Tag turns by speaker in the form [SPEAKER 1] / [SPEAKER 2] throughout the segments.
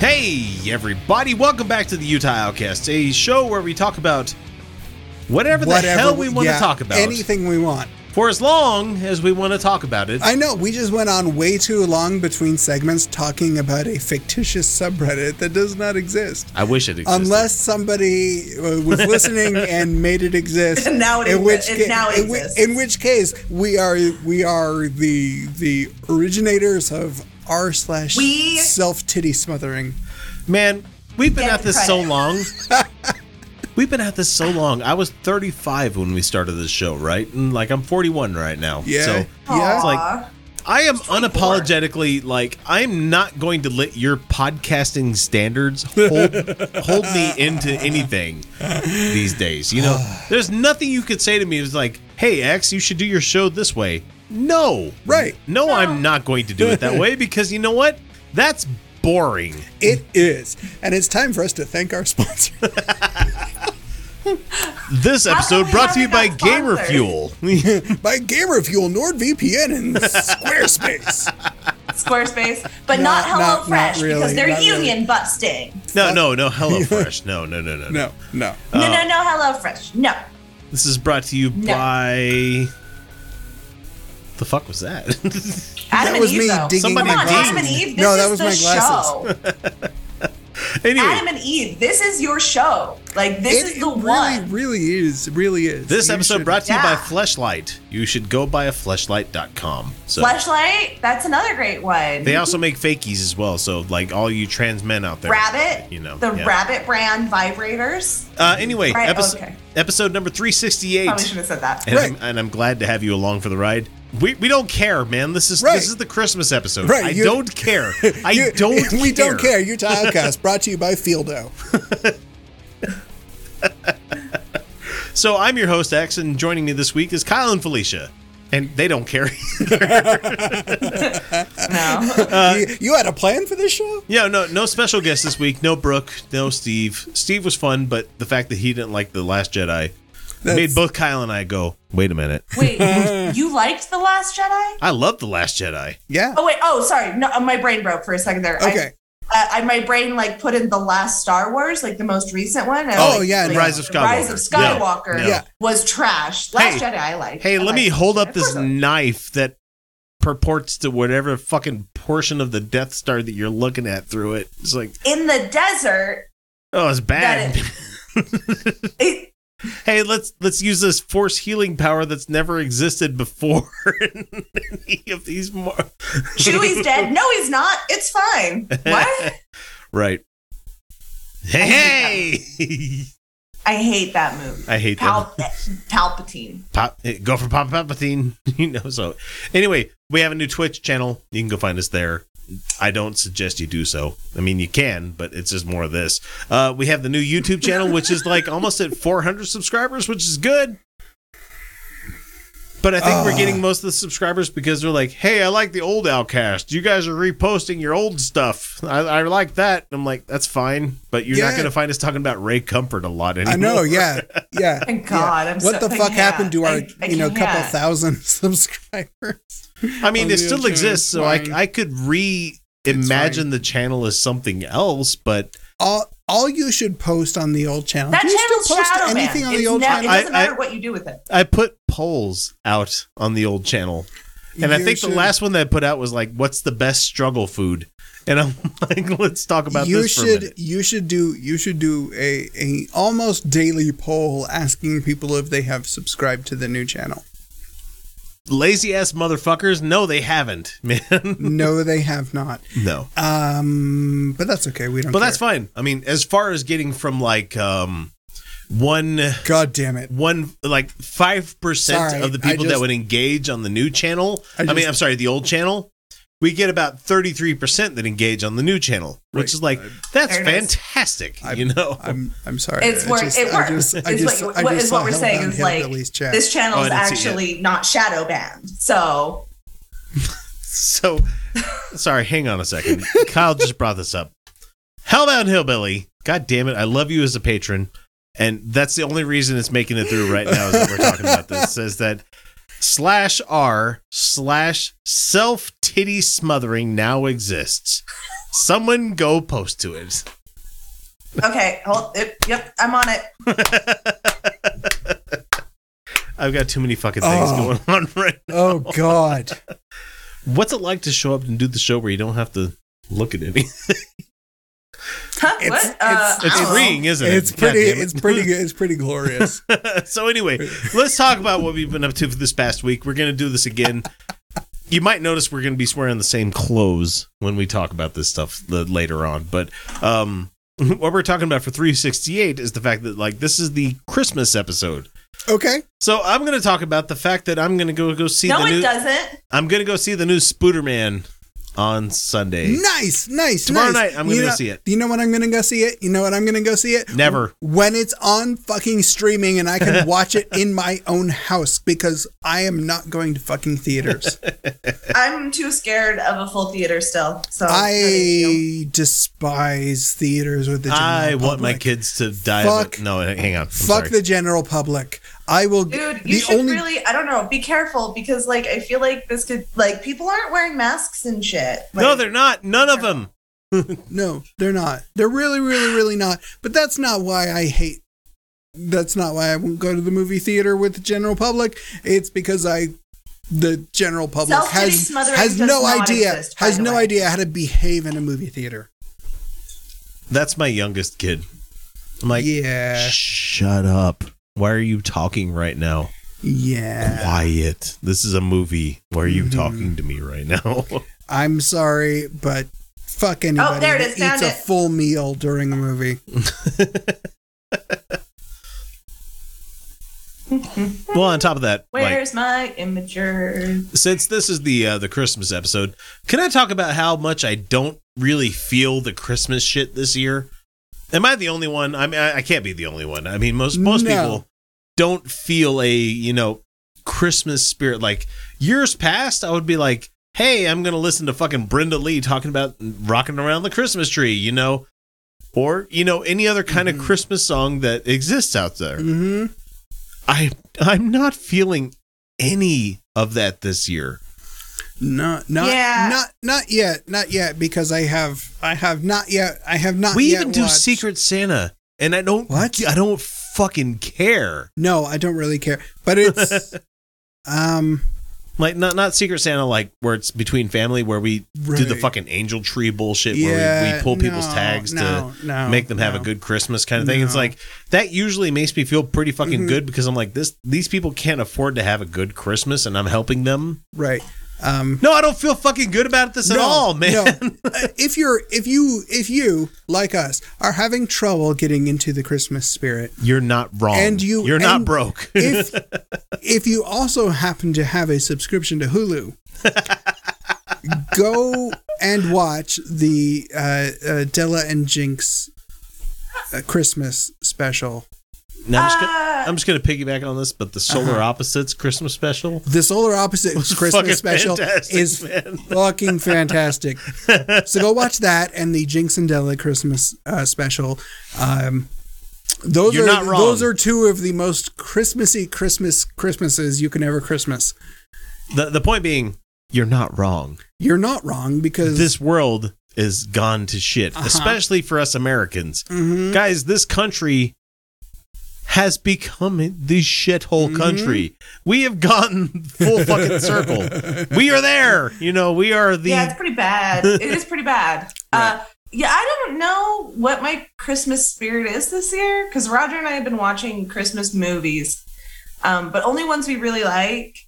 [SPEAKER 1] Hey, everybody, welcome back to the Utah Outcasts, a show where we talk about whatever the hell we want
[SPEAKER 2] yeah,
[SPEAKER 1] to talk about
[SPEAKER 2] Anything we want.
[SPEAKER 1] for as long as we want to talk about it.
[SPEAKER 2] I know we just went on way too long between segments talking about a fictitious subreddit that does not exist.
[SPEAKER 1] I wish it existed.
[SPEAKER 2] Unless somebody uh, was listening and made it exist,
[SPEAKER 3] And now it
[SPEAKER 2] in
[SPEAKER 3] exi-
[SPEAKER 2] which
[SPEAKER 3] it
[SPEAKER 2] ca-
[SPEAKER 3] now
[SPEAKER 2] in, whi-
[SPEAKER 3] exists.
[SPEAKER 2] in which case we are we are the the originators of r slash
[SPEAKER 3] We-
[SPEAKER 2] self titty smothering.
[SPEAKER 1] Man, we've been
[SPEAKER 3] Get
[SPEAKER 1] at
[SPEAKER 3] the
[SPEAKER 1] this so
[SPEAKER 3] credit.
[SPEAKER 1] long. we've been at this so long. I was 35 when we started this show, right? And like I'm 41 right now.
[SPEAKER 2] Yeah,
[SPEAKER 1] So
[SPEAKER 2] yeah.
[SPEAKER 1] It's like-
[SPEAKER 3] Aw.
[SPEAKER 1] I am unapologetically like I'm not going to let your podcasting standards hold hold me into anything these days. You know, there's nothing you could say to me. It's like, hey X, you should do your show this way. No,
[SPEAKER 2] Right.
[SPEAKER 1] No, I'm not going to do it that way because you know what? That's boring.
[SPEAKER 2] It is, and it's time for us to thank our sponsor.
[SPEAKER 1] This
[SPEAKER 3] come
[SPEAKER 1] episode
[SPEAKER 3] we
[SPEAKER 1] brought to you by
[SPEAKER 3] haven't got
[SPEAKER 1] Gamer
[SPEAKER 3] sponsored?
[SPEAKER 1] Fuel.
[SPEAKER 2] by Gamer Fuel, NordVPN, and Squarespace.
[SPEAKER 3] Squarespace, but
[SPEAKER 2] No,
[SPEAKER 3] not
[SPEAKER 2] not-
[SPEAKER 3] HelloFresh
[SPEAKER 2] not really,
[SPEAKER 3] because they're
[SPEAKER 2] not really.
[SPEAKER 3] union busting.
[SPEAKER 1] No, no, no, HelloFresh. No, no, no, no,
[SPEAKER 2] No, no.
[SPEAKER 3] No,
[SPEAKER 1] Oh.
[SPEAKER 3] no, no, HelloFresh. No.
[SPEAKER 1] This is brought to you
[SPEAKER 3] No.
[SPEAKER 1] by. The fuck was that?
[SPEAKER 3] Adam
[SPEAKER 2] That
[SPEAKER 3] and
[SPEAKER 2] was
[SPEAKER 3] Eve,
[SPEAKER 2] me
[SPEAKER 3] though.
[SPEAKER 2] digging
[SPEAKER 1] Somebody
[SPEAKER 3] Come on,
[SPEAKER 1] dinged.
[SPEAKER 3] Adam and Eve. This
[SPEAKER 2] No, that
[SPEAKER 3] is
[SPEAKER 2] was
[SPEAKER 3] the
[SPEAKER 2] my glasses.
[SPEAKER 3] show.
[SPEAKER 1] anyway,
[SPEAKER 3] Adam and Eve, this is your show. Like this is
[SPEAKER 2] It
[SPEAKER 3] the
[SPEAKER 2] really,
[SPEAKER 3] one.
[SPEAKER 2] really is, really is.
[SPEAKER 1] this
[SPEAKER 2] You
[SPEAKER 1] episode
[SPEAKER 2] should-
[SPEAKER 1] brought to you by
[SPEAKER 3] Yeah.
[SPEAKER 1] Fleshlight. You should go buy a fleshlight.com. So
[SPEAKER 3] Fleshlight. That's another great one.
[SPEAKER 1] they also make fakies as well. So like all you trans men out there,
[SPEAKER 3] Rabbit.
[SPEAKER 1] You know,
[SPEAKER 3] the
[SPEAKER 1] yeah.
[SPEAKER 3] Rabbit brand vibrators.
[SPEAKER 1] Uh, anyway,
[SPEAKER 3] Right,
[SPEAKER 1] episode
[SPEAKER 3] okay.
[SPEAKER 1] episode number three sixty eight.
[SPEAKER 3] Probably should have said that.
[SPEAKER 1] and, I'm,
[SPEAKER 2] Right.
[SPEAKER 1] and I'm glad to have you along for the ride. We, we don't care, man. This is
[SPEAKER 2] Right.
[SPEAKER 1] this is the Christmas episode.
[SPEAKER 2] Right,
[SPEAKER 1] I
[SPEAKER 2] you-
[SPEAKER 1] don't care. I
[SPEAKER 2] You-
[SPEAKER 1] don't. care.
[SPEAKER 2] We don't care. Utah Outcast brought to you by Fieldo.
[SPEAKER 1] So I'm your host X, and joining me this week is Kyle and Felicia, and they don't care.
[SPEAKER 3] No.
[SPEAKER 1] Uh,
[SPEAKER 2] you, you had a plan for this show?
[SPEAKER 1] yeah, no no special guest this week. No Brooke. No Steve. Steve was fun, but the fact that he didn't like the Last Jedi made
[SPEAKER 2] That's-
[SPEAKER 1] both Kyle and I go, wait a minute.
[SPEAKER 3] Wait, you liked the Last Jedi?
[SPEAKER 1] I love the Last Jedi.
[SPEAKER 2] Yeah.
[SPEAKER 3] Oh wait. Oh, sorry. No, my brain broke for a second there. I-
[SPEAKER 2] Okay.
[SPEAKER 3] uh, I, my brain like put in the last Star Wars, like the most recent one. and,
[SPEAKER 2] Oh,
[SPEAKER 3] like,
[SPEAKER 2] yeah,
[SPEAKER 3] like,
[SPEAKER 1] Rise of Skywalker.
[SPEAKER 3] Rise of
[SPEAKER 1] Yeah,
[SPEAKER 3] Skywalker
[SPEAKER 1] yeah.
[SPEAKER 3] was trash. Last
[SPEAKER 1] Hey,
[SPEAKER 3] Jedi, I like.
[SPEAKER 1] Hey,
[SPEAKER 3] I
[SPEAKER 1] let me
[SPEAKER 3] liked.
[SPEAKER 1] hold up
[SPEAKER 3] Of
[SPEAKER 1] this
[SPEAKER 3] course I liked.
[SPEAKER 1] knife that purports to whatever fucking portion of the Death Star that you're looking at through it. It's like,
[SPEAKER 3] in the desert.
[SPEAKER 1] oh, it's
[SPEAKER 3] That
[SPEAKER 1] bad.
[SPEAKER 3] it, it,
[SPEAKER 1] hey, let's let's use this force healing power that's never existed before in any of these. Mar-
[SPEAKER 3] Chewie's dead. No, he's not. It's fine. What?
[SPEAKER 1] right. Hey, hey!
[SPEAKER 3] I hate that movie.
[SPEAKER 1] I hate that.
[SPEAKER 3] Pal- eh, Palpatine.
[SPEAKER 1] Pop, eh, go for Pop Palpatine. you know. So, anyway, we have a new Twitch channel. You can go find us there. I don't suggest you do so. I mean, you can, but it's just more of this. Uh, we have the new YouTube channel, which is like almost at 400 subscribers, which is good. But I think we're
[SPEAKER 2] Ah.
[SPEAKER 1] getting most of the subscribers because they're like, "Hey, I like the old Outcast. You guys are reposting your old stuff. I, I like that." I'm like, "That's fine," but you're not
[SPEAKER 2] Yeah.
[SPEAKER 1] going to find us talking about Ray Comfort a lot anymore.
[SPEAKER 2] I know. Yeah. Yeah.
[SPEAKER 3] Thank God,
[SPEAKER 2] yeah.
[SPEAKER 3] I'm
[SPEAKER 2] what
[SPEAKER 3] so-
[SPEAKER 2] the
[SPEAKER 3] I
[SPEAKER 2] fuck happened to our,
[SPEAKER 3] can't. I- I
[SPEAKER 2] you know, couple
[SPEAKER 3] can't.
[SPEAKER 2] thousand subscribers?
[SPEAKER 1] I mean, it
[SPEAKER 2] on the
[SPEAKER 1] still
[SPEAKER 2] internet,
[SPEAKER 1] exists, so I,
[SPEAKER 2] fine.
[SPEAKER 1] I could
[SPEAKER 2] fine.
[SPEAKER 1] re-imagine the channel as something else, but
[SPEAKER 2] All, all you should post on the old channel.
[SPEAKER 3] That
[SPEAKER 2] Do you still
[SPEAKER 3] channel's
[SPEAKER 2] post
[SPEAKER 3] shadow
[SPEAKER 2] anything
[SPEAKER 3] banned.
[SPEAKER 2] on
[SPEAKER 3] It's
[SPEAKER 2] the old
[SPEAKER 3] now-
[SPEAKER 2] channel?
[SPEAKER 3] It doesn't
[SPEAKER 1] I- I-
[SPEAKER 3] matter what you do with it.
[SPEAKER 1] I put polls out on the old channel. And I
[SPEAKER 2] You
[SPEAKER 1] think
[SPEAKER 2] should-
[SPEAKER 1] the last one that I put out was like, what's the best struggle food? And I'm like, let's talk about
[SPEAKER 2] you
[SPEAKER 1] this for a
[SPEAKER 2] should
[SPEAKER 1] minute.
[SPEAKER 2] you should do you should do a, a almost daily poll asking people if they have subscribed to the new channel.
[SPEAKER 1] Lazy ass motherfuckers? No, they haven't, man.
[SPEAKER 2] No, they have not.
[SPEAKER 1] no.
[SPEAKER 2] Um, but that's okay. We don't.
[SPEAKER 1] But that's
[SPEAKER 2] care.
[SPEAKER 1] fine. I mean, as far as getting from like um one
[SPEAKER 2] God damn it.
[SPEAKER 1] one like five percent
[SPEAKER 2] Sorry,
[SPEAKER 1] of the
[SPEAKER 2] I
[SPEAKER 1] people that
[SPEAKER 2] just-
[SPEAKER 1] would engage on the new channel.
[SPEAKER 2] I
[SPEAKER 1] I, mean,
[SPEAKER 2] just-
[SPEAKER 1] I'm sorry, the old channel. We get about 33 percent that engage on the new channel, which
[SPEAKER 2] Right.
[SPEAKER 1] is like that's
[SPEAKER 3] There it is.
[SPEAKER 1] fantastic.
[SPEAKER 2] I-
[SPEAKER 1] you know,
[SPEAKER 2] I'm I'm sorry.
[SPEAKER 3] It's
[SPEAKER 2] I
[SPEAKER 3] work- it
[SPEAKER 2] I
[SPEAKER 3] works.
[SPEAKER 2] just- I
[SPEAKER 3] It's
[SPEAKER 2] just-
[SPEAKER 3] what-
[SPEAKER 2] I
[SPEAKER 3] what-
[SPEAKER 2] just
[SPEAKER 3] is what
[SPEAKER 2] saw
[SPEAKER 3] we're saying
[SPEAKER 2] Hellbound
[SPEAKER 3] is,
[SPEAKER 2] Hill
[SPEAKER 3] like,
[SPEAKER 2] Billy's chat.
[SPEAKER 3] This channel
[SPEAKER 1] Oh, I
[SPEAKER 3] is
[SPEAKER 1] didn't see it yet.
[SPEAKER 3] actually not shadow banned. So
[SPEAKER 1] so sorry. Hang on a second. Kyle just brought this up. Hellbound Hillbilly. God damn it! I love you as a patron, and that's the only reason it's making it through right now is that we're talking about this. Says that slash r slash self titty smothering now exists. Someone go post to it.
[SPEAKER 3] okay, hold it. Yep, I'm on it.
[SPEAKER 1] I've got too many fucking things
[SPEAKER 2] Oh.
[SPEAKER 1] going on right now.
[SPEAKER 2] Oh God.
[SPEAKER 1] What's it like to show up and do the show where you don't have to look at anything?
[SPEAKER 3] Huh,
[SPEAKER 2] It's-
[SPEAKER 3] what?
[SPEAKER 2] it's-
[SPEAKER 3] Uh, I
[SPEAKER 1] It's
[SPEAKER 3] don't know.
[SPEAKER 1] freeing, isn't it?
[SPEAKER 2] It's
[SPEAKER 1] God
[SPEAKER 2] pretty
[SPEAKER 1] damn it.
[SPEAKER 2] it's pretty good it's pretty glorious.
[SPEAKER 1] so anyway, let's talk about what we've been up to for this past week. We're gonna do this again. You might notice we're gonna be swearing the same clothes when we talk about this stuff the, later on. But um, what we're talking about for 368 is the fact that like this is the Christmas episode.
[SPEAKER 2] Okay.
[SPEAKER 1] So I'm gonna talk about the fact that I'm gonna go go see
[SPEAKER 3] No,
[SPEAKER 1] the
[SPEAKER 3] it
[SPEAKER 1] new.
[SPEAKER 3] doesn't.
[SPEAKER 1] I'm gonna go see the new Spooderman on Sunday.
[SPEAKER 2] Nice, nice.
[SPEAKER 1] Tomorrow
[SPEAKER 2] nice.
[SPEAKER 1] night, I'm gonna
[SPEAKER 2] You
[SPEAKER 1] go
[SPEAKER 2] know-
[SPEAKER 1] see it.
[SPEAKER 2] Do you know when I'm gonna go see it? You know when I'm gonna go see it?
[SPEAKER 1] Never.
[SPEAKER 2] When it's on fucking streaming and I can watch it in my own house because I am not going to fucking theaters.
[SPEAKER 3] I'm too scared of a full theater still. So
[SPEAKER 2] I despise theaters with the general
[SPEAKER 1] I want my
[SPEAKER 2] public.
[SPEAKER 1] kids to die.
[SPEAKER 2] Fuck.
[SPEAKER 1] No, hang on. I'm
[SPEAKER 2] Fuck
[SPEAKER 1] sorry.
[SPEAKER 2] the general public. I will.
[SPEAKER 3] Dude, you
[SPEAKER 2] the
[SPEAKER 3] should
[SPEAKER 2] only
[SPEAKER 3] really, I don't know, be careful because, like, I feel like this could, like, people aren't wearing masks and shit.
[SPEAKER 1] no,
[SPEAKER 3] Like,
[SPEAKER 1] they're not. None of them.
[SPEAKER 2] no, they're not. They're really, really, really not. But that's not why I hate. That's not why I won't go to the movie theater with the general public. It's because I, the general public
[SPEAKER 3] Self-pity
[SPEAKER 2] has
[SPEAKER 3] smothering
[SPEAKER 2] has
[SPEAKER 3] does
[SPEAKER 2] no
[SPEAKER 3] not
[SPEAKER 2] idea
[SPEAKER 3] exist, by
[SPEAKER 2] has
[SPEAKER 3] the
[SPEAKER 2] no
[SPEAKER 3] way.
[SPEAKER 2] idea how to behave in a movie theater.
[SPEAKER 1] That's my youngest kid. I'm like,
[SPEAKER 2] yeah,
[SPEAKER 1] shut up. Why are you talking right now?
[SPEAKER 2] yeah.
[SPEAKER 1] Quiet. This is a movie. Why are you talking to me right now?
[SPEAKER 2] I'm sorry, but fuck anybody
[SPEAKER 3] Oh, there it
[SPEAKER 2] that
[SPEAKER 3] is, found
[SPEAKER 2] eats a
[SPEAKER 3] it.
[SPEAKER 2] full meal during a movie.
[SPEAKER 1] well, on top of that, like,
[SPEAKER 3] Where's my immature?
[SPEAKER 1] since this is the uh, the Christmas episode, can I talk about how much I don't really feel the Christmas shit this year? Am I the only one? I mean, I, I can't be the only one. I mean, most most
[SPEAKER 2] No.
[SPEAKER 1] people don't feel a you know Christmas spirit. Like years past, I would be like, "Hey, I'm gonna listen to fucking Brenda Lee talking about rocking around the Christmas tree," you know, or you know any other kind of Christmas song that exists out there.
[SPEAKER 2] hmm
[SPEAKER 1] I I'm not feeling any of that this year.
[SPEAKER 2] Not not
[SPEAKER 3] Yeah.
[SPEAKER 2] not not yet, not yet because I have I have not yet I have not
[SPEAKER 1] we
[SPEAKER 2] yet
[SPEAKER 1] even do
[SPEAKER 2] watched-
[SPEAKER 1] Secret Santa, and I don't.
[SPEAKER 2] What?
[SPEAKER 1] I don't fucking care.
[SPEAKER 2] No, I don't really care. But it's um
[SPEAKER 1] Like not not Secret Santa, like where it's between family, where we do the
[SPEAKER 2] Right.
[SPEAKER 1] fucking angel tree bullshit, where we,
[SPEAKER 2] yeah,
[SPEAKER 1] we pull people's
[SPEAKER 2] no,
[SPEAKER 1] tags
[SPEAKER 2] no,
[SPEAKER 1] to
[SPEAKER 2] no,
[SPEAKER 1] make them have a
[SPEAKER 2] no.
[SPEAKER 1] good Christmas kind of thing. It's
[SPEAKER 2] No.
[SPEAKER 1] like that usually makes me feel pretty fucking
[SPEAKER 2] Mhm.
[SPEAKER 1] good because I'm like this. These people can't afford to have a good Christmas, and I'm helping them.
[SPEAKER 2] right. Um
[SPEAKER 1] No, I don't feel fucking good about this at
[SPEAKER 2] no,
[SPEAKER 1] all, man.
[SPEAKER 2] no. Uh, if you're if you if you like us are having trouble getting into the Christmas spirit,
[SPEAKER 1] You're not wrong,
[SPEAKER 2] And you-
[SPEAKER 1] you're not
[SPEAKER 2] and
[SPEAKER 1] broke.
[SPEAKER 2] if if you also happen to have a subscription to Hulu, go and watch the uh, uh, Della and Jinx uh, Christmas special.
[SPEAKER 1] Now, I'm, just gonna,
[SPEAKER 3] Uh,
[SPEAKER 1] I'm just gonna piggyback on this, but the
[SPEAKER 2] Uh-huh.
[SPEAKER 1] Solar Opposites Christmas special.
[SPEAKER 2] The Solar Opposite
[SPEAKER 1] fucking
[SPEAKER 2] Christmas special
[SPEAKER 1] fantastic,
[SPEAKER 2] is
[SPEAKER 1] man.
[SPEAKER 2] fucking fantastic. so go watch that and the Jinx and Della Christmas uh, special. Um, those
[SPEAKER 1] You're
[SPEAKER 2] are
[SPEAKER 1] not wrong.
[SPEAKER 2] those are two of the most Christmassy Christmas Christmases you can ever Christmas.
[SPEAKER 1] The the point being, you're not wrong.
[SPEAKER 2] You're not wrong because
[SPEAKER 1] This world is gone to shit, especially for us Americans. Guys, this country has become the shithole country. We have gotten full fucking circle. We are there. You know, we are the
[SPEAKER 3] yeah, it's pretty bad. it is pretty bad. Uh, yeah, I don't know what my Christmas spirit is this year because Roger and I have been watching Christmas movies, um, but only ones we really like.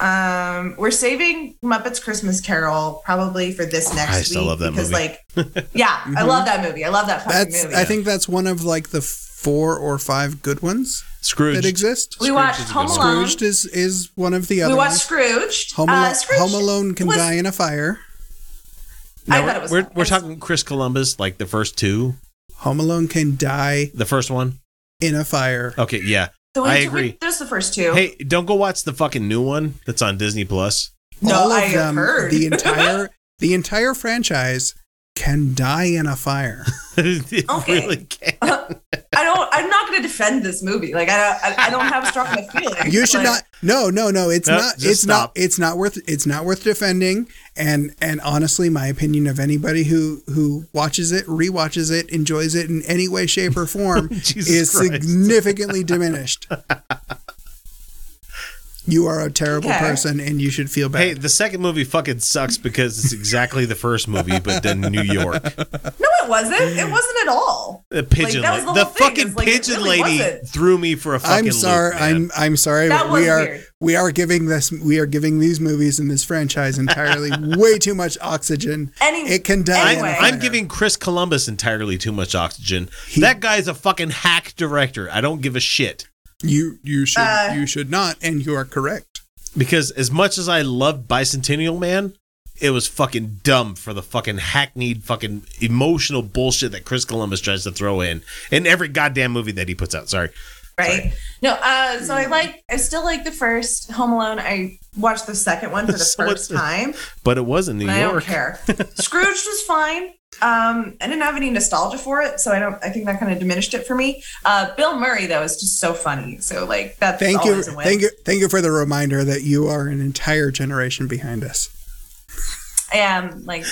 [SPEAKER 3] Um, we're saving Muppets Christmas Carol probably for this next
[SPEAKER 1] Oh, I still
[SPEAKER 3] week
[SPEAKER 1] love that
[SPEAKER 3] because,
[SPEAKER 1] movie. Mm-hmm.
[SPEAKER 3] like, yeah, I love that movie. I love that fucking
[SPEAKER 2] That's
[SPEAKER 3] movie.
[SPEAKER 2] I think that's one of like the four or five good ones that
[SPEAKER 1] Scrooge.
[SPEAKER 2] exist.
[SPEAKER 3] we watched
[SPEAKER 1] Scrooge is a
[SPEAKER 3] Home
[SPEAKER 1] good
[SPEAKER 3] Alone.
[SPEAKER 2] Scrooged is is one of the other
[SPEAKER 3] we watched
[SPEAKER 2] ones.
[SPEAKER 3] Scrooge.
[SPEAKER 2] Home,
[SPEAKER 3] uh,
[SPEAKER 2] Alone,
[SPEAKER 3] Scrooge
[SPEAKER 2] Home Alone can
[SPEAKER 3] was-
[SPEAKER 2] die in a fire.
[SPEAKER 3] I
[SPEAKER 1] No,
[SPEAKER 3] thought it was.
[SPEAKER 1] We're, we're
[SPEAKER 3] it's-
[SPEAKER 1] talking Chris Columbus, like the first two,
[SPEAKER 2] Home Alone can die
[SPEAKER 1] the first one.
[SPEAKER 2] in a fire.
[SPEAKER 1] Okay, yeah.
[SPEAKER 3] So we-
[SPEAKER 1] I
[SPEAKER 3] we-
[SPEAKER 1] agree.
[SPEAKER 3] There's the first two.
[SPEAKER 1] Hey, don't go watch the fucking new one that's on Disney Plus.
[SPEAKER 3] no,
[SPEAKER 2] All of
[SPEAKER 3] I
[SPEAKER 2] them,
[SPEAKER 3] heard.
[SPEAKER 2] the entire the entire franchise can die in a fire.
[SPEAKER 1] It
[SPEAKER 3] Okay.
[SPEAKER 1] really can.
[SPEAKER 3] I don't. I'm not going to defend this movie. Like I don't. I, I don't have strong enough feelings.
[SPEAKER 2] You should
[SPEAKER 3] Like,
[SPEAKER 2] not. No, no, no. It's
[SPEAKER 1] No,
[SPEAKER 2] not.
[SPEAKER 1] just
[SPEAKER 2] It's
[SPEAKER 1] stop.
[SPEAKER 2] not. It's not worth. It's not worth defending. And and honestly, my opinion of anybody who who watches it, rewatches it, enjoys it in any way, shape, or form
[SPEAKER 1] Jesus
[SPEAKER 2] is
[SPEAKER 1] Christ.
[SPEAKER 2] significantly diminished. you are a terrible
[SPEAKER 3] Okay.
[SPEAKER 2] person, and you should feel bad.
[SPEAKER 1] Hey, the second movie fucking sucks because it's exactly the first movie, but then New York.
[SPEAKER 3] No, it wasn't. It wasn't at all.
[SPEAKER 1] The pigeon
[SPEAKER 3] that was
[SPEAKER 1] lady.
[SPEAKER 3] the
[SPEAKER 1] The,
[SPEAKER 3] whole thing,
[SPEAKER 1] fucking
[SPEAKER 3] is, like, it
[SPEAKER 1] pigeon
[SPEAKER 3] really
[SPEAKER 1] lady
[SPEAKER 3] wasn't.
[SPEAKER 1] threw me for a fucking
[SPEAKER 2] I'm sorry.
[SPEAKER 1] loop, man.
[SPEAKER 2] I'm I'm sorry.
[SPEAKER 3] That
[SPEAKER 2] but
[SPEAKER 3] was
[SPEAKER 2] we are
[SPEAKER 3] weird.
[SPEAKER 2] we are giving this we are giving these movies and this franchise entirely way too much oxygen.
[SPEAKER 3] Any-
[SPEAKER 2] it can die. in a
[SPEAKER 3] Anyway.
[SPEAKER 1] I'm
[SPEAKER 2] fire.
[SPEAKER 1] giving Chris Columbus entirely too much oxygen. that guy's a fucking hack director. I don't give a shit.
[SPEAKER 2] You you should
[SPEAKER 3] Uh,
[SPEAKER 2] you should not, and you are correct.
[SPEAKER 1] Because as much as I loved Bicentennial Man, it was fucking dumb for the fucking hackneyed fucking emotional bullshit that Chris Columbus tries to throw in in every goddamn movie that he puts out. Sorry.
[SPEAKER 3] Right. No. Uh. So I like. I still like the first Home Alone. I watched the second one for the
[SPEAKER 1] So what's
[SPEAKER 3] first
[SPEAKER 1] the-
[SPEAKER 3] time.
[SPEAKER 1] But it was in New
[SPEAKER 3] and I don't
[SPEAKER 1] York.
[SPEAKER 3] care. Scrooge was fine. Um, I didn't have any nostalgia for it, so I don't. I think that kind of diminished it for me. Uh, Bill Murray though is just so funny. So like that's
[SPEAKER 2] Thank you,
[SPEAKER 3] always a win.
[SPEAKER 2] thank you, thank you for the reminder that you are an entire generation behind us.
[SPEAKER 3] And like,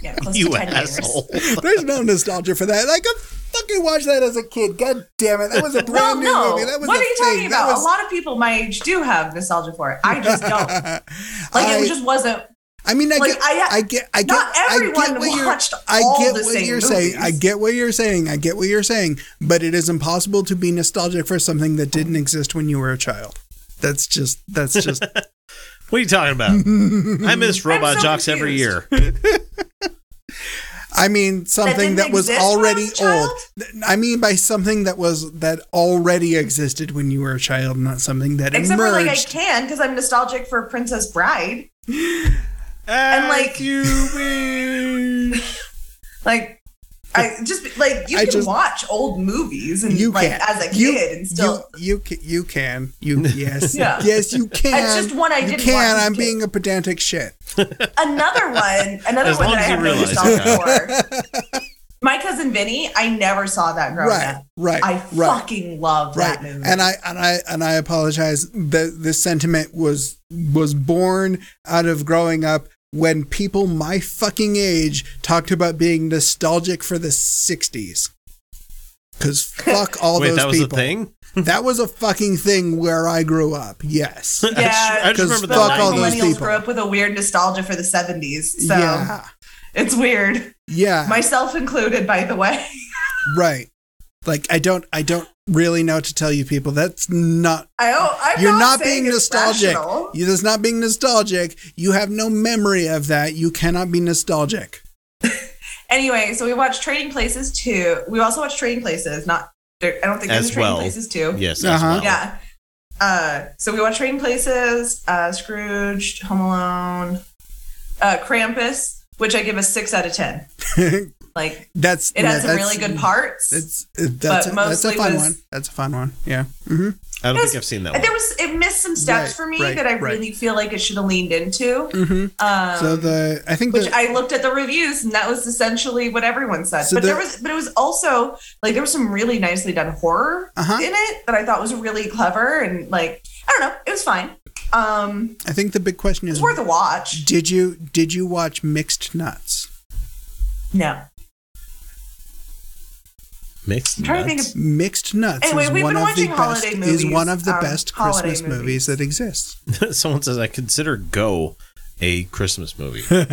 [SPEAKER 3] yeah, close to
[SPEAKER 1] You
[SPEAKER 3] ten years.
[SPEAKER 1] asshole.
[SPEAKER 2] There's no nostalgia for that. I could fucking watch that as a kid. God damn it, that was a brand new
[SPEAKER 3] well, no.
[SPEAKER 2] movie. That was
[SPEAKER 3] what
[SPEAKER 2] a
[SPEAKER 3] are you
[SPEAKER 2] thing.
[SPEAKER 3] talking
[SPEAKER 2] That
[SPEAKER 3] about?
[SPEAKER 2] was-
[SPEAKER 3] A lot of people my age do have nostalgia for it. I just don't. Like
[SPEAKER 2] I-
[SPEAKER 3] it just wasn't.
[SPEAKER 2] I mean, I
[SPEAKER 3] Like,
[SPEAKER 2] get,
[SPEAKER 3] I-
[SPEAKER 2] I, get, I get,
[SPEAKER 3] not
[SPEAKER 2] I
[SPEAKER 3] everyone
[SPEAKER 2] get what you're,
[SPEAKER 3] watched
[SPEAKER 2] I
[SPEAKER 3] all
[SPEAKER 2] get
[SPEAKER 3] the
[SPEAKER 2] what
[SPEAKER 3] same
[SPEAKER 2] you're saying. I
[SPEAKER 3] movies.
[SPEAKER 2] get what you're saying. I get what you're saying. But it is impossible to be nostalgic for something that didn't exist when you were a child. That's just, that's just.
[SPEAKER 1] What are you talking about? I miss Robot
[SPEAKER 3] so
[SPEAKER 1] Jocks every year.
[SPEAKER 3] confused.
[SPEAKER 2] I mean, something
[SPEAKER 3] didn't
[SPEAKER 2] that, was
[SPEAKER 3] exist when I was
[SPEAKER 2] already
[SPEAKER 3] a child?
[SPEAKER 2] old. Th- I mean, by something that was that already existed when you were a child, not something that
[SPEAKER 3] Except for like I
[SPEAKER 2] emerged.
[SPEAKER 3] can because I'm nostalgic for Princess Bride.
[SPEAKER 1] And
[SPEAKER 3] like-
[SPEAKER 1] you wish.
[SPEAKER 3] Like. I just like you
[SPEAKER 2] I
[SPEAKER 3] can
[SPEAKER 2] just-
[SPEAKER 3] watch old movies and
[SPEAKER 2] you
[SPEAKER 3] like
[SPEAKER 2] can
[SPEAKER 3] as a kid
[SPEAKER 2] You-
[SPEAKER 3] and still
[SPEAKER 2] you you can you can you yes
[SPEAKER 3] Yeah.
[SPEAKER 2] yes you can.
[SPEAKER 3] just one I
[SPEAKER 2] you
[SPEAKER 3] didn't
[SPEAKER 2] can.
[SPEAKER 3] watch as a
[SPEAKER 2] I'm
[SPEAKER 3] kid.
[SPEAKER 2] being a pedantic shit.
[SPEAKER 3] another one, another
[SPEAKER 1] As
[SPEAKER 3] one
[SPEAKER 1] long as you
[SPEAKER 3] that I have no
[SPEAKER 1] realize
[SPEAKER 3] nostalgia for. My cousin Vinny, I never saw that growing
[SPEAKER 2] Right,
[SPEAKER 3] up.
[SPEAKER 2] right,
[SPEAKER 3] I
[SPEAKER 2] right,
[SPEAKER 3] fucking love
[SPEAKER 2] right.
[SPEAKER 3] that movie.
[SPEAKER 2] And I and I and I apologize. The this sentiment was was born out of growing up when people my fucking age talked about being nostalgic for the '60s. Cause fuck all
[SPEAKER 1] Wait,
[SPEAKER 2] those
[SPEAKER 1] that was
[SPEAKER 2] people.
[SPEAKER 1] a thing?
[SPEAKER 2] That was a fucking thing where I grew up. Yes.
[SPEAKER 1] I just, I just
[SPEAKER 3] 'cause
[SPEAKER 1] remember the
[SPEAKER 3] but a
[SPEAKER 2] fuck
[SPEAKER 3] lot
[SPEAKER 2] all
[SPEAKER 3] of
[SPEAKER 2] those
[SPEAKER 1] lightning.
[SPEAKER 3] millennials
[SPEAKER 2] people.
[SPEAKER 3] grew up with a weird nostalgia for the 70s. So
[SPEAKER 2] yeah.
[SPEAKER 3] it's weird.
[SPEAKER 2] Yeah.
[SPEAKER 3] Myself included, by the way.
[SPEAKER 2] right. Like I don't. I don't really know what to tell you people. That's not.
[SPEAKER 3] I, oh, I'm
[SPEAKER 2] You're not,
[SPEAKER 3] saying
[SPEAKER 2] being
[SPEAKER 3] it's
[SPEAKER 2] nostalgic.
[SPEAKER 3] rational.
[SPEAKER 2] You, that's not being nostalgic. You have no memory of that. You cannot be nostalgic.
[SPEAKER 3] Anyway, so we watched Trading Places 2. We also watched Trading Places, not, there, I don't think
[SPEAKER 1] As
[SPEAKER 3] there's a Trading
[SPEAKER 1] well.
[SPEAKER 3] Places 2.
[SPEAKER 1] Yes, as
[SPEAKER 2] Uh-huh.
[SPEAKER 1] well.
[SPEAKER 3] Yeah. Uh, so we watched Trading Places, uh, Scrooge, Home Alone, uh, Krampus, which I give a six out of ten. Like
[SPEAKER 2] That's
[SPEAKER 3] it
[SPEAKER 2] yeah,
[SPEAKER 3] has some
[SPEAKER 2] that's-
[SPEAKER 3] really good parts.
[SPEAKER 2] It's it, that's a,
[SPEAKER 3] but
[SPEAKER 2] that's a
[SPEAKER 3] mostly
[SPEAKER 2] fun
[SPEAKER 3] was-
[SPEAKER 2] one. That's a fun one. Yeah. hmm
[SPEAKER 1] I don't
[SPEAKER 3] Yes.
[SPEAKER 1] think I've seen that one.
[SPEAKER 3] And there was it missed some steps
[SPEAKER 2] Right,
[SPEAKER 3] for me
[SPEAKER 2] right,
[SPEAKER 3] that I
[SPEAKER 2] right.
[SPEAKER 3] really feel like it should have leaned into.
[SPEAKER 2] hmm
[SPEAKER 3] Um,
[SPEAKER 2] so the I think
[SPEAKER 3] which
[SPEAKER 2] the,
[SPEAKER 3] I looked at the reviews and that was essentially what everyone said.
[SPEAKER 2] So
[SPEAKER 3] but there
[SPEAKER 2] the-
[SPEAKER 3] was but it was also like there was some really nicely done horror
[SPEAKER 2] Uh-huh.
[SPEAKER 3] in it that I thought was really clever and like I don't know, it was fine. Um,
[SPEAKER 2] I think the big question
[SPEAKER 3] it's
[SPEAKER 2] is
[SPEAKER 3] worth a watch.
[SPEAKER 2] did you did you watch Mixed Nuts?
[SPEAKER 3] No.
[SPEAKER 1] Mixed
[SPEAKER 3] I'm trying to think
[SPEAKER 1] nuts?
[SPEAKER 3] of
[SPEAKER 2] Mixed Nuts
[SPEAKER 3] Anyway,
[SPEAKER 2] is,
[SPEAKER 3] we've
[SPEAKER 2] one
[SPEAKER 3] been
[SPEAKER 2] of the
[SPEAKER 3] watching holiday
[SPEAKER 2] best, is
[SPEAKER 3] movies,
[SPEAKER 2] one of the
[SPEAKER 3] um,
[SPEAKER 2] best
[SPEAKER 3] holiday
[SPEAKER 2] Christmas movies.
[SPEAKER 3] movies.
[SPEAKER 2] that exists.
[SPEAKER 1] Someone says I consider Go a Christmas movie.
[SPEAKER 2] Sure.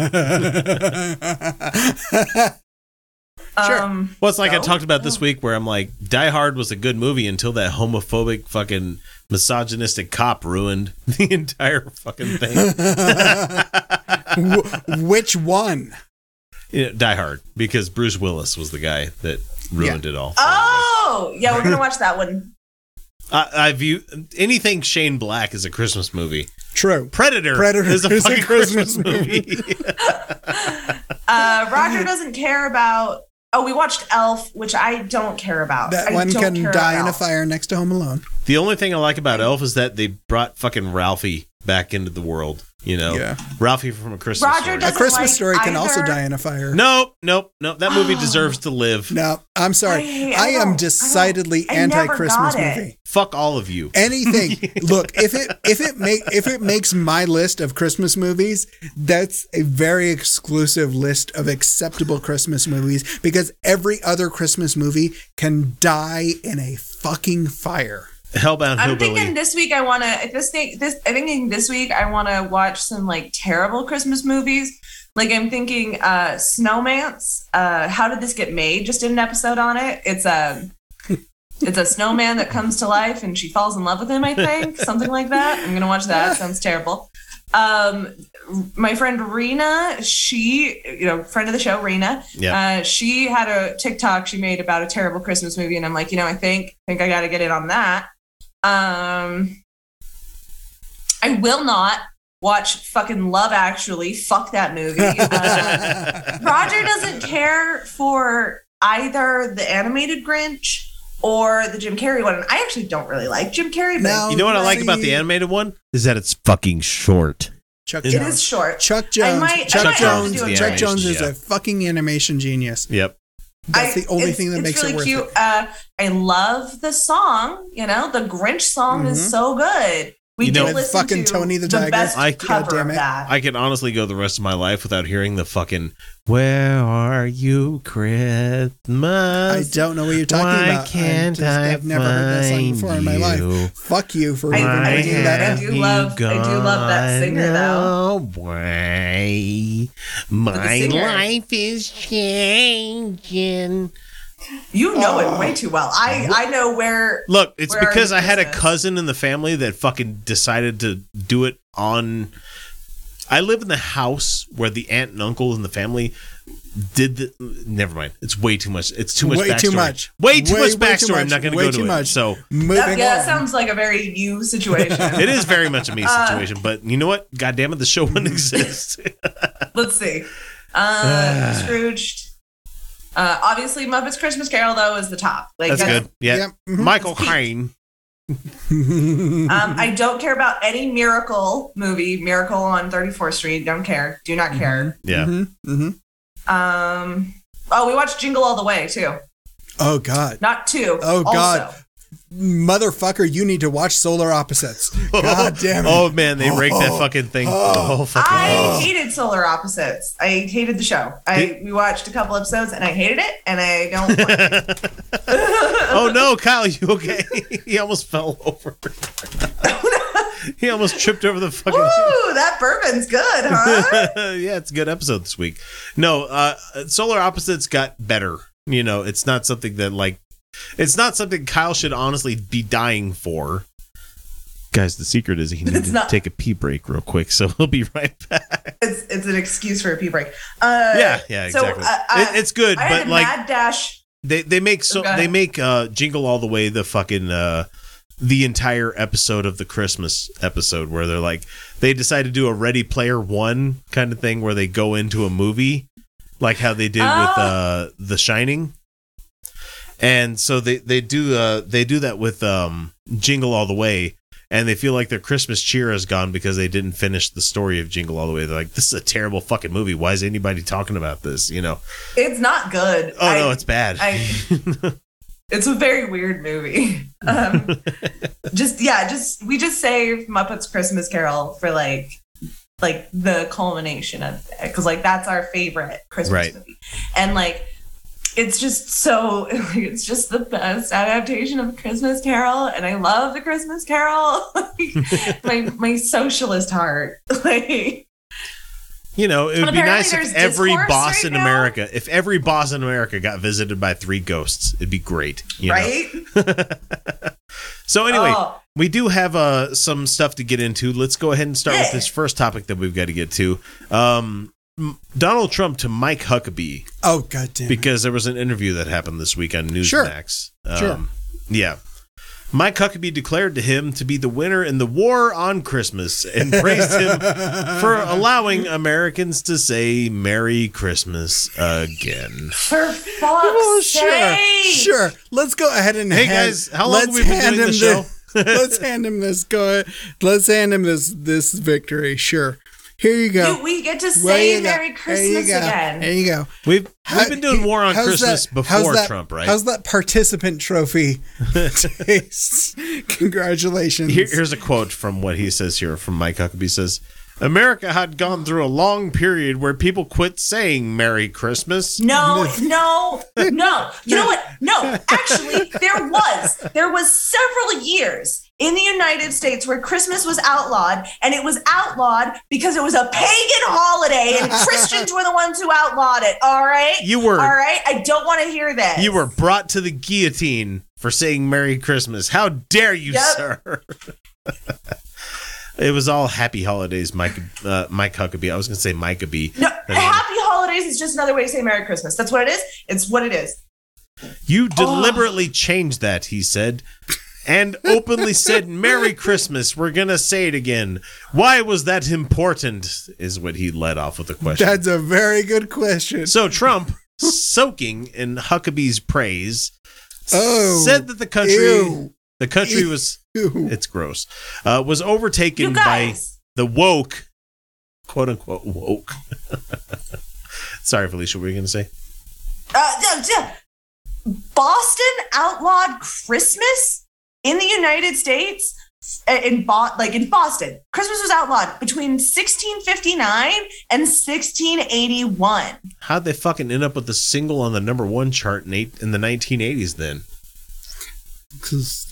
[SPEAKER 3] Um,
[SPEAKER 1] Well, it's like I
[SPEAKER 3] so-
[SPEAKER 1] talked about this week where I'm like, Die Hard was a good movie until that homophobic fucking misogynistic cop ruined the entire fucking thing.
[SPEAKER 2] Wh- which one?
[SPEAKER 1] Yeah, Die Hard, because Bruce Willis was the guy that ruined it all.
[SPEAKER 3] Oh, yeah, we're gonna watch that one.
[SPEAKER 1] I, I view anything Shane Black is a Christmas movie.
[SPEAKER 2] True.
[SPEAKER 1] Predator,
[SPEAKER 2] Predator
[SPEAKER 1] is a
[SPEAKER 2] is a
[SPEAKER 1] fucking
[SPEAKER 2] Christmas
[SPEAKER 1] Christmas, movie.
[SPEAKER 3] Uh, Roger doesn't care about. Oh, we watched Elf, which I don't care about.
[SPEAKER 2] That
[SPEAKER 3] I
[SPEAKER 2] one
[SPEAKER 3] don't
[SPEAKER 2] can
[SPEAKER 3] care
[SPEAKER 2] die in
[SPEAKER 3] about
[SPEAKER 2] a fire next to Home Alone.
[SPEAKER 1] the only thing I like about Elf is that they brought fucking Ralphie back into the world. You know,
[SPEAKER 2] Yeah.
[SPEAKER 1] Ralphie from a Christmas.
[SPEAKER 3] Roger
[SPEAKER 1] story.
[SPEAKER 2] A
[SPEAKER 3] doesn't-
[SPEAKER 2] Christmas
[SPEAKER 3] like
[SPEAKER 2] story can also
[SPEAKER 3] either-
[SPEAKER 2] die in a fire.
[SPEAKER 1] Nope, nope, nope. That movie deserves to live.
[SPEAKER 2] No, I'm sorry.
[SPEAKER 3] I-
[SPEAKER 2] I,
[SPEAKER 3] I don't- I
[SPEAKER 2] am
[SPEAKER 3] don't-
[SPEAKER 2] decidedly
[SPEAKER 3] I never
[SPEAKER 2] anti-Christmas
[SPEAKER 3] got it.
[SPEAKER 2] movie.
[SPEAKER 1] Fuck all of you.
[SPEAKER 2] Anything. Look, if it if it make if it makes my list of Christmas movies, that's a very exclusive list of acceptable Christmas movies because every other Christmas movie can die in a fucking fire.
[SPEAKER 1] Hellbound
[SPEAKER 3] I'm
[SPEAKER 1] Hillbilly.
[SPEAKER 3] thinking this week I want to this thing this I think this week I want to watch some like terrible Christmas movies. Like I'm thinking uh Snowman's uh How Did This Get Made? Just did an episode on it. It's a it's a snowman that comes to life and she falls in love with him, I think, something like that. I'm going to watch that. Sounds terrible. Um my friend Rena, she, you know, friend of the show Rena,
[SPEAKER 1] yeah.
[SPEAKER 3] uh, she had a TikTok she made about a terrible Christmas movie, and I'm like, you know, I think think I got to get in on that. Um, I will not watch fucking Love Actually. Fuck that movie. Uh, Roger doesn't care for either the animated Grinch or the Jim Carrey one. And I actually don't really like Jim Carrey, but
[SPEAKER 2] No.
[SPEAKER 1] you know what I like about the animated one is that it's fucking short.
[SPEAKER 2] Chuck
[SPEAKER 1] It
[SPEAKER 3] it
[SPEAKER 2] Jones.
[SPEAKER 3] is short.
[SPEAKER 2] Chuck Jones.
[SPEAKER 3] might- I
[SPEAKER 2] Chuck
[SPEAKER 1] might have to
[SPEAKER 2] Jones.
[SPEAKER 1] do a
[SPEAKER 2] Chuck
[SPEAKER 1] animation,
[SPEAKER 2] Jones is
[SPEAKER 1] yeah.
[SPEAKER 2] a fucking animation genius.
[SPEAKER 1] Yep.
[SPEAKER 2] That's
[SPEAKER 3] I-
[SPEAKER 2] the only
[SPEAKER 3] it's-
[SPEAKER 2] thing that
[SPEAKER 3] it's
[SPEAKER 2] makes
[SPEAKER 3] really
[SPEAKER 2] it worth
[SPEAKER 3] cute.
[SPEAKER 2] it.
[SPEAKER 3] Uh, I love the song. You know, the Grinch song is so good. We
[SPEAKER 1] You
[SPEAKER 3] did
[SPEAKER 1] know-
[SPEAKER 2] With
[SPEAKER 3] listen
[SPEAKER 2] Mm-hmm. fucking
[SPEAKER 3] to
[SPEAKER 2] Tony the Tiger.
[SPEAKER 3] best
[SPEAKER 1] I-
[SPEAKER 3] cover
[SPEAKER 2] goddamn
[SPEAKER 3] of
[SPEAKER 2] it.
[SPEAKER 3] that.
[SPEAKER 1] I can honestly go the rest of my life without hearing the fucking "Where are you, Christmas?"
[SPEAKER 2] I don't know what you're talking
[SPEAKER 1] Why
[SPEAKER 2] about. I
[SPEAKER 1] can't
[SPEAKER 2] just-
[SPEAKER 1] I
[SPEAKER 2] I've never heard that song
[SPEAKER 1] find
[SPEAKER 2] before in my
[SPEAKER 1] you?
[SPEAKER 2] life. Fuck you for
[SPEAKER 3] I-
[SPEAKER 2] even
[SPEAKER 3] I
[SPEAKER 2] bringing
[SPEAKER 3] do.
[SPEAKER 2] that
[SPEAKER 3] I
[SPEAKER 2] up.
[SPEAKER 3] do love- I do love that singer, though.
[SPEAKER 1] Why my
[SPEAKER 3] singer.
[SPEAKER 1] life is changing.
[SPEAKER 3] You know it way too well. I I know where.
[SPEAKER 1] Look, it's
[SPEAKER 3] Where Are
[SPEAKER 1] because
[SPEAKER 3] You,
[SPEAKER 1] I had a
[SPEAKER 3] Christmas?
[SPEAKER 1] cousin in the family that fucking decided to do it on. I live in the house where the aunt and uncle in the family did the. Never mind. It's way too much. It's too much.
[SPEAKER 2] Way too
[SPEAKER 1] backstory.
[SPEAKER 2] much.
[SPEAKER 1] Way too
[SPEAKER 2] Way-
[SPEAKER 1] much
[SPEAKER 2] way too
[SPEAKER 1] backstory. I'm
[SPEAKER 2] much.
[SPEAKER 1] not going to
[SPEAKER 2] Way
[SPEAKER 1] go
[SPEAKER 2] too
[SPEAKER 1] to
[SPEAKER 2] much.
[SPEAKER 1] it. So
[SPEAKER 2] Moving
[SPEAKER 3] That, yeah, that
[SPEAKER 2] on.
[SPEAKER 3] sounds like a very you situation.
[SPEAKER 1] it is very much a me
[SPEAKER 3] Uh,
[SPEAKER 1] situation. But you know what? God damn it, the show wouldn't exist.
[SPEAKER 3] Let's see. Uh, Scrooged. Uh, obviously, Muppets Christmas Carol though is the top. Like
[SPEAKER 1] That's good. Yeah.
[SPEAKER 2] Yep. Mhm.
[SPEAKER 1] Michael Caine.
[SPEAKER 3] Um, I don't care about any miracle movie, Miracle on 34th Street. Don't care. Do
[SPEAKER 2] Mm-hmm.
[SPEAKER 3] not care.
[SPEAKER 1] Yeah.
[SPEAKER 2] Mhm.
[SPEAKER 3] Um, oh, we watched Jingle All the Way too.
[SPEAKER 2] Oh God,
[SPEAKER 3] Not two.
[SPEAKER 2] Oh, God.
[SPEAKER 3] Also.
[SPEAKER 2] motherfucker! You need to watch Solar Opposites. God damn it!
[SPEAKER 1] Oh man, they raked that fucking thing. Oh, fucking.
[SPEAKER 3] I hated Solar Opposites. I hated the show. I we watched a couple episodes and I hated it and I don't like it.
[SPEAKER 1] Oh no, Kyle, you okay? he almost fell over. he almost tripped over the fucking.
[SPEAKER 3] Woo, that bourbon's good, huh?
[SPEAKER 1] yeah, it's a good episode this week. No, uh, Solar Opposites got better. You know, it's not something that like, it's not something Kyle should honestly be dying for. Guys, the secret is he needs
[SPEAKER 3] It's
[SPEAKER 1] to
[SPEAKER 3] not-
[SPEAKER 1] take a pee break real quick, so he'll be right back.
[SPEAKER 3] it's it's an excuse for a pee break. Uh,
[SPEAKER 1] Yeah, yeah,
[SPEAKER 3] so,
[SPEAKER 1] exactly.
[SPEAKER 3] uh, I-
[SPEAKER 1] it, it's good,
[SPEAKER 3] I had
[SPEAKER 1] but
[SPEAKER 3] a
[SPEAKER 1] like,
[SPEAKER 3] mad dash
[SPEAKER 1] They they make so
[SPEAKER 3] Okay.
[SPEAKER 1] they make uh jingle all the way the fucking uh the entire episode of the Christmas episode where they're like they decide to do a Ready Player One kind of thing where they go into a movie like how they did with
[SPEAKER 3] Oh.
[SPEAKER 1] uh The Shining. And so they they do uh they do that with um Jingle All the Way and they feel like their Christmas cheer is gone because they didn't finish the story of Jingle All the Way. They're like this is a terrible fucking movie. Why is anybody talking about this, you know?
[SPEAKER 3] It's not good.
[SPEAKER 1] Oh
[SPEAKER 3] I-
[SPEAKER 1] no, it's bad.
[SPEAKER 3] I- it's a very weird movie. Um, just yeah, just we just saved Muppets Christmas Carol for like like the culmination of because like that's our favorite Christmas
[SPEAKER 1] Right.
[SPEAKER 3] movie, and like it's just so it's just the best adaptation of Christmas Carol, and I love the Christmas Carol. Like, my my socialist heart, like
[SPEAKER 1] You know, it would be
[SPEAKER 3] apparently
[SPEAKER 1] nice if
[SPEAKER 3] there's
[SPEAKER 1] every
[SPEAKER 3] discourse
[SPEAKER 1] boss
[SPEAKER 3] right
[SPEAKER 1] in
[SPEAKER 3] now.
[SPEAKER 1] America, if every boss in America got visited by three ghosts, it'd be great. You know?
[SPEAKER 3] right?
[SPEAKER 1] So anyway,
[SPEAKER 3] Oh.
[SPEAKER 1] we do have uh, some stuff to get into. Let's go ahead and start with
[SPEAKER 3] Yeah.
[SPEAKER 1] this first topic that we've got to get to. Um, M- Donald Trump to Mike Huckabee
[SPEAKER 2] Oh goddamn! it.
[SPEAKER 1] because there was an interview that happened this week on
[SPEAKER 2] Sure.
[SPEAKER 1] Newsmax. Um,
[SPEAKER 2] Sure.
[SPEAKER 1] Yeah. Mike Huckabee declared to him to be the winner in the war on Christmas and praised him for allowing Americans to say Merry Christmas again.
[SPEAKER 3] For fuck's
[SPEAKER 2] sure,
[SPEAKER 3] sake!
[SPEAKER 2] sure. Let's go ahead and
[SPEAKER 1] Oh, Hey,
[SPEAKER 2] hand-
[SPEAKER 1] guys, how long have
[SPEAKER 2] let's
[SPEAKER 1] we been
[SPEAKER 2] hand
[SPEAKER 1] doing
[SPEAKER 2] him
[SPEAKER 1] the show?
[SPEAKER 2] let's hand him this. Go. Ahead. Let's hand him this this victory. Sure. Here you go.
[SPEAKER 3] You- we get to
[SPEAKER 2] There
[SPEAKER 3] say
[SPEAKER 2] you go.
[SPEAKER 3] Merry
[SPEAKER 2] There you
[SPEAKER 3] Christmas
[SPEAKER 2] go. There
[SPEAKER 3] again.
[SPEAKER 2] you go.
[SPEAKER 1] We've
[SPEAKER 2] How-
[SPEAKER 1] we've been doing
[SPEAKER 2] he-
[SPEAKER 1] war on
[SPEAKER 2] how's
[SPEAKER 1] Christmas
[SPEAKER 2] that- how's
[SPEAKER 1] before
[SPEAKER 2] that-
[SPEAKER 1] Trump, right?
[SPEAKER 2] How's that participant trophy taste? Congratulations.
[SPEAKER 1] Here, here's a quote from what he says here from Mike Huckabee says, "America had gone through a long period where people quit saying Merry Christmas.
[SPEAKER 3] No, no, no. You know what? No, actually, there was. There was several years in the United States where Christmas was outlawed, and it was outlawed because it was a pagan holiday, and Christians were the ones who outlawed it. All right.
[SPEAKER 1] You were-
[SPEAKER 3] All right. I don't want to hear that.
[SPEAKER 1] You were brought to the guillotine for saying Merry Christmas. How dare you,
[SPEAKER 3] Yep.
[SPEAKER 1] sir?" it was all happy holidays, Mike uh, Mike Huckabee. I was going to say Mike Huckabee.
[SPEAKER 3] No, happy holidays is just another way to say Merry Christmas. That's what it is. It's what it is.
[SPEAKER 1] You
[SPEAKER 3] Oh.
[SPEAKER 1] deliberately changed that, he said, and openly said, Merry Christmas. We're going to say it again. Why was that important? Is what he led off with the question.
[SPEAKER 2] That's a very good question.
[SPEAKER 1] so Trump, soaking in Huckabee's praise,
[SPEAKER 2] Oh,
[SPEAKER 1] said that the country.
[SPEAKER 2] ew.
[SPEAKER 1] The country was,
[SPEAKER 2] Ew.
[SPEAKER 1] it's gross, uh, was overtaken
[SPEAKER 3] You
[SPEAKER 1] by
[SPEAKER 3] guys.
[SPEAKER 1] the woke, quote unquote woke. Sorry, Felicia, what were you going to say?
[SPEAKER 3] Uh, d- d- Boston outlawed Christmas in the United States. uh, In Bo- like in Boston, Christmas was outlawed between 1659 and 1681.
[SPEAKER 1] How'd they fucking end up with a single on the number one chart in, eight, in the 1980s then?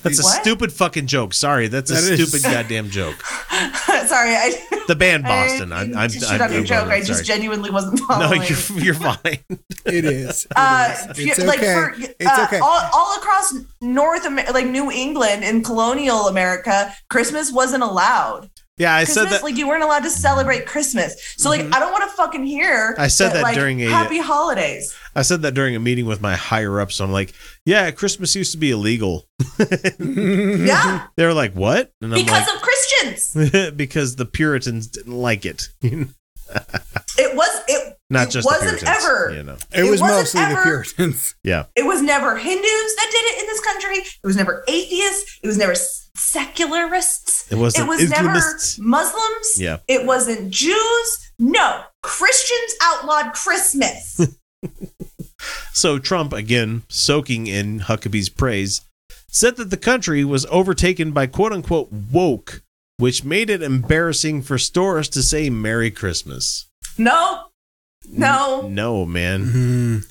[SPEAKER 1] That's a
[SPEAKER 3] What?
[SPEAKER 1] stupid fucking joke. Sorry, that's a
[SPEAKER 2] That is-
[SPEAKER 1] stupid goddamn joke.
[SPEAKER 3] Sorry, I
[SPEAKER 1] The band Boston.
[SPEAKER 3] I
[SPEAKER 1] I'm,
[SPEAKER 3] didn't
[SPEAKER 1] I'm,
[SPEAKER 3] shoot
[SPEAKER 1] I'm,
[SPEAKER 3] out your
[SPEAKER 1] I'm-
[SPEAKER 3] joke.
[SPEAKER 1] I'm
[SPEAKER 3] I just
[SPEAKER 1] sorry.
[SPEAKER 3] genuinely wasn't
[SPEAKER 1] no,
[SPEAKER 3] following.
[SPEAKER 1] you're you're fine.
[SPEAKER 2] It is. It
[SPEAKER 3] uh,
[SPEAKER 2] is.
[SPEAKER 3] few-
[SPEAKER 2] It's
[SPEAKER 3] like
[SPEAKER 2] okay.
[SPEAKER 3] for
[SPEAKER 2] it's
[SPEAKER 3] uh,
[SPEAKER 2] okay.
[SPEAKER 3] all, all across North America, like New England and colonial America, Christmas wasn't allowed.
[SPEAKER 1] Yeah, I
[SPEAKER 3] Christmas,
[SPEAKER 1] said that. Mm-hmm.
[SPEAKER 3] like you weren't allowed to celebrate Christmas. So like I don't want to fucking hear.
[SPEAKER 1] I said that
[SPEAKER 3] like,
[SPEAKER 1] during a-
[SPEAKER 3] happy holidays.
[SPEAKER 1] I said that during a meeting with my higher ups. I'm like, yeah, Christmas used to be illegal.
[SPEAKER 3] Yeah,
[SPEAKER 1] They were like, what? And I'm
[SPEAKER 3] because of Christians.
[SPEAKER 1] like, because the Puritans didn't like it.
[SPEAKER 3] It was it.
[SPEAKER 1] Not
[SPEAKER 3] it
[SPEAKER 1] just the
[SPEAKER 3] wasn't
[SPEAKER 1] Puritans,
[SPEAKER 3] ever.
[SPEAKER 1] You know.
[SPEAKER 2] it,
[SPEAKER 3] it
[SPEAKER 2] was
[SPEAKER 3] wasn't
[SPEAKER 2] mostly the
[SPEAKER 3] ever-
[SPEAKER 2] Puritans.
[SPEAKER 1] Yeah.
[SPEAKER 3] It was never Hindus that did it in this country. It was never atheists. It was never s- secularists.
[SPEAKER 1] It wasn't
[SPEAKER 3] it was
[SPEAKER 1] Islamists.
[SPEAKER 3] never Muslims.
[SPEAKER 1] Yeah.
[SPEAKER 3] It wasn't Jews. No, Christians outlawed Christmas.
[SPEAKER 1] So Trump, again, soaking in Huckabee's praise, said that the country was overtaken by quote unquote woke, which made it embarrassing for stores to say Merry Christmas.
[SPEAKER 3] no, no.
[SPEAKER 1] No, man.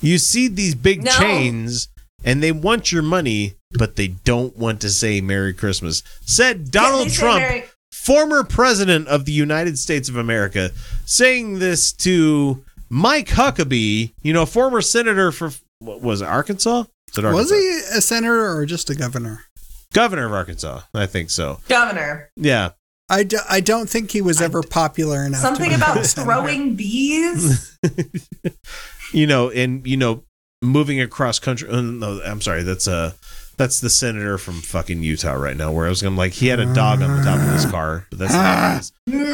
[SPEAKER 1] You see these big
[SPEAKER 3] No.
[SPEAKER 1] chains and they want your money, but they don't want to say Merry Christmas. Said Donald
[SPEAKER 3] they say
[SPEAKER 1] Trump,
[SPEAKER 3] Merry-
[SPEAKER 1] former president of the United States of America, saying this to Mike Huckabee, you know, former senator for what was it, Arkansas? Is it
[SPEAKER 2] Was
[SPEAKER 1] Arkansas?
[SPEAKER 2] he a senator or just a governor?
[SPEAKER 1] governor of Arkansas. I think so.
[SPEAKER 3] Governor,
[SPEAKER 1] Yeah.
[SPEAKER 2] I, do, I don't think he was ever popular enough. to
[SPEAKER 3] something
[SPEAKER 2] be a
[SPEAKER 3] about
[SPEAKER 2] senator.
[SPEAKER 3] throwing bees.
[SPEAKER 1] You know, and you know, moving across country. oh, no, I'm sorry. That's uh that's the senator from fucking Utah right now. Where I was gonna like, he had a dog on the top of his car, but that's not. what it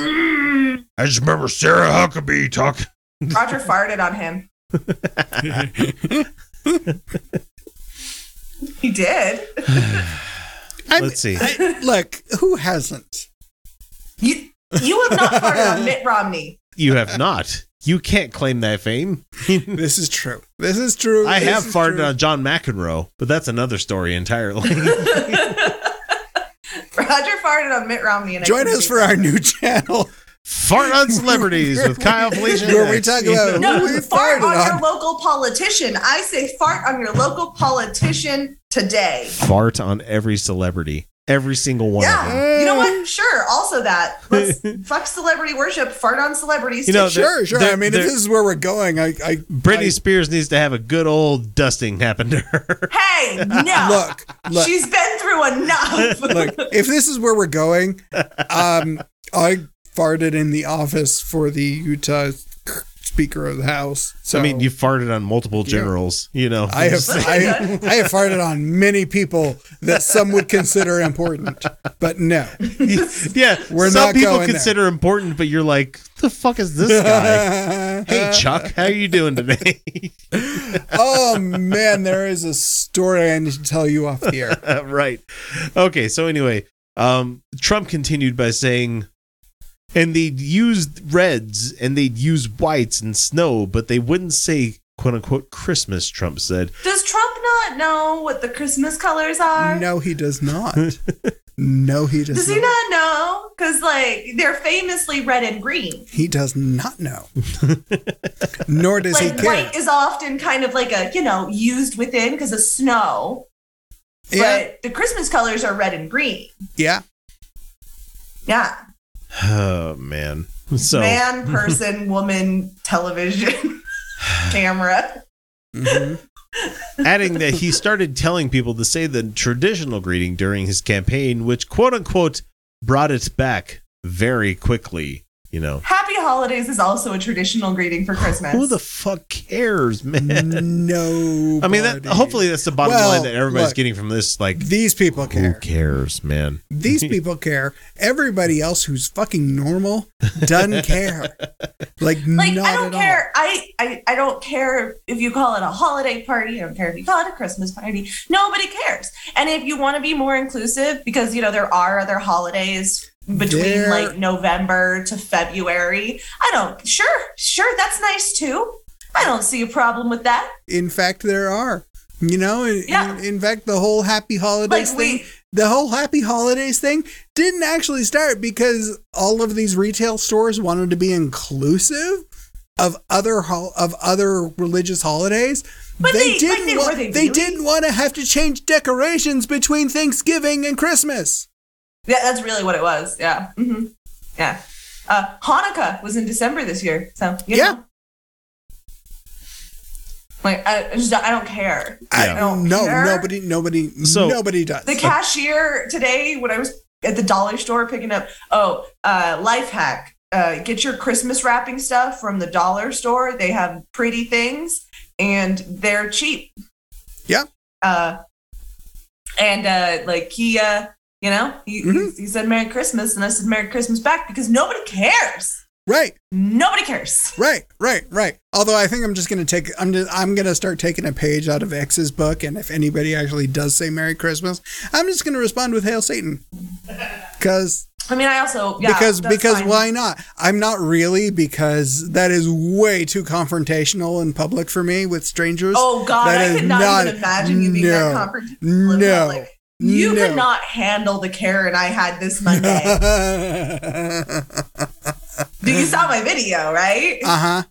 [SPEAKER 1] is. I just remember Sarah Huckabee talking.
[SPEAKER 3] Roger farted on him. he did.
[SPEAKER 2] I-
[SPEAKER 1] Let's see.
[SPEAKER 2] I- look, who hasn't?
[SPEAKER 3] You you have not farted on Mitt Romney.
[SPEAKER 1] You have not. You can't claim that fame.
[SPEAKER 2] This is true. This is true.
[SPEAKER 1] I
[SPEAKER 2] This
[SPEAKER 1] have
[SPEAKER 2] is
[SPEAKER 1] farted
[SPEAKER 2] true.
[SPEAKER 1] on John McEnroe, but that's another story entirely.
[SPEAKER 3] Roger farted on Mitt Romney. And I
[SPEAKER 2] Join
[SPEAKER 3] couldn't
[SPEAKER 2] us
[SPEAKER 3] believe
[SPEAKER 2] for
[SPEAKER 3] it.
[SPEAKER 2] our new channel
[SPEAKER 1] Fart on celebrities with Kyle Felicia. and
[SPEAKER 2] where we
[SPEAKER 1] X,
[SPEAKER 2] talk
[SPEAKER 1] you
[SPEAKER 2] about
[SPEAKER 1] know?
[SPEAKER 3] No,
[SPEAKER 2] who we
[SPEAKER 3] fart
[SPEAKER 2] farted
[SPEAKER 3] on, your
[SPEAKER 2] on.
[SPEAKER 3] local politician. I say fart on your local politician today.
[SPEAKER 1] fart on every celebrity, every single one of them.
[SPEAKER 3] Yeah. You know what? Sure. also that. Let's fuck celebrity worship, fart on celebrities.
[SPEAKER 1] You know,
[SPEAKER 3] Just-
[SPEAKER 1] they're-
[SPEAKER 2] sure, sure.
[SPEAKER 1] they're-
[SPEAKER 2] I mean, if
[SPEAKER 1] they're-
[SPEAKER 2] this is where we're going, I, I
[SPEAKER 1] Britney Spears needs to have a good old dusting happen to her.
[SPEAKER 3] hey, no.
[SPEAKER 2] I- look, look,
[SPEAKER 3] She's been through enough.
[SPEAKER 2] look. If this is where we're going, um, I farted in the office for the Utah Speaker of the House. So
[SPEAKER 1] I mean, you farted on multiple generals. You know,
[SPEAKER 2] I have I, I have farted on many people that some would consider important, but no.
[SPEAKER 1] yeah.
[SPEAKER 2] We're
[SPEAKER 1] some
[SPEAKER 2] not
[SPEAKER 1] people
[SPEAKER 2] going there.
[SPEAKER 1] consider important, but you're like, the fuck is this guy? hey, Chuck, how are you doing today?
[SPEAKER 2] oh man, there is a story I need to tell you off the air.
[SPEAKER 1] Uh, right. Okay. So anyway, um, Trump continued by saying, and they'd use reds and they'd use whites and snow, but they wouldn't say "quote unquote" Christmas. Trump said,
[SPEAKER 3] Does Trump not know what the Christmas colors are?
[SPEAKER 2] No, he does not. No, he does,
[SPEAKER 3] Does
[SPEAKER 2] not.
[SPEAKER 3] he not know? Because like they're famously red and green.
[SPEAKER 2] He does not know. Nor does
[SPEAKER 3] Like
[SPEAKER 2] he care.
[SPEAKER 3] white is often kind of like a you know used within because of snow,
[SPEAKER 2] yeah,
[SPEAKER 3] but the Christmas colors are red and green.
[SPEAKER 2] yeah.
[SPEAKER 3] Yeah,
[SPEAKER 1] "Oh man." So
[SPEAKER 3] man, person, woman, television, camera.
[SPEAKER 2] Mhm.
[SPEAKER 1] adding that he started telling people to say the traditional greeting during his campaign, which "quote unquote" brought it back very quickly. You know,
[SPEAKER 3] Happy holidays is also a traditional greeting for Christmas.
[SPEAKER 1] who the fuck cares, man?
[SPEAKER 2] No.
[SPEAKER 1] I mean, that hopefully that's the bottom
[SPEAKER 2] Well,
[SPEAKER 1] line that everybody's
[SPEAKER 2] look.
[SPEAKER 1] getting from this. Like,
[SPEAKER 2] these people
[SPEAKER 1] Who
[SPEAKER 2] care.
[SPEAKER 1] cares, man?
[SPEAKER 2] These people care. Everybody else who's fucking normal doesn't care. Like,
[SPEAKER 3] like
[SPEAKER 2] not
[SPEAKER 3] I don't
[SPEAKER 2] at all.
[SPEAKER 3] care. I, I I don't care if you call it a holiday party. I don't care if you call it a Christmas party. Nobody cares. And if you want to be more inclusive, because you know there are other holidays between
[SPEAKER 2] There-
[SPEAKER 3] like November to February. I don't. Sure, sure, that's nice too. I don't see a problem with that.
[SPEAKER 2] in fact there are you know in,
[SPEAKER 3] Yeah.
[SPEAKER 2] in, in fact the whole happy holidays
[SPEAKER 3] Like,
[SPEAKER 2] thing
[SPEAKER 3] we-
[SPEAKER 2] the whole happy holidays thing didn't actually start because all of these retail stores wanted to be inclusive of other hol- of other religious holidays
[SPEAKER 3] But they- like,
[SPEAKER 2] didn't
[SPEAKER 3] they-
[SPEAKER 2] wa-
[SPEAKER 3] were they
[SPEAKER 2] they
[SPEAKER 3] really?
[SPEAKER 2] didn't want to have to change decorations between Thanksgiving and Christmas
[SPEAKER 3] Yeah, that's really what it was. Yeah, hmm yeah. Uh, Hanukkah was in December this year, so you
[SPEAKER 2] Yeah.
[SPEAKER 3] know. Like I, I just I don't care.
[SPEAKER 1] Yeah.
[SPEAKER 2] I,
[SPEAKER 3] don't
[SPEAKER 2] no
[SPEAKER 3] care.
[SPEAKER 2] nobody nobody
[SPEAKER 1] So-
[SPEAKER 2] nobody does
[SPEAKER 3] The cashier today, when I was at the dollar store picking up, oh, uh, life hack. Uh, get your Christmas wrapping stuff from the dollar store. They have pretty things and they're cheap.
[SPEAKER 2] Yeah.
[SPEAKER 3] Uh, and uh, like he, uh, you know, he, he-
[SPEAKER 2] Mhm.
[SPEAKER 3] he said Merry Christmas and I said Merry Christmas back because nobody cares.
[SPEAKER 2] right
[SPEAKER 3] Nobody cares.
[SPEAKER 2] Right, right, right. Although I think I'm just gonna take I'm just, I'm gonna start taking a page out of X's book, and if anybody actually does say Merry Christmas, I'm just gonna respond with Hail Satan, because
[SPEAKER 3] I mean, I also, yeah,
[SPEAKER 2] because
[SPEAKER 3] that's
[SPEAKER 2] because
[SPEAKER 3] fine.
[SPEAKER 2] why not? I'm not really because that is way too confrontational in public for me with strangers.
[SPEAKER 3] Oh God,
[SPEAKER 2] That
[SPEAKER 3] I
[SPEAKER 2] is
[SPEAKER 3] could not,
[SPEAKER 2] not-
[SPEAKER 3] even imagine you being that
[SPEAKER 2] no,
[SPEAKER 3] confrontational. in
[SPEAKER 2] no,
[SPEAKER 3] public. you
[SPEAKER 2] no.
[SPEAKER 3] could not handle the Karen I had this Monday.
[SPEAKER 2] uh
[SPEAKER 3] Dude, you saw my video, right?
[SPEAKER 2] huh.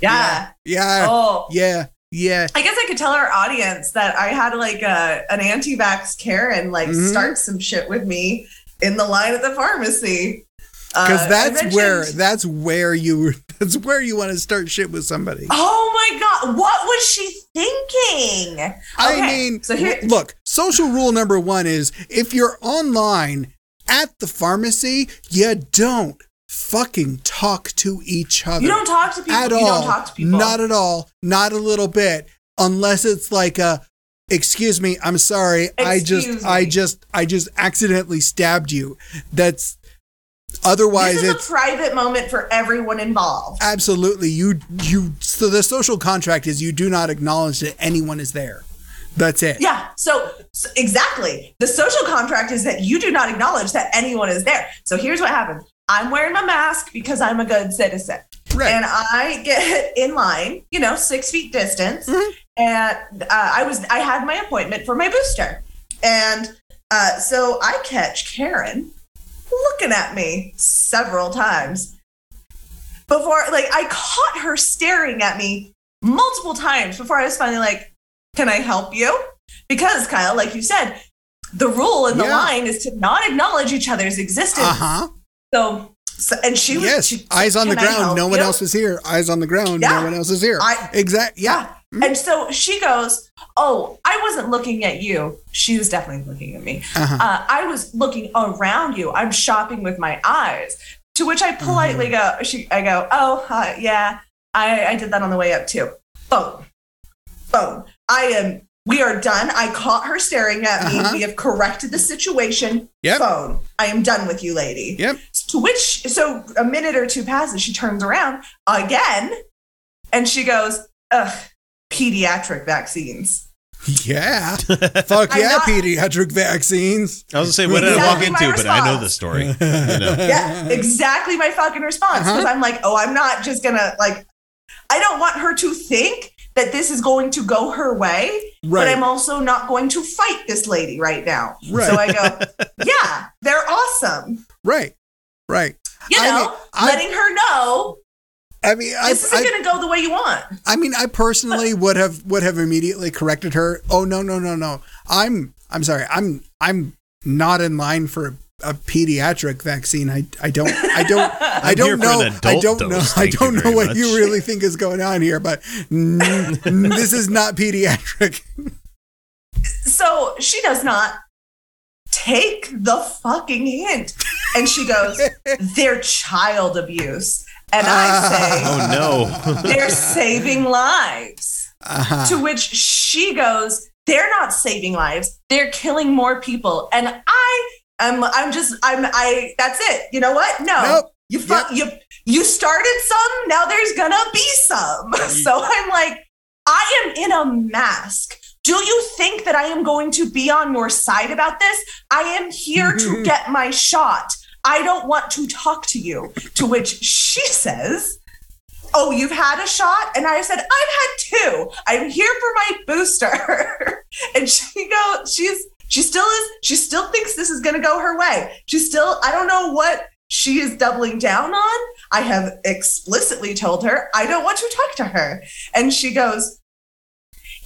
[SPEAKER 3] yeah.
[SPEAKER 2] Uh, Uh-huh. Yeah.
[SPEAKER 3] Oh.
[SPEAKER 2] Yeah. Yeah.
[SPEAKER 3] I guess I could tell our audience that I had like a an anti-vax Karen like
[SPEAKER 2] Mhm.
[SPEAKER 3] start some shit with me in the line at the pharmacy. Uh,
[SPEAKER 2] Because
[SPEAKER 3] I
[SPEAKER 2] that's where
[SPEAKER 3] mentioned-
[SPEAKER 2] that's where you that's where you want to start shit with somebody.
[SPEAKER 3] Oh my god, what was she thinking?
[SPEAKER 2] I
[SPEAKER 3] Okay,
[SPEAKER 2] mean,
[SPEAKER 3] so here,
[SPEAKER 2] w- look, social rule number one is if you're online at the pharmacy, you don't fucking talk to each other.
[SPEAKER 3] you don't talk to people.
[SPEAKER 2] at
[SPEAKER 3] you
[SPEAKER 2] all.
[SPEAKER 3] don't talk to people.
[SPEAKER 2] Not at all. Not a little bit. Unless it's like a, excuse me, I'm sorry. I just,
[SPEAKER 3] Excuse
[SPEAKER 2] I
[SPEAKER 3] me."
[SPEAKER 2] just, I just accidentally stabbed you. That's otherwise
[SPEAKER 3] this is
[SPEAKER 2] it's.
[SPEAKER 3] a private moment for everyone involved.
[SPEAKER 2] Absolutely. You you so the social contract is you do not acknowledge that anyone is there. That's it.
[SPEAKER 3] Yeah. So, so exactly. The social contract is that you do not acknowledge that anyone is there. So here's what happens. I'm wearing my mask because I'm a good citizen.
[SPEAKER 2] Right.
[SPEAKER 3] And I get in line, you know, six feet distance.
[SPEAKER 2] Mm-hmm.
[SPEAKER 3] And uh, I was I had my appointment for my booster. And uh, so I catch Karen looking at me several times before like I caught her staring at me multiple times before I was finally like, Can I help you? Because Kyle, like you said, the rule in the
[SPEAKER 2] Yeah.
[SPEAKER 3] line is to not acknowledge each other's existence.
[SPEAKER 2] Uh huh.
[SPEAKER 3] So, so- and she was
[SPEAKER 2] Yes.
[SPEAKER 3] she,
[SPEAKER 2] Eyes on the
[SPEAKER 3] "Can I
[SPEAKER 2] ground.
[SPEAKER 3] help
[SPEAKER 2] No one
[SPEAKER 3] you?"
[SPEAKER 2] else is here. Eyes on the ground.
[SPEAKER 3] Yeah.
[SPEAKER 2] No one else is here.
[SPEAKER 3] I-
[SPEAKER 2] Exactly. Yeah. Mm-hmm.
[SPEAKER 3] Yeah. And so she goes, Oh, I wasn't looking at you. She was definitely looking at me.
[SPEAKER 2] Uh-huh.
[SPEAKER 3] Uh, I was looking around you. I'm shopping with my eyes. To which I politely
[SPEAKER 2] Mm-hmm.
[SPEAKER 3] go, she, I go, Oh, uh, yeah, I, I did that on the way up too. Boom. Boom. I am, we are done. I caught her staring at me.
[SPEAKER 2] Uh-huh.
[SPEAKER 3] We have corrected the situation.
[SPEAKER 2] Yep.
[SPEAKER 3] Phone. I am done with you, lady.
[SPEAKER 2] Yep.
[SPEAKER 3] To which, so a minute or two passes, she turns around again and she goes, ugh, pediatric vaccines.
[SPEAKER 2] Yeah. Fuck
[SPEAKER 3] I'm
[SPEAKER 2] yeah,
[SPEAKER 3] not-
[SPEAKER 2] pediatric vaccines.
[SPEAKER 1] I was gonna say, what did I walk
[SPEAKER 3] Exactly my
[SPEAKER 1] into? But I know
[SPEAKER 3] response.
[SPEAKER 1] the story. You know.
[SPEAKER 2] Mm-hmm.
[SPEAKER 3] Yeah, exactly my fucking response. Because
[SPEAKER 2] Uh-huh.
[SPEAKER 3] I'm like, oh, I'm not just gonna, like, I don't want her to think that this is going to go her way, but
[SPEAKER 2] Right.
[SPEAKER 3] I'm also not going to fight this lady right now.
[SPEAKER 2] Right.
[SPEAKER 3] So I go, yeah, they're awesome.
[SPEAKER 2] Right. Right.
[SPEAKER 3] You
[SPEAKER 2] I
[SPEAKER 3] know,
[SPEAKER 2] mean, I-
[SPEAKER 3] letting her know
[SPEAKER 2] I mean, I,
[SPEAKER 3] this
[SPEAKER 2] I,
[SPEAKER 3] isn't gonna go the way you want.
[SPEAKER 2] I mean, I personally would have would have immediately corrected her. Oh no, no, no, no. I'm I'm sorry. I'm I'm not in line for a, a pediatric vaccine. I I don't I don't I
[SPEAKER 1] I'm
[SPEAKER 2] don't
[SPEAKER 1] here for
[SPEAKER 2] know.
[SPEAKER 1] an adult
[SPEAKER 2] I don't
[SPEAKER 1] dose,
[SPEAKER 2] know. I
[SPEAKER 1] thank you
[SPEAKER 2] don't know
[SPEAKER 1] very
[SPEAKER 2] what
[SPEAKER 1] much.
[SPEAKER 2] you really think is going on here, but n- n- this is not pediatric.
[SPEAKER 3] So she does not take the fucking hint. And she goes, they're child abuse. And I
[SPEAKER 1] Oh
[SPEAKER 3] say, they're saving lives.
[SPEAKER 2] Uh-huh.
[SPEAKER 3] To which she goes, they're not saving lives. They're killing more people. And I am, I'm just, I'm, I, that's it. You know what?
[SPEAKER 1] Oh,
[SPEAKER 3] No.
[SPEAKER 2] Nope.
[SPEAKER 3] You fuck, you, you started some, now there's gonna be some. So I'm like, I am in a mask. Do you think that I am going to be on your side about this? I am here to get my shot. I don't want to talk to you. To which she says, Oh, you've had a shot? And I said, I've had two. I'm here for my booster. and she goes, she's she still is, she still thinks this is gonna go her way. She still, I don't know what she is doubling down on. I have explicitly told her I don't want to talk to her. And she goes,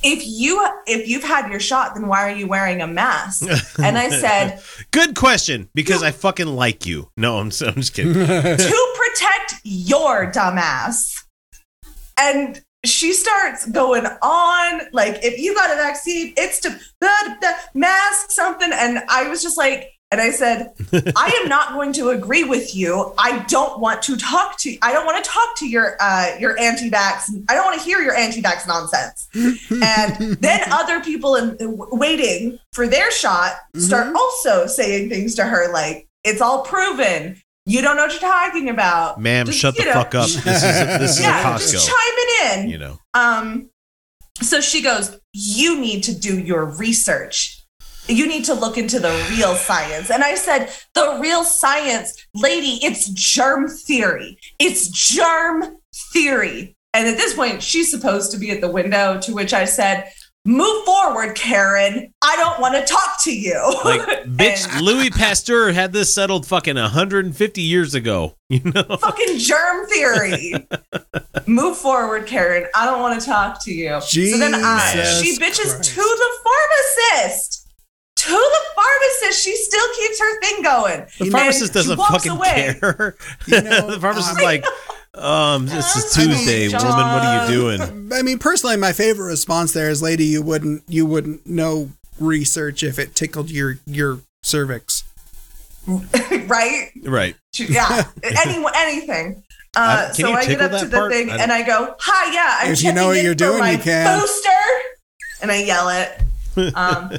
[SPEAKER 3] if you if you've had your shot, then why are you wearing a mask? And I said,
[SPEAKER 1] Good question, because I fucking like you. No, I'm, so, I'm just kidding.
[SPEAKER 3] to protect your dumbass. And she starts going on like, if you got a vaccine, it's to the, the mask something. And I was just like, and I said, I am not going to agree with you. I don't want to talk to. I don't want to talk to your uh, your anti-vax. I don't want to hear your anti-vax nonsense. and then other people in, waiting for their shot start
[SPEAKER 1] Mm-hmm.
[SPEAKER 3] also saying things to her like, "It's all proven. You don't know what you're talking about,
[SPEAKER 1] Ma'am,
[SPEAKER 3] Just,
[SPEAKER 1] shut the
[SPEAKER 3] you know,
[SPEAKER 1] fuck up. This is a, this is a
[SPEAKER 3] Yeah, just
[SPEAKER 1] Costco.
[SPEAKER 3] chime it in.
[SPEAKER 1] You know.
[SPEAKER 3] Um, so she goes, You need to do your research. You need to look into the real science. And I said, The real science, lady, it's germ theory. It's germ theory. And at this point, she's supposed to be at the window, to which I said, Move forward, Karen. I don't want to talk to you.
[SPEAKER 1] Like,
[SPEAKER 3] And-
[SPEAKER 1] bitch, Louis Pasteur had this settled fucking 150 years ago. You know?
[SPEAKER 3] fucking germ theory. Move forward, Karen. I don't want to talk to you. so then I,
[SPEAKER 2] Jesus
[SPEAKER 3] she bitches
[SPEAKER 2] Christ.
[SPEAKER 3] to the pharmacist. To the pharmacist. She still keeps her thing going.
[SPEAKER 1] The
[SPEAKER 3] And
[SPEAKER 1] pharmacist
[SPEAKER 3] she
[SPEAKER 1] doesn't
[SPEAKER 3] walks
[SPEAKER 1] fucking
[SPEAKER 3] away.
[SPEAKER 1] care.
[SPEAKER 2] You know,
[SPEAKER 1] the pharmacist
[SPEAKER 2] I-
[SPEAKER 1] is like, um, this is
[SPEAKER 3] I mean,
[SPEAKER 1] Tuesday, woman. What are you doing?
[SPEAKER 2] I mean, personally, my favorite response there is, "Lady, you wouldn't you wouldn't know research if it tickled your your cervix."
[SPEAKER 3] right?
[SPEAKER 1] Right.
[SPEAKER 3] She- yeah. Any, anything.
[SPEAKER 1] I-
[SPEAKER 3] Uh,
[SPEAKER 1] can
[SPEAKER 3] so
[SPEAKER 1] you
[SPEAKER 3] I get
[SPEAKER 1] tickle
[SPEAKER 3] up to
[SPEAKER 1] that
[SPEAKER 3] the
[SPEAKER 1] part?
[SPEAKER 3] thing
[SPEAKER 1] I
[SPEAKER 3] and I go, "Hi, yeah, I'm
[SPEAKER 2] If you know
[SPEAKER 3] checking
[SPEAKER 2] what
[SPEAKER 3] in
[SPEAKER 2] you're
[SPEAKER 3] for
[SPEAKER 2] doing,
[SPEAKER 3] my
[SPEAKER 2] you can."
[SPEAKER 3] booster." And I yell it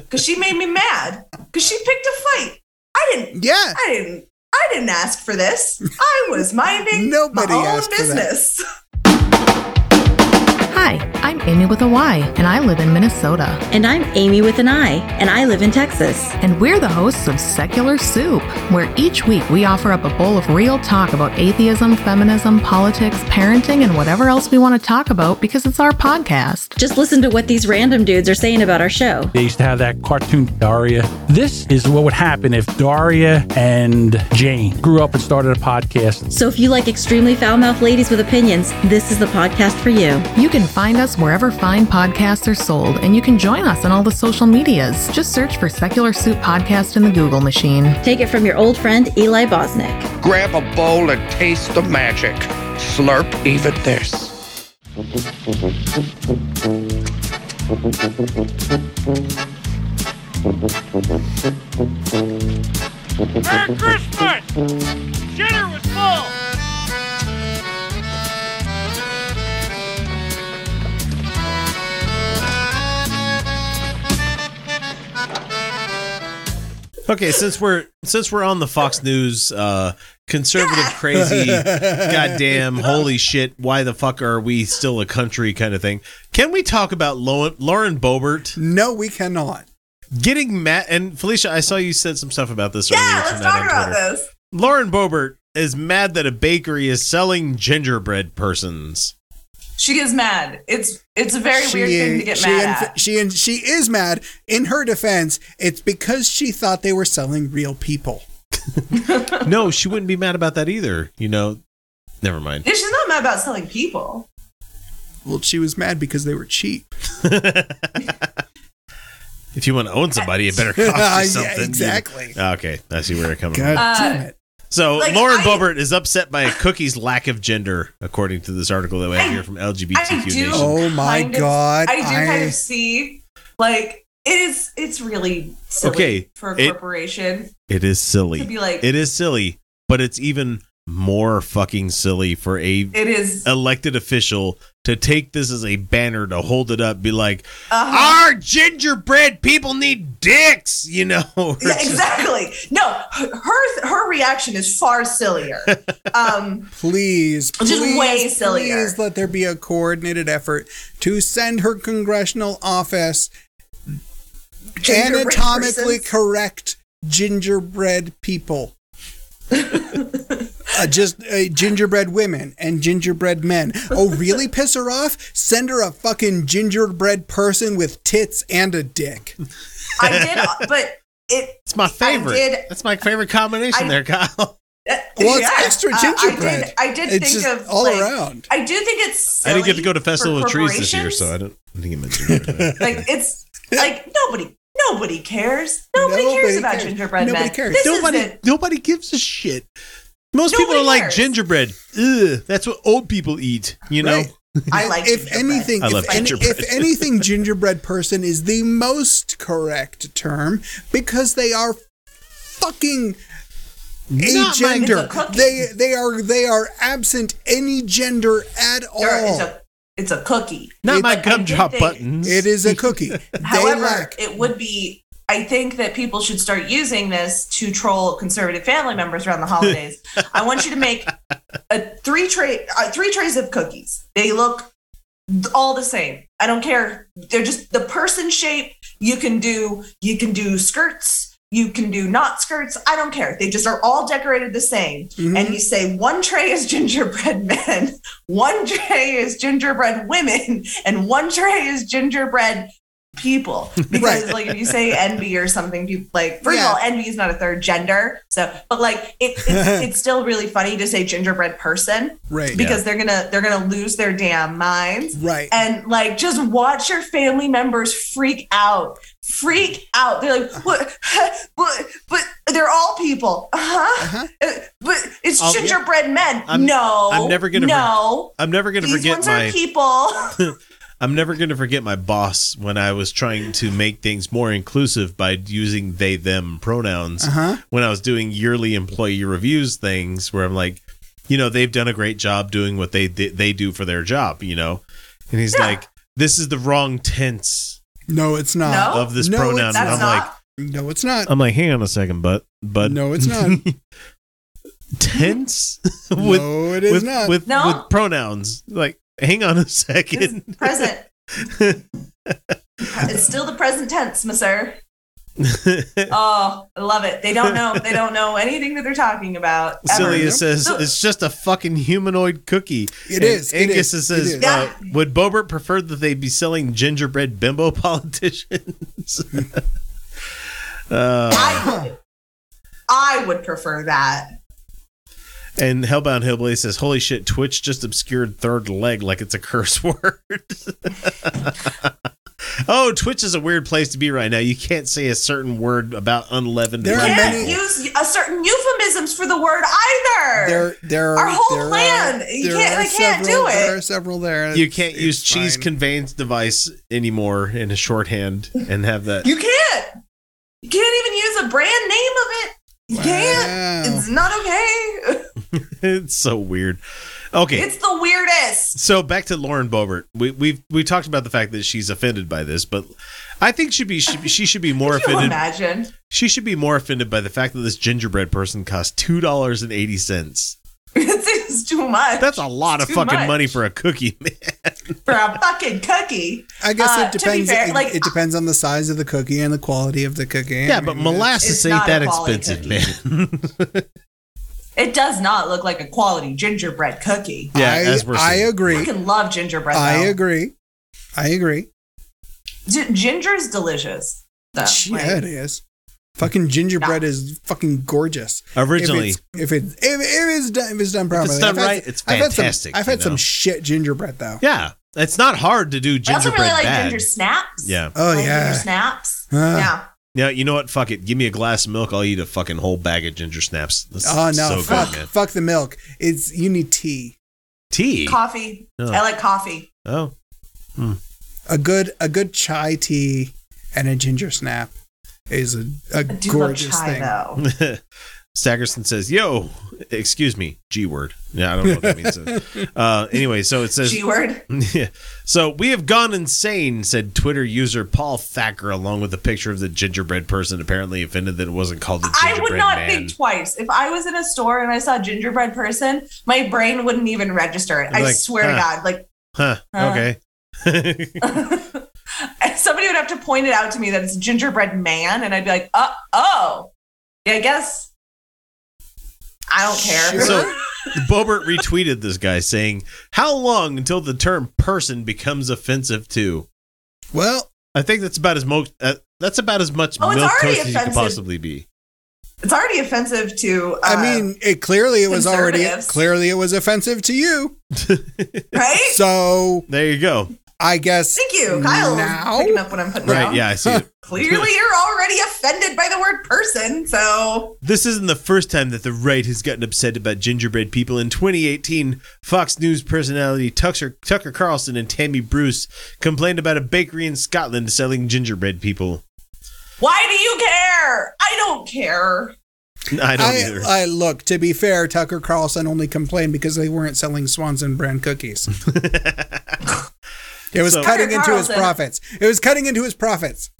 [SPEAKER 3] because she made me mad because she picked a fight. I didn't
[SPEAKER 2] Yeah,
[SPEAKER 3] I didn't. I didn't ask for this. I was minding
[SPEAKER 2] Nobody
[SPEAKER 3] my own
[SPEAKER 2] asked for that.
[SPEAKER 3] business.
[SPEAKER 4] Hi, I'm Amy with a Y, and I live in Minnesota.
[SPEAKER 5] And I'm Amy with an I, and I live in Texas.
[SPEAKER 4] And we're the hosts of Secular Soup, where each week we offer up a bowl of real talk about atheism, feminism, politics, parenting, and whatever else we want to talk about because it's our podcast.
[SPEAKER 5] Just listen to what these random dudes are saying about our show.
[SPEAKER 6] They used to have that cartoon Daria. This is what would happen if Daria and Jane grew up and started a podcast.
[SPEAKER 5] So if you like extremely foul mouthed ladies with opinions, this is the podcast for you.
[SPEAKER 4] You can find us podcasts wherever fine podcasts are sold, and you can join us on all the social medias. Just search for Secular Soup Podcast in the Google machine.
[SPEAKER 5] Take it from your old friend Eli Bosnick.
[SPEAKER 7] Grab a bowl and taste the magic. Slurp even this.
[SPEAKER 8] Merry Christmas! Dinner was full!
[SPEAKER 1] Okay, since we're since we're on the Fox News uh conservative crazy goddamn holy shit, why the fuck are we still a country kind of thing? Can we talk about Lo- Lauren Boebert
[SPEAKER 2] No, we cannot.
[SPEAKER 1] getting mad and Felicia, I saw you said some stuff about this
[SPEAKER 3] Yeah,
[SPEAKER 1] earlier
[SPEAKER 3] let's
[SPEAKER 1] tonight
[SPEAKER 3] talk
[SPEAKER 1] on
[SPEAKER 3] about
[SPEAKER 1] Twitter.
[SPEAKER 3] this.
[SPEAKER 1] Lauren Boebert is mad that a bakery is selling gingerbread persons.
[SPEAKER 3] She gets mad. It's it's a very weird thing to get
[SPEAKER 2] she
[SPEAKER 3] mad
[SPEAKER 2] in-
[SPEAKER 3] at.
[SPEAKER 2] She in- she is mad. In her defense, it's because she thought they were selling real people.
[SPEAKER 1] no, she wouldn't be mad about that either. You know, never mind.
[SPEAKER 3] Yeah, she's not mad about selling people.
[SPEAKER 2] Well, she was mad because they were cheap.
[SPEAKER 1] If you want to own somebody, it better cost
[SPEAKER 2] Yeah,
[SPEAKER 1] you something.
[SPEAKER 2] exactly.
[SPEAKER 1] Okay, I see where you're coming from.
[SPEAKER 2] God
[SPEAKER 3] Uh,
[SPEAKER 2] damn it.
[SPEAKER 1] So
[SPEAKER 3] Like,
[SPEAKER 1] Lauren
[SPEAKER 3] I-
[SPEAKER 1] Boebert is upset by a cookie's lack of gender, according to this article that we have here from
[SPEAKER 3] I
[SPEAKER 1] LGBTQ
[SPEAKER 3] do.
[SPEAKER 1] Nation.
[SPEAKER 2] Oh my
[SPEAKER 3] kind of-
[SPEAKER 2] God,
[SPEAKER 3] I do kind
[SPEAKER 2] I-
[SPEAKER 3] of see. Like it is. It's really silly
[SPEAKER 1] Okay,
[SPEAKER 3] for a
[SPEAKER 1] it-
[SPEAKER 3] corporation.
[SPEAKER 1] It is silly.
[SPEAKER 3] To be like-
[SPEAKER 1] it is silly, but it's even more fucking silly for a
[SPEAKER 3] It is.
[SPEAKER 1] elected official to take this as a banner to hold it up, be like,
[SPEAKER 3] Uh,
[SPEAKER 1] "Our gingerbread people need dicks," you know. or
[SPEAKER 3] yeah,
[SPEAKER 1] just-
[SPEAKER 3] exactly. No, her her reaction is far sillier. Um,
[SPEAKER 2] Please,
[SPEAKER 3] Which is
[SPEAKER 2] please,
[SPEAKER 3] way sillier.
[SPEAKER 2] please let there be a coordinated effort to send her congressional office
[SPEAKER 3] gingerbread
[SPEAKER 2] anatomically
[SPEAKER 3] persons.
[SPEAKER 2] correct gingerbread people. uh, just uh, gingerbread women and gingerbread men. Oh, really piss her off? Send her a fucking gingerbread person with tits and a dick.
[SPEAKER 3] I did, uh, but it.
[SPEAKER 1] It's my favorite.
[SPEAKER 3] did-
[SPEAKER 1] That's my favorite combination
[SPEAKER 3] I-
[SPEAKER 1] there, Kyle.
[SPEAKER 2] Well,
[SPEAKER 3] yeah,
[SPEAKER 2] it's extra
[SPEAKER 3] uh,
[SPEAKER 2] gingerbread.
[SPEAKER 3] I did. I did
[SPEAKER 2] It's
[SPEAKER 3] think
[SPEAKER 2] just
[SPEAKER 3] of
[SPEAKER 2] all
[SPEAKER 3] like,
[SPEAKER 2] around.
[SPEAKER 3] I do think it's.
[SPEAKER 1] I didn't get to go to
[SPEAKER 3] silly
[SPEAKER 1] Festival
[SPEAKER 3] for
[SPEAKER 1] of Trees this year,
[SPEAKER 3] corporations.
[SPEAKER 1] so I don't. I didn't get my gingerbread.
[SPEAKER 3] like it's like nobody nobody cares nobody, cares about gingerbread
[SPEAKER 2] Nobody
[SPEAKER 3] men
[SPEAKER 2] cares.
[SPEAKER 3] This
[SPEAKER 1] nobody,
[SPEAKER 3] isn't-
[SPEAKER 1] nobody gives a shit. Most people
[SPEAKER 3] Nobody
[SPEAKER 1] are like
[SPEAKER 3] cares.
[SPEAKER 1] gingerbread. Ugh, that's what old people eat. You know.
[SPEAKER 2] Right.
[SPEAKER 3] i like
[SPEAKER 2] if
[SPEAKER 3] gingerbread.
[SPEAKER 2] anything,
[SPEAKER 1] I
[SPEAKER 2] if,
[SPEAKER 1] love
[SPEAKER 2] any,
[SPEAKER 1] gingerbread.
[SPEAKER 2] if anything, gingerbread person is the most correct term because they are fucking
[SPEAKER 1] Not my-
[SPEAKER 2] agender.
[SPEAKER 3] It's a cookie.
[SPEAKER 2] They they are they are absent any gender at
[SPEAKER 3] There- it's
[SPEAKER 2] all.
[SPEAKER 3] a it's a cookie
[SPEAKER 1] Not
[SPEAKER 2] It-
[SPEAKER 1] my
[SPEAKER 3] But I did
[SPEAKER 1] gumdrop
[SPEAKER 3] think-
[SPEAKER 1] buttons.
[SPEAKER 2] It is a cookie. they
[SPEAKER 3] however
[SPEAKER 2] lack.
[SPEAKER 3] it would be i think that people should start using this to troll conservative family members around the holidays i want you to make a three tray uh, three trays of cookies they look th- all the same i don't care they're just the person shape you can do you can do skirts you can do not skirts i don't care they just are all decorated the same
[SPEAKER 2] Mm-hmm.
[SPEAKER 3] and you say one tray is gingerbread men one tray is gingerbread women and one tray is gingerbread people because
[SPEAKER 2] Right.
[SPEAKER 3] like if you say envy or something people like first
[SPEAKER 2] Yeah.
[SPEAKER 3] of all envy is not a third gender so but like it, it's, it's still really funny to say gingerbread person
[SPEAKER 2] Right.
[SPEAKER 3] because they're gonna they're gonna lose their damn minds
[SPEAKER 2] Right.
[SPEAKER 3] and like just watch your family members freak out freak out they're like what
[SPEAKER 1] Uh-huh.
[SPEAKER 3] but but they're all people uh-huh, Uh, but it's
[SPEAKER 1] I'll-
[SPEAKER 3] gingerbread men
[SPEAKER 1] Oh, I'm-
[SPEAKER 3] no
[SPEAKER 1] I'm never gonna
[SPEAKER 3] no
[SPEAKER 1] I'm never gonna
[SPEAKER 3] these
[SPEAKER 1] forget
[SPEAKER 3] ones are
[SPEAKER 1] my.
[SPEAKER 3] people
[SPEAKER 1] I'm never gonna forget my boss when I was trying to make things more inclusive by using they them pronouns.
[SPEAKER 2] Uh-huh.
[SPEAKER 1] When I was doing yearly employee reviews things, where I'm like, you know, they've done a great job doing what they they, they do for their job, you know, and he's like, this is the wrong tense
[SPEAKER 2] No, it's not.
[SPEAKER 3] No?
[SPEAKER 1] of this
[SPEAKER 2] No,
[SPEAKER 1] pronoun.
[SPEAKER 2] it's
[SPEAKER 1] And I'm
[SPEAKER 3] that's not
[SPEAKER 1] like,
[SPEAKER 2] No, it's not.
[SPEAKER 1] I'm like, hang on a second, but but
[SPEAKER 2] No, it's not.
[SPEAKER 1] tense with
[SPEAKER 2] no, it is
[SPEAKER 1] with,
[SPEAKER 2] not.
[SPEAKER 1] with
[SPEAKER 3] No.
[SPEAKER 1] with pronouns. Like, hang on a second.
[SPEAKER 3] It's present. it's still the present tense, Monsieur. oh, I love it. They don't know. They don't know anything that they're talking about. ever.
[SPEAKER 1] Celia says
[SPEAKER 3] So-
[SPEAKER 1] it's just a fucking humanoid cookie.
[SPEAKER 2] It
[SPEAKER 1] And
[SPEAKER 2] is, it
[SPEAKER 1] Angus
[SPEAKER 2] is,
[SPEAKER 1] says,
[SPEAKER 2] it
[SPEAKER 3] is.
[SPEAKER 1] uh, would Bobert prefer that they be selling gingerbread bimbo politicians? uh,
[SPEAKER 2] Uh.
[SPEAKER 3] I would, I would prefer that.
[SPEAKER 1] And Hellbound Hillbilly says, "Holy shit! Twitch just obscured third leg like it's a curse word." oh, Twitch is a weird place to be right now. You can't say a certain word about unleavened.
[SPEAKER 2] There are
[SPEAKER 1] bread.
[SPEAKER 2] many-
[SPEAKER 3] Can't use a certain euphemisms for the word either.
[SPEAKER 2] There, there are
[SPEAKER 3] Our whole
[SPEAKER 2] there
[SPEAKER 3] plan.
[SPEAKER 2] Are,
[SPEAKER 3] You
[SPEAKER 2] there
[SPEAKER 3] can't-
[SPEAKER 2] are
[SPEAKER 3] they can't
[SPEAKER 2] several,
[SPEAKER 3] do it.
[SPEAKER 2] There are several there.
[SPEAKER 1] you
[SPEAKER 2] It's-
[SPEAKER 1] can't
[SPEAKER 2] it's
[SPEAKER 1] use cheese
[SPEAKER 2] fine.
[SPEAKER 1] conveyance device anymore in a shorthand and have that.
[SPEAKER 3] You can't. You can't even use a brand name of it. You can't.
[SPEAKER 2] Wow.
[SPEAKER 3] It's not okay.
[SPEAKER 1] it's so weird. Okay,
[SPEAKER 3] It's the weirdest.
[SPEAKER 1] So back to Lauren Boebert. We we we talked about the fact that she's offended by this, but I think she be she, she should be more
[SPEAKER 3] Can you
[SPEAKER 1] offended.
[SPEAKER 3] imagine?
[SPEAKER 1] She should be more offended by the fact that this gingerbread person cost two dollars and eighty cents.
[SPEAKER 3] It's, it's too much.
[SPEAKER 1] That's a lot of
[SPEAKER 3] Too
[SPEAKER 1] fucking
[SPEAKER 3] much.
[SPEAKER 1] money for a cookie, man.
[SPEAKER 3] for a fucking cookie.
[SPEAKER 2] I guess
[SPEAKER 3] Uh,
[SPEAKER 2] it
[SPEAKER 3] to be
[SPEAKER 2] depends.
[SPEAKER 3] fair,
[SPEAKER 2] it,
[SPEAKER 3] like,
[SPEAKER 2] it depends on the size of the cookie and the quality of the cookie. I
[SPEAKER 1] Yeah, but
[SPEAKER 2] mean,
[SPEAKER 1] molasses
[SPEAKER 3] it's
[SPEAKER 1] ain't
[SPEAKER 3] not a
[SPEAKER 1] that
[SPEAKER 3] quality
[SPEAKER 1] expensive, man.
[SPEAKER 3] It does not look like a quality gingerbread cookie.
[SPEAKER 1] yeah,
[SPEAKER 2] I,
[SPEAKER 1] as we're
[SPEAKER 2] I
[SPEAKER 1] saying.
[SPEAKER 3] I
[SPEAKER 2] agree.
[SPEAKER 3] can love gingerbread.
[SPEAKER 2] I
[SPEAKER 3] though.
[SPEAKER 2] agree. I agree.
[SPEAKER 3] G- ginger's delicious. Though. Like,
[SPEAKER 2] yeah, it is. Fucking gingerbread is fucking gorgeous.
[SPEAKER 1] Originally,
[SPEAKER 2] if it's if, it, if, if it's done if it's done properly,
[SPEAKER 1] done
[SPEAKER 2] I've had-
[SPEAKER 1] right, it's
[SPEAKER 2] I've had some-
[SPEAKER 1] fantastic,
[SPEAKER 2] I've had
[SPEAKER 1] you
[SPEAKER 2] some,
[SPEAKER 1] know?
[SPEAKER 2] shit gingerbread though.
[SPEAKER 1] yeah, it's not hard to do
[SPEAKER 3] I also
[SPEAKER 1] gingerbread
[SPEAKER 3] really like
[SPEAKER 1] bad.
[SPEAKER 3] ginger snaps.
[SPEAKER 1] yeah.
[SPEAKER 2] Oh
[SPEAKER 3] Like
[SPEAKER 2] yeah.
[SPEAKER 3] Ginger snaps.
[SPEAKER 2] Huh.
[SPEAKER 3] yeah.
[SPEAKER 1] Yeah, you know what? Fuck it. Give me a glass of milk. I'll eat a fucking whole bag of ginger snaps. That's
[SPEAKER 2] Oh
[SPEAKER 1] so
[SPEAKER 2] no! fuck,
[SPEAKER 1] good, man.
[SPEAKER 2] fuck the milk. It's you need tea.
[SPEAKER 1] Tea.
[SPEAKER 3] Coffee.
[SPEAKER 1] Oh.
[SPEAKER 3] I like coffee.
[SPEAKER 1] Oh,
[SPEAKER 2] A good a good chai tea and a ginger snap is a, a
[SPEAKER 3] I do
[SPEAKER 2] gorgeous
[SPEAKER 3] love chai
[SPEAKER 2] thing.
[SPEAKER 3] though.
[SPEAKER 1] Sagerson says, "Yo, excuse me, G word." Yeah, I don't know what that means. uh, anyway, so it says,
[SPEAKER 3] G word.
[SPEAKER 1] yeah. "So we have gone insane," said Twitter user Paul Thacker, along with a picture of the gingerbread person, apparently offended that it wasn't called the
[SPEAKER 3] I
[SPEAKER 1] gingerbread
[SPEAKER 3] would not
[SPEAKER 1] man.
[SPEAKER 3] think twice. If I was in a store and I saw a gingerbread person, my brain wouldn't even register it.
[SPEAKER 1] I'd be
[SPEAKER 3] I
[SPEAKER 1] like,
[SPEAKER 3] swear to
[SPEAKER 1] huh.
[SPEAKER 3] God. Like
[SPEAKER 1] huh?
[SPEAKER 3] Huh.
[SPEAKER 1] Okay.
[SPEAKER 3] somebody would have to point it out to me that it's a gingerbread man, and I'd be like, uh oh. Yeah, I guess. I don't care.
[SPEAKER 1] So Bobert retweeted this guy saying, "How long until the term person becomes offensive too?"
[SPEAKER 2] Well,
[SPEAKER 1] I think that's about as most. Uh, that's about as much
[SPEAKER 3] Oh, it's
[SPEAKER 1] milk
[SPEAKER 3] already
[SPEAKER 1] toast as you could
[SPEAKER 3] offensive.
[SPEAKER 1] possibly be.
[SPEAKER 3] it's already offensive to uh,
[SPEAKER 2] I mean, it clearly it was already
[SPEAKER 3] conservatives.
[SPEAKER 2] clearly it was offensive to you.
[SPEAKER 3] right?
[SPEAKER 2] So
[SPEAKER 1] There you go.
[SPEAKER 2] I guess
[SPEAKER 3] Thank you, Kyle.
[SPEAKER 2] Now?
[SPEAKER 3] Picking up what I'm putting
[SPEAKER 1] Right?
[SPEAKER 3] down.
[SPEAKER 1] Yeah, I see it.
[SPEAKER 3] Clearly, you're already offended by the word person, so
[SPEAKER 1] This isn't the first time that the right has gotten upset about gingerbread people. In 2018, Fox News personality Tucker, Tucker Carlson and Tammy Bruce complained about a bakery in Scotland selling gingerbread people.
[SPEAKER 3] why do you care? I don't care.
[SPEAKER 1] I don't
[SPEAKER 2] I,
[SPEAKER 1] either.
[SPEAKER 2] I look to be fair. Tucker Carlson only complained because they weren't selling Swanson brand cookies. it was
[SPEAKER 1] So-
[SPEAKER 2] cutting
[SPEAKER 3] Tucker
[SPEAKER 2] into his
[SPEAKER 3] Carlson.
[SPEAKER 2] profits. It was cutting into his profits.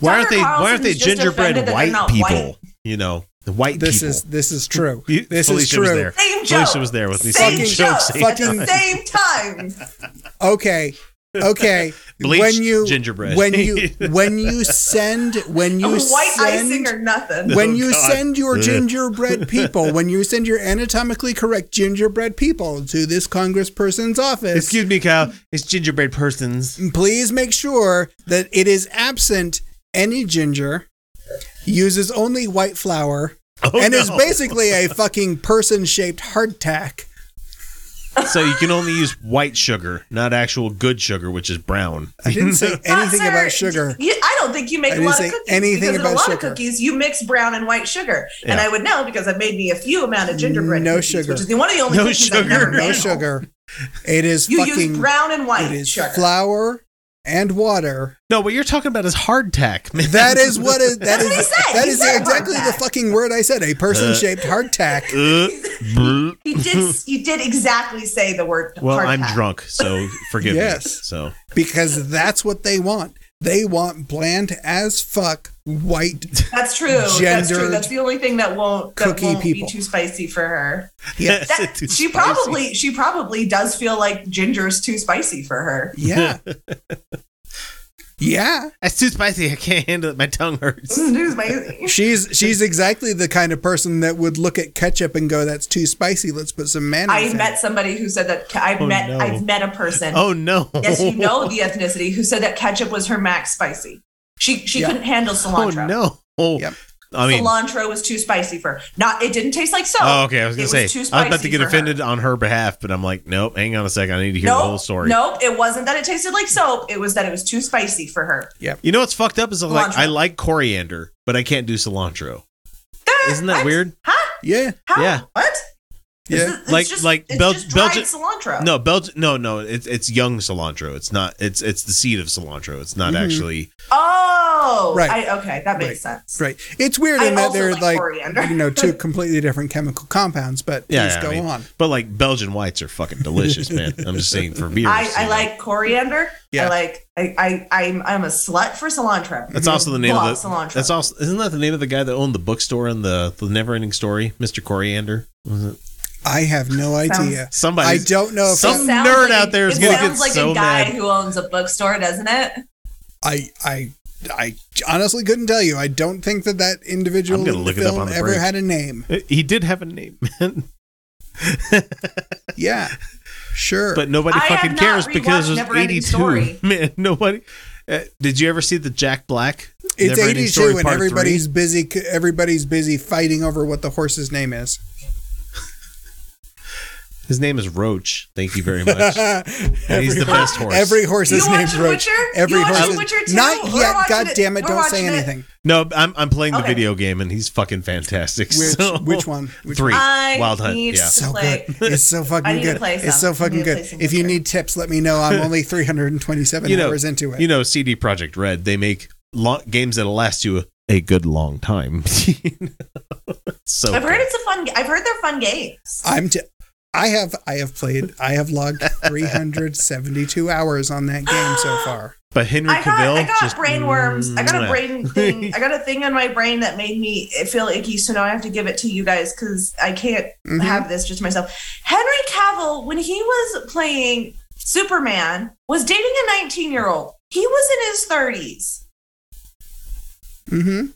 [SPEAKER 1] why aren't they?
[SPEAKER 3] Tucker
[SPEAKER 1] Why aren't they
[SPEAKER 3] Carlson's just
[SPEAKER 1] gingerbread
[SPEAKER 3] offended that they're
[SPEAKER 1] white
[SPEAKER 3] not
[SPEAKER 1] people?
[SPEAKER 3] white.
[SPEAKER 1] You know, the white
[SPEAKER 2] This
[SPEAKER 1] people.
[SPEAKER 2] is this is true.
[SPEAKER 1] You-
[SPEAKER 2] this
[SPEAKER 1] Felicia
[SPEAKER 2] is true.
[SPEAKER 1] Was there.
[SPEAKER 3] Same joke.
[SPEAKER 1] Felicia was there with me.
[SPEAKER 3] Same,
[SPEAKER 1] Same joke,
[SPEAKER 3] joke.
[SPEAKER 1] same
[SPEAKER 3] at
[SPEAKER 2] time.
[SPEAKER 3] the same time.
[SPEAKER 2] Okay. Okay.
[SPEAKER 1] Bleached
[SPEAKER 2] when you
[SPEAKER 1] gingerbread.
[SPEAKER 2] when you when you send when you
[SPEAKER 3] Oh, White
[SPEAKER 2] send,
[SPEAKER 3] icing or nothing.
[SPEAKER 2] when
[SPEAKER 1] Oh,
[SPEAKER 2] you
[SPEAKER 1] God.
[SPEAKER 2] send your
[SPEAKER 1] Ugh.
[SPEAKER 2] gingerbread people, when you send your anatomically correct gingerbread people to this congressperson's office,
[SPEAKER 1] Excuse me, Kyle. It's gingerbread persons.
[SPEAKER 2] please make sure that it is absent any ginger, uses only white flour,
[SPEAKER 1] Oh,
[SPEAKER 2] and is
[SPEAKER 1] no.
[SPEAKER 2] basically a fucking person-shaped hardtack.
[SPEAKER 1] So you can only use white sugar, not actual good sugar, which is brown.
[SPEAKER 2] I didn't say anything
[SPEAKER 3] Not, sir,
[SPEAKER 2] about sugar.
[SPEAKER 3] You, I don't think you make
[SPEAKER 2] I
[SPEAKER 3] a
[SPEAKER 2] didn't
[SPEAKER 3] lot
[SPEAKER 2] say
[SPEAKER 3] of cookies.
[SPEAKER 2] anything
[SPEAKER 3] because in
[SPEAKER 2] about
[SPEAKER 3] a lot of
[SPEAKER 2] sugar.
[SPEAKER 3] cookies, you mix brown and white sugar, and
[SPEAKER 1] Yeah.
[SPEAKER 3] I would know because I've made me a few amount of gingerbread.
[SPEAKER 2] No
[SPEAKER 3] cookies,
[SPEAKER 2] sugar.
[SPEAKER 3] which is the, one of the only
[SPEAKER 1] No
[SPEAKER 3] cookies I've
[SPEAKER 1] sugar.
[SPEAKER 3] never
[SPEAKER 2] No
[SPEAKER 3] made.
[SPEAKER 2] sugar. It is
[SPEAKER 3] You
[SPEAKER 2] fucking
[SPEAKER 3] use brown and white
[SPEAKER 2] It is
[SPEAKER 3] sugar.
[SPEAKER 2] flour and water.
[SPEAKER 1] No, what you're talking about is hardtack, man.
[SPEAKER 2] That is what is that
[SPEAKER 3] That's what he
[SPEAKER 2] is
[SPEAKER 3] said.
[SPEAKER 2] that
[SPEAKER 3] He
[SPEAKER 2] is
[SPEAKER 3] said
[SPEAKER 2] exactly the
[SPEAKER 3] hardtack.
[SPEAKER 2] fucking word I said. A person-shaped hardtack.
[SPEAKER 1] Uh, brr.
[SPEAKER 3] You did. You did exactly say the word.
[SPEAKER 1] well,
[SPEAKER 3] hard
[SPEAKER 1] I'm
[SPEAKER 3] pack.
[SPEAKER 1] drunk, so forgive me.
[SPEAKER 2] Yes.
[SPEAKER 1] So
[SPEAKER 2] because that's what they want. They want bland as fuck white.
[SPEAKER 3] That's true. That's true.
[SPEAKER 2] Gendered
[SPEAKER 3] That's the only thing that won't that
[SPEAKER 2] cookie
[SPEAKER 3] won't
[SPEAKER 2] people.
[SPEAKER 3] be too spicy for her.
[SPEAKER 2] Yes.
[SPEAKER 3] That-
[SPEAKER 1] It's too
[SPEAKER 3] she
[SPEAKER 1] spicy.
[SPEAKER 3] probably she probably does feel like ginger's too spicy for her.
[SPEAKER 2] Yeah. Yeah.
[SPEAKER 1] That's too spicy. I can't handle it. My tongue hurts.
[SPEAKER 3] This is too spicy.
[SPEAKER 2] She's she's exactly the kind of person that would look at ketchup and go, "That's too spicy. Let's put some mayonnaise."
[SPEAKER 3] I
[SPEAKER 2] in it."
[SPEAKER 3] met somebody who said that I've
[SPEAKER 1] Oh,
[SPEAKER 3] met
[SPEAKER 1] no.
[SPEAKER 3] I've met a person.
[SPEAKER 1] Oh no.
[SPEAKER 3] Yes, you know the ethnicity who said that ketchup was her max spicy. She she
[SPEAKER 2] Yeah.
[SPEAKER 3] couldn't handle
[SPEAKER 1] Oh
[SPEAKER 3] cilantro.
[SPEAKER 1] no.
[SPEAKER 2] Yep.
[SPEAKER 1] I mean,
[SPEAKER 3] cilantro was too spicy for her. not. It didn't taste like soap.
[SPEAKER 1] oh, okay. I was
[SPEAKER 3] It
[SPEAKER 1] gonna say
[SPEAKER 3] too
[SPEAKER 1] I was about to
[SPEAKER 3] spicy
[SPEAKER 1] get
[SPEAKER 3] for her.
[SPEAKER 1] offended on her behalf, but I'm like, nope. Hang on a second. I need to hear
[SPEAKER 3] nope,
[SPEAKER 1] the whole story.
[SPEAKER 3] Nope, it wasn't that it tasted like soap. It was that it was too spicy for her.
[SPEAKER 1] You know what's fucked up is I'm like
[SPEAKER 3] Cilantro.
[SPEAKER 1] I like coriander, but I can't do cilantro. Isn't that
[SPEAKER 3] What?
[SPEAKER 1] weird?
[SPEAKER 3] Huh?
[SPEAKER 2] Yeah.
[SPEAKER 3] How?
[SPEAKER 1] Yeah.
[SPEAKER 3] What? This
[SPEAKER 2] Yeah.
[SPEAKER 3] is- it's
[SPEAKER 1] Like-
[SPEAKER 3] just-
[SPEAKER 1] like
[SPEAKER 3] it's
[SPEAKER 1] Bel-
[SPEAKER 3] just dried
[SPEAKER 1] Belgian-
[SPEAKER 3] cilantro.
[SPEAKER 1] No, Belgian. No, no. It's it's young cilantro. It's not. It's it's the seed of cilantro. It's not
[SPEAKER 3] Mm-hmm.
[SPEAKER 2] Mhm.
[SPEAKER 1] actually.
[SPEAKER 3] Oh,
[SPEAKER 2] Right.
[SPEAKER 3] I, okay, that makes sense.
[SPEAKER 2] Right. It's weird
[SPEAKER 3] I
[SPEAKER 2] in that
[SPEAKER 3] also
[SPEAKER 2] they're
[SPEAKER 3] like
[SPEAKER 2] like,
[SPEAKER 3] coriander.
[SPEAKER 2] you know, two completely different chemical compounds, but
[SPEAKER 1] Yeah,
[SPEAKER 2] please
[SPEAKER 1] yeah, I
[SPEAKER 2] go
[SPEAKER 1] mean,
[SPEAKER 2] on.
[SPEAKER 1] But like Belgian whites are fucking delicious, man. I'm just saying for beer.
[SPEAKER 3] I, I like coriander.
[SPEAKER 2] Yeah.
[SPEAKER 3] I like I, I I'm I'm a slut for cilantro.
[SPEAKER 1] That's also the name
[SPEAKER 3] Blah,
[SPEAKER 1] of the.
[SPEAKER 3] cilantro.
[SPEAKER 1] That's also isn't that the name of the guy that owned the bookstore in the the Neverending Story, Mister Coriander? Was it
[SPEAKER 2] I have no idea.
[SPEAKER 1] somebody?
[SPEAKER 2] I don't know if
[SPEAKER 1] Some
[SPEAKER 3] It sounds
[SPEAKER 1] nerd
[SPEAKER 3] like-
[SPEAKER 1] out there is
[SPEAKER 3] it
[SPEAKER 1] gonna
[SPEAKER 3] sounds
[SPEAKER 1] get
[SPEAKER 3] like
[SPEAKER 1] so
[SPEAKER 3] a guy
[SPEAKER 1] mad.
[SPEAKER 3] who owns a bookstore, doesn't it?
[SPEAKER 2] I I I honestly couldn't tell you. I don't think that that individual
[SPEAKER 1] I'm
[SPEAKER 2] in
[SPEAKER 1] gonna
[SPEAKER 2] the
[SPEAKER 1] look it up
[SPEAKER 2] film
[SPEAKER 1] on the
[SPEAKER 2] ever
[SPEAKER 1] break.
[SPEAKER 2] had a name.
[SPEAKER 1] Uh, He did have a name, man,
[SPEAKER 2] Yeah, sure.
[SPEAKER 1] but nobody
[SPEAKER 3] I have
[SPEAKER 1] fucking
[SPEAKER 3] not
[SPEAKER 1] cares because
[SPEAKER 3] rewatched
[SPEAKER 1] it was
[SPEAKER 3] Neverending
[SPEAKER 1] 82.
[SPEAKER 3] Story.
[SPEAKER 1] Man, nobody. Uh, did you ever see the Jack Black?
[SPEAKER 2] it's
[SPEAKER 1] Neverending
[SPEAKER 2] 82,
[SPEAKER 1] Story
[SPEAKER 2] and
[SPEAKER 1] Part Three?
[SPEAKER 2] everybody's busy. Everybody's busy fighting over what the horse's name is.
[SPEAKER 1] His name is Roach. Thank you very much. And he's
[SPEAKER 2] Every
[SPEAKER 1] the best horse.
[SPEAKER 2] Every horse's
[SPEAKER 3] You
[SPEAKER 2] name's
[SPEAKER 3] watched
[SPEAKER 2] Roach.
[SPEAKER 3] Witcher?
[SPEAKER 2] Every
[SPEAKER 3] You watched
[SPEAKER 2] horse's
[SPEAKER 3] Witcher too?
[SPEAKER 2] not
[SPEAKER 3] We're
[SPEAKER 2] yet.
[SPEAKER 3] watching
[SPEAKER 2] God
[SPEAKER 3] it.
[SPEAKER 2] damn it!
[SPEAKER 3] We're
[SPEAKER 2] Don't say
[SPEAKER 3] watching it.
[SPEAKER 2] anything.
[SPEAKER 1] no, I'm I'm playing the
[SPEAKER 3] Okay.
[SPEAKER 1] video game and he's fucking fantastic.
[SPEAKER 2] Which
[SPEAKER 1] so-
[SPEAKER 2] which one? Which
[SPEAKER 1] Three.
[SPEAKER 3] I
[SPEAKER 1] Wild Hunt.
[SPEAKER 3] need
[SPEAKER 1] Yeah.
[SPEAKER 3] to
[SPEAKER 2] So
[SPEAKER 3] play.
[SPEAKER 2] good. It's so
[SPEAKER 3] I
[SPEAKER 2] fucking
[SPEAKER 3] need to
[SPEAKER 2] good.
[SPEAKER 3] play
[SPEAKER 2] It's so
[SPEAKER 3] some. I
[SPEAKER 2] fucking
[SPEAKER 3] need to
[SPEAKER 2] good.
[SPEAKER 3] play some
[SPEAKER 2] If you
[SPEAKER 3] Witcher.
[SPEAKER 2] need tips, let me know. I'm only 327
[SPEAKER 1] You know,
[SPEAKER 2] hours into it.
[SPEAKER 1] You know, CD Project Red. They make lo- games that'll last you a, a good long time. You know? so
[SPEAKER 3] I've heard
[SPEAKER 1] good.
[SPEAKER 3] it's a fun. I've heard they're fun games.
[SPEAKER 2] I'm t- I have I have played I have logged 372 hours on that game so far.
[SPEAKER 1] But Henry
[SPEAKER 3] I got,
[SPEAKER 1] Cavill.
[SPEAKER 3] I got
[SPEAKER 1] just- Mm.
[SPEAKER 3] brain worms. I got a
[SPEAKER 2] Mm.
[SPEAKER 1] Mwah.
[SPEAKER 3] brain thing. I got a thing on my brain that made me feel icky. So now I have to give it to you guys because I can't
[SPEAKER 2] Mhm.
[SPEAKER 3] have this just myself. Henry Cavill, when he was playing Superman, was dating a 19 year old. He was in his 30s.
[SPEAKER 2] Mm-hmm.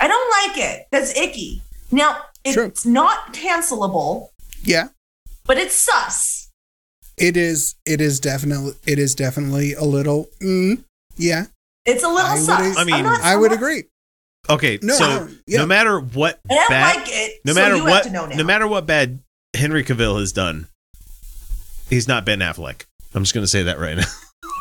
[SPEAKER 3] I don't like it. That's icky. Now, it's
[SPEAKER 2] True.
[SPEAKER 3] not cancelable,
[SPEAKER 2] Yeah,
[SPEAKER 3] but it's sus.
[SPEAKER 2] it is. It is definitely. It is definitely a little. Mm, yeah,
[SPEAKER 3] It's a little
[SPEAKER 2] I would
[SPEAKER 3] sus.
[SPEAKER 2] ag-
[SPEAKER 1] I mean,
[SPEAKER 3] I'm not-
[SPEAKER 2] I
[SPEAKER 3] I'm
[SPEAKER 2] would
[SPEAKER 3] not-
[SPEAKER 2] agree.
[SPEAKER 1] Okay,
[SPEAKER 2] No, I
[SPEAKER 1] so
[SPEAKER 2] don't- yeah.
[SPEAKER 1] no matter what
[SPEAKER 3] I don't
[SPEAKER 1] bad,
[SPEAKER 3] like it.
[SPEAKER 1] no
[SPEAKER 3] so
[SPEAKER 1] matter
[SPEAKER 3] you have
[SPEAKER 1] what,
[SPEAKER 3] to know now.
[SPEAKER 1] no matter what bad Henry Cavill has done, he's not Ben Affleck. I'm just gonna say that right now.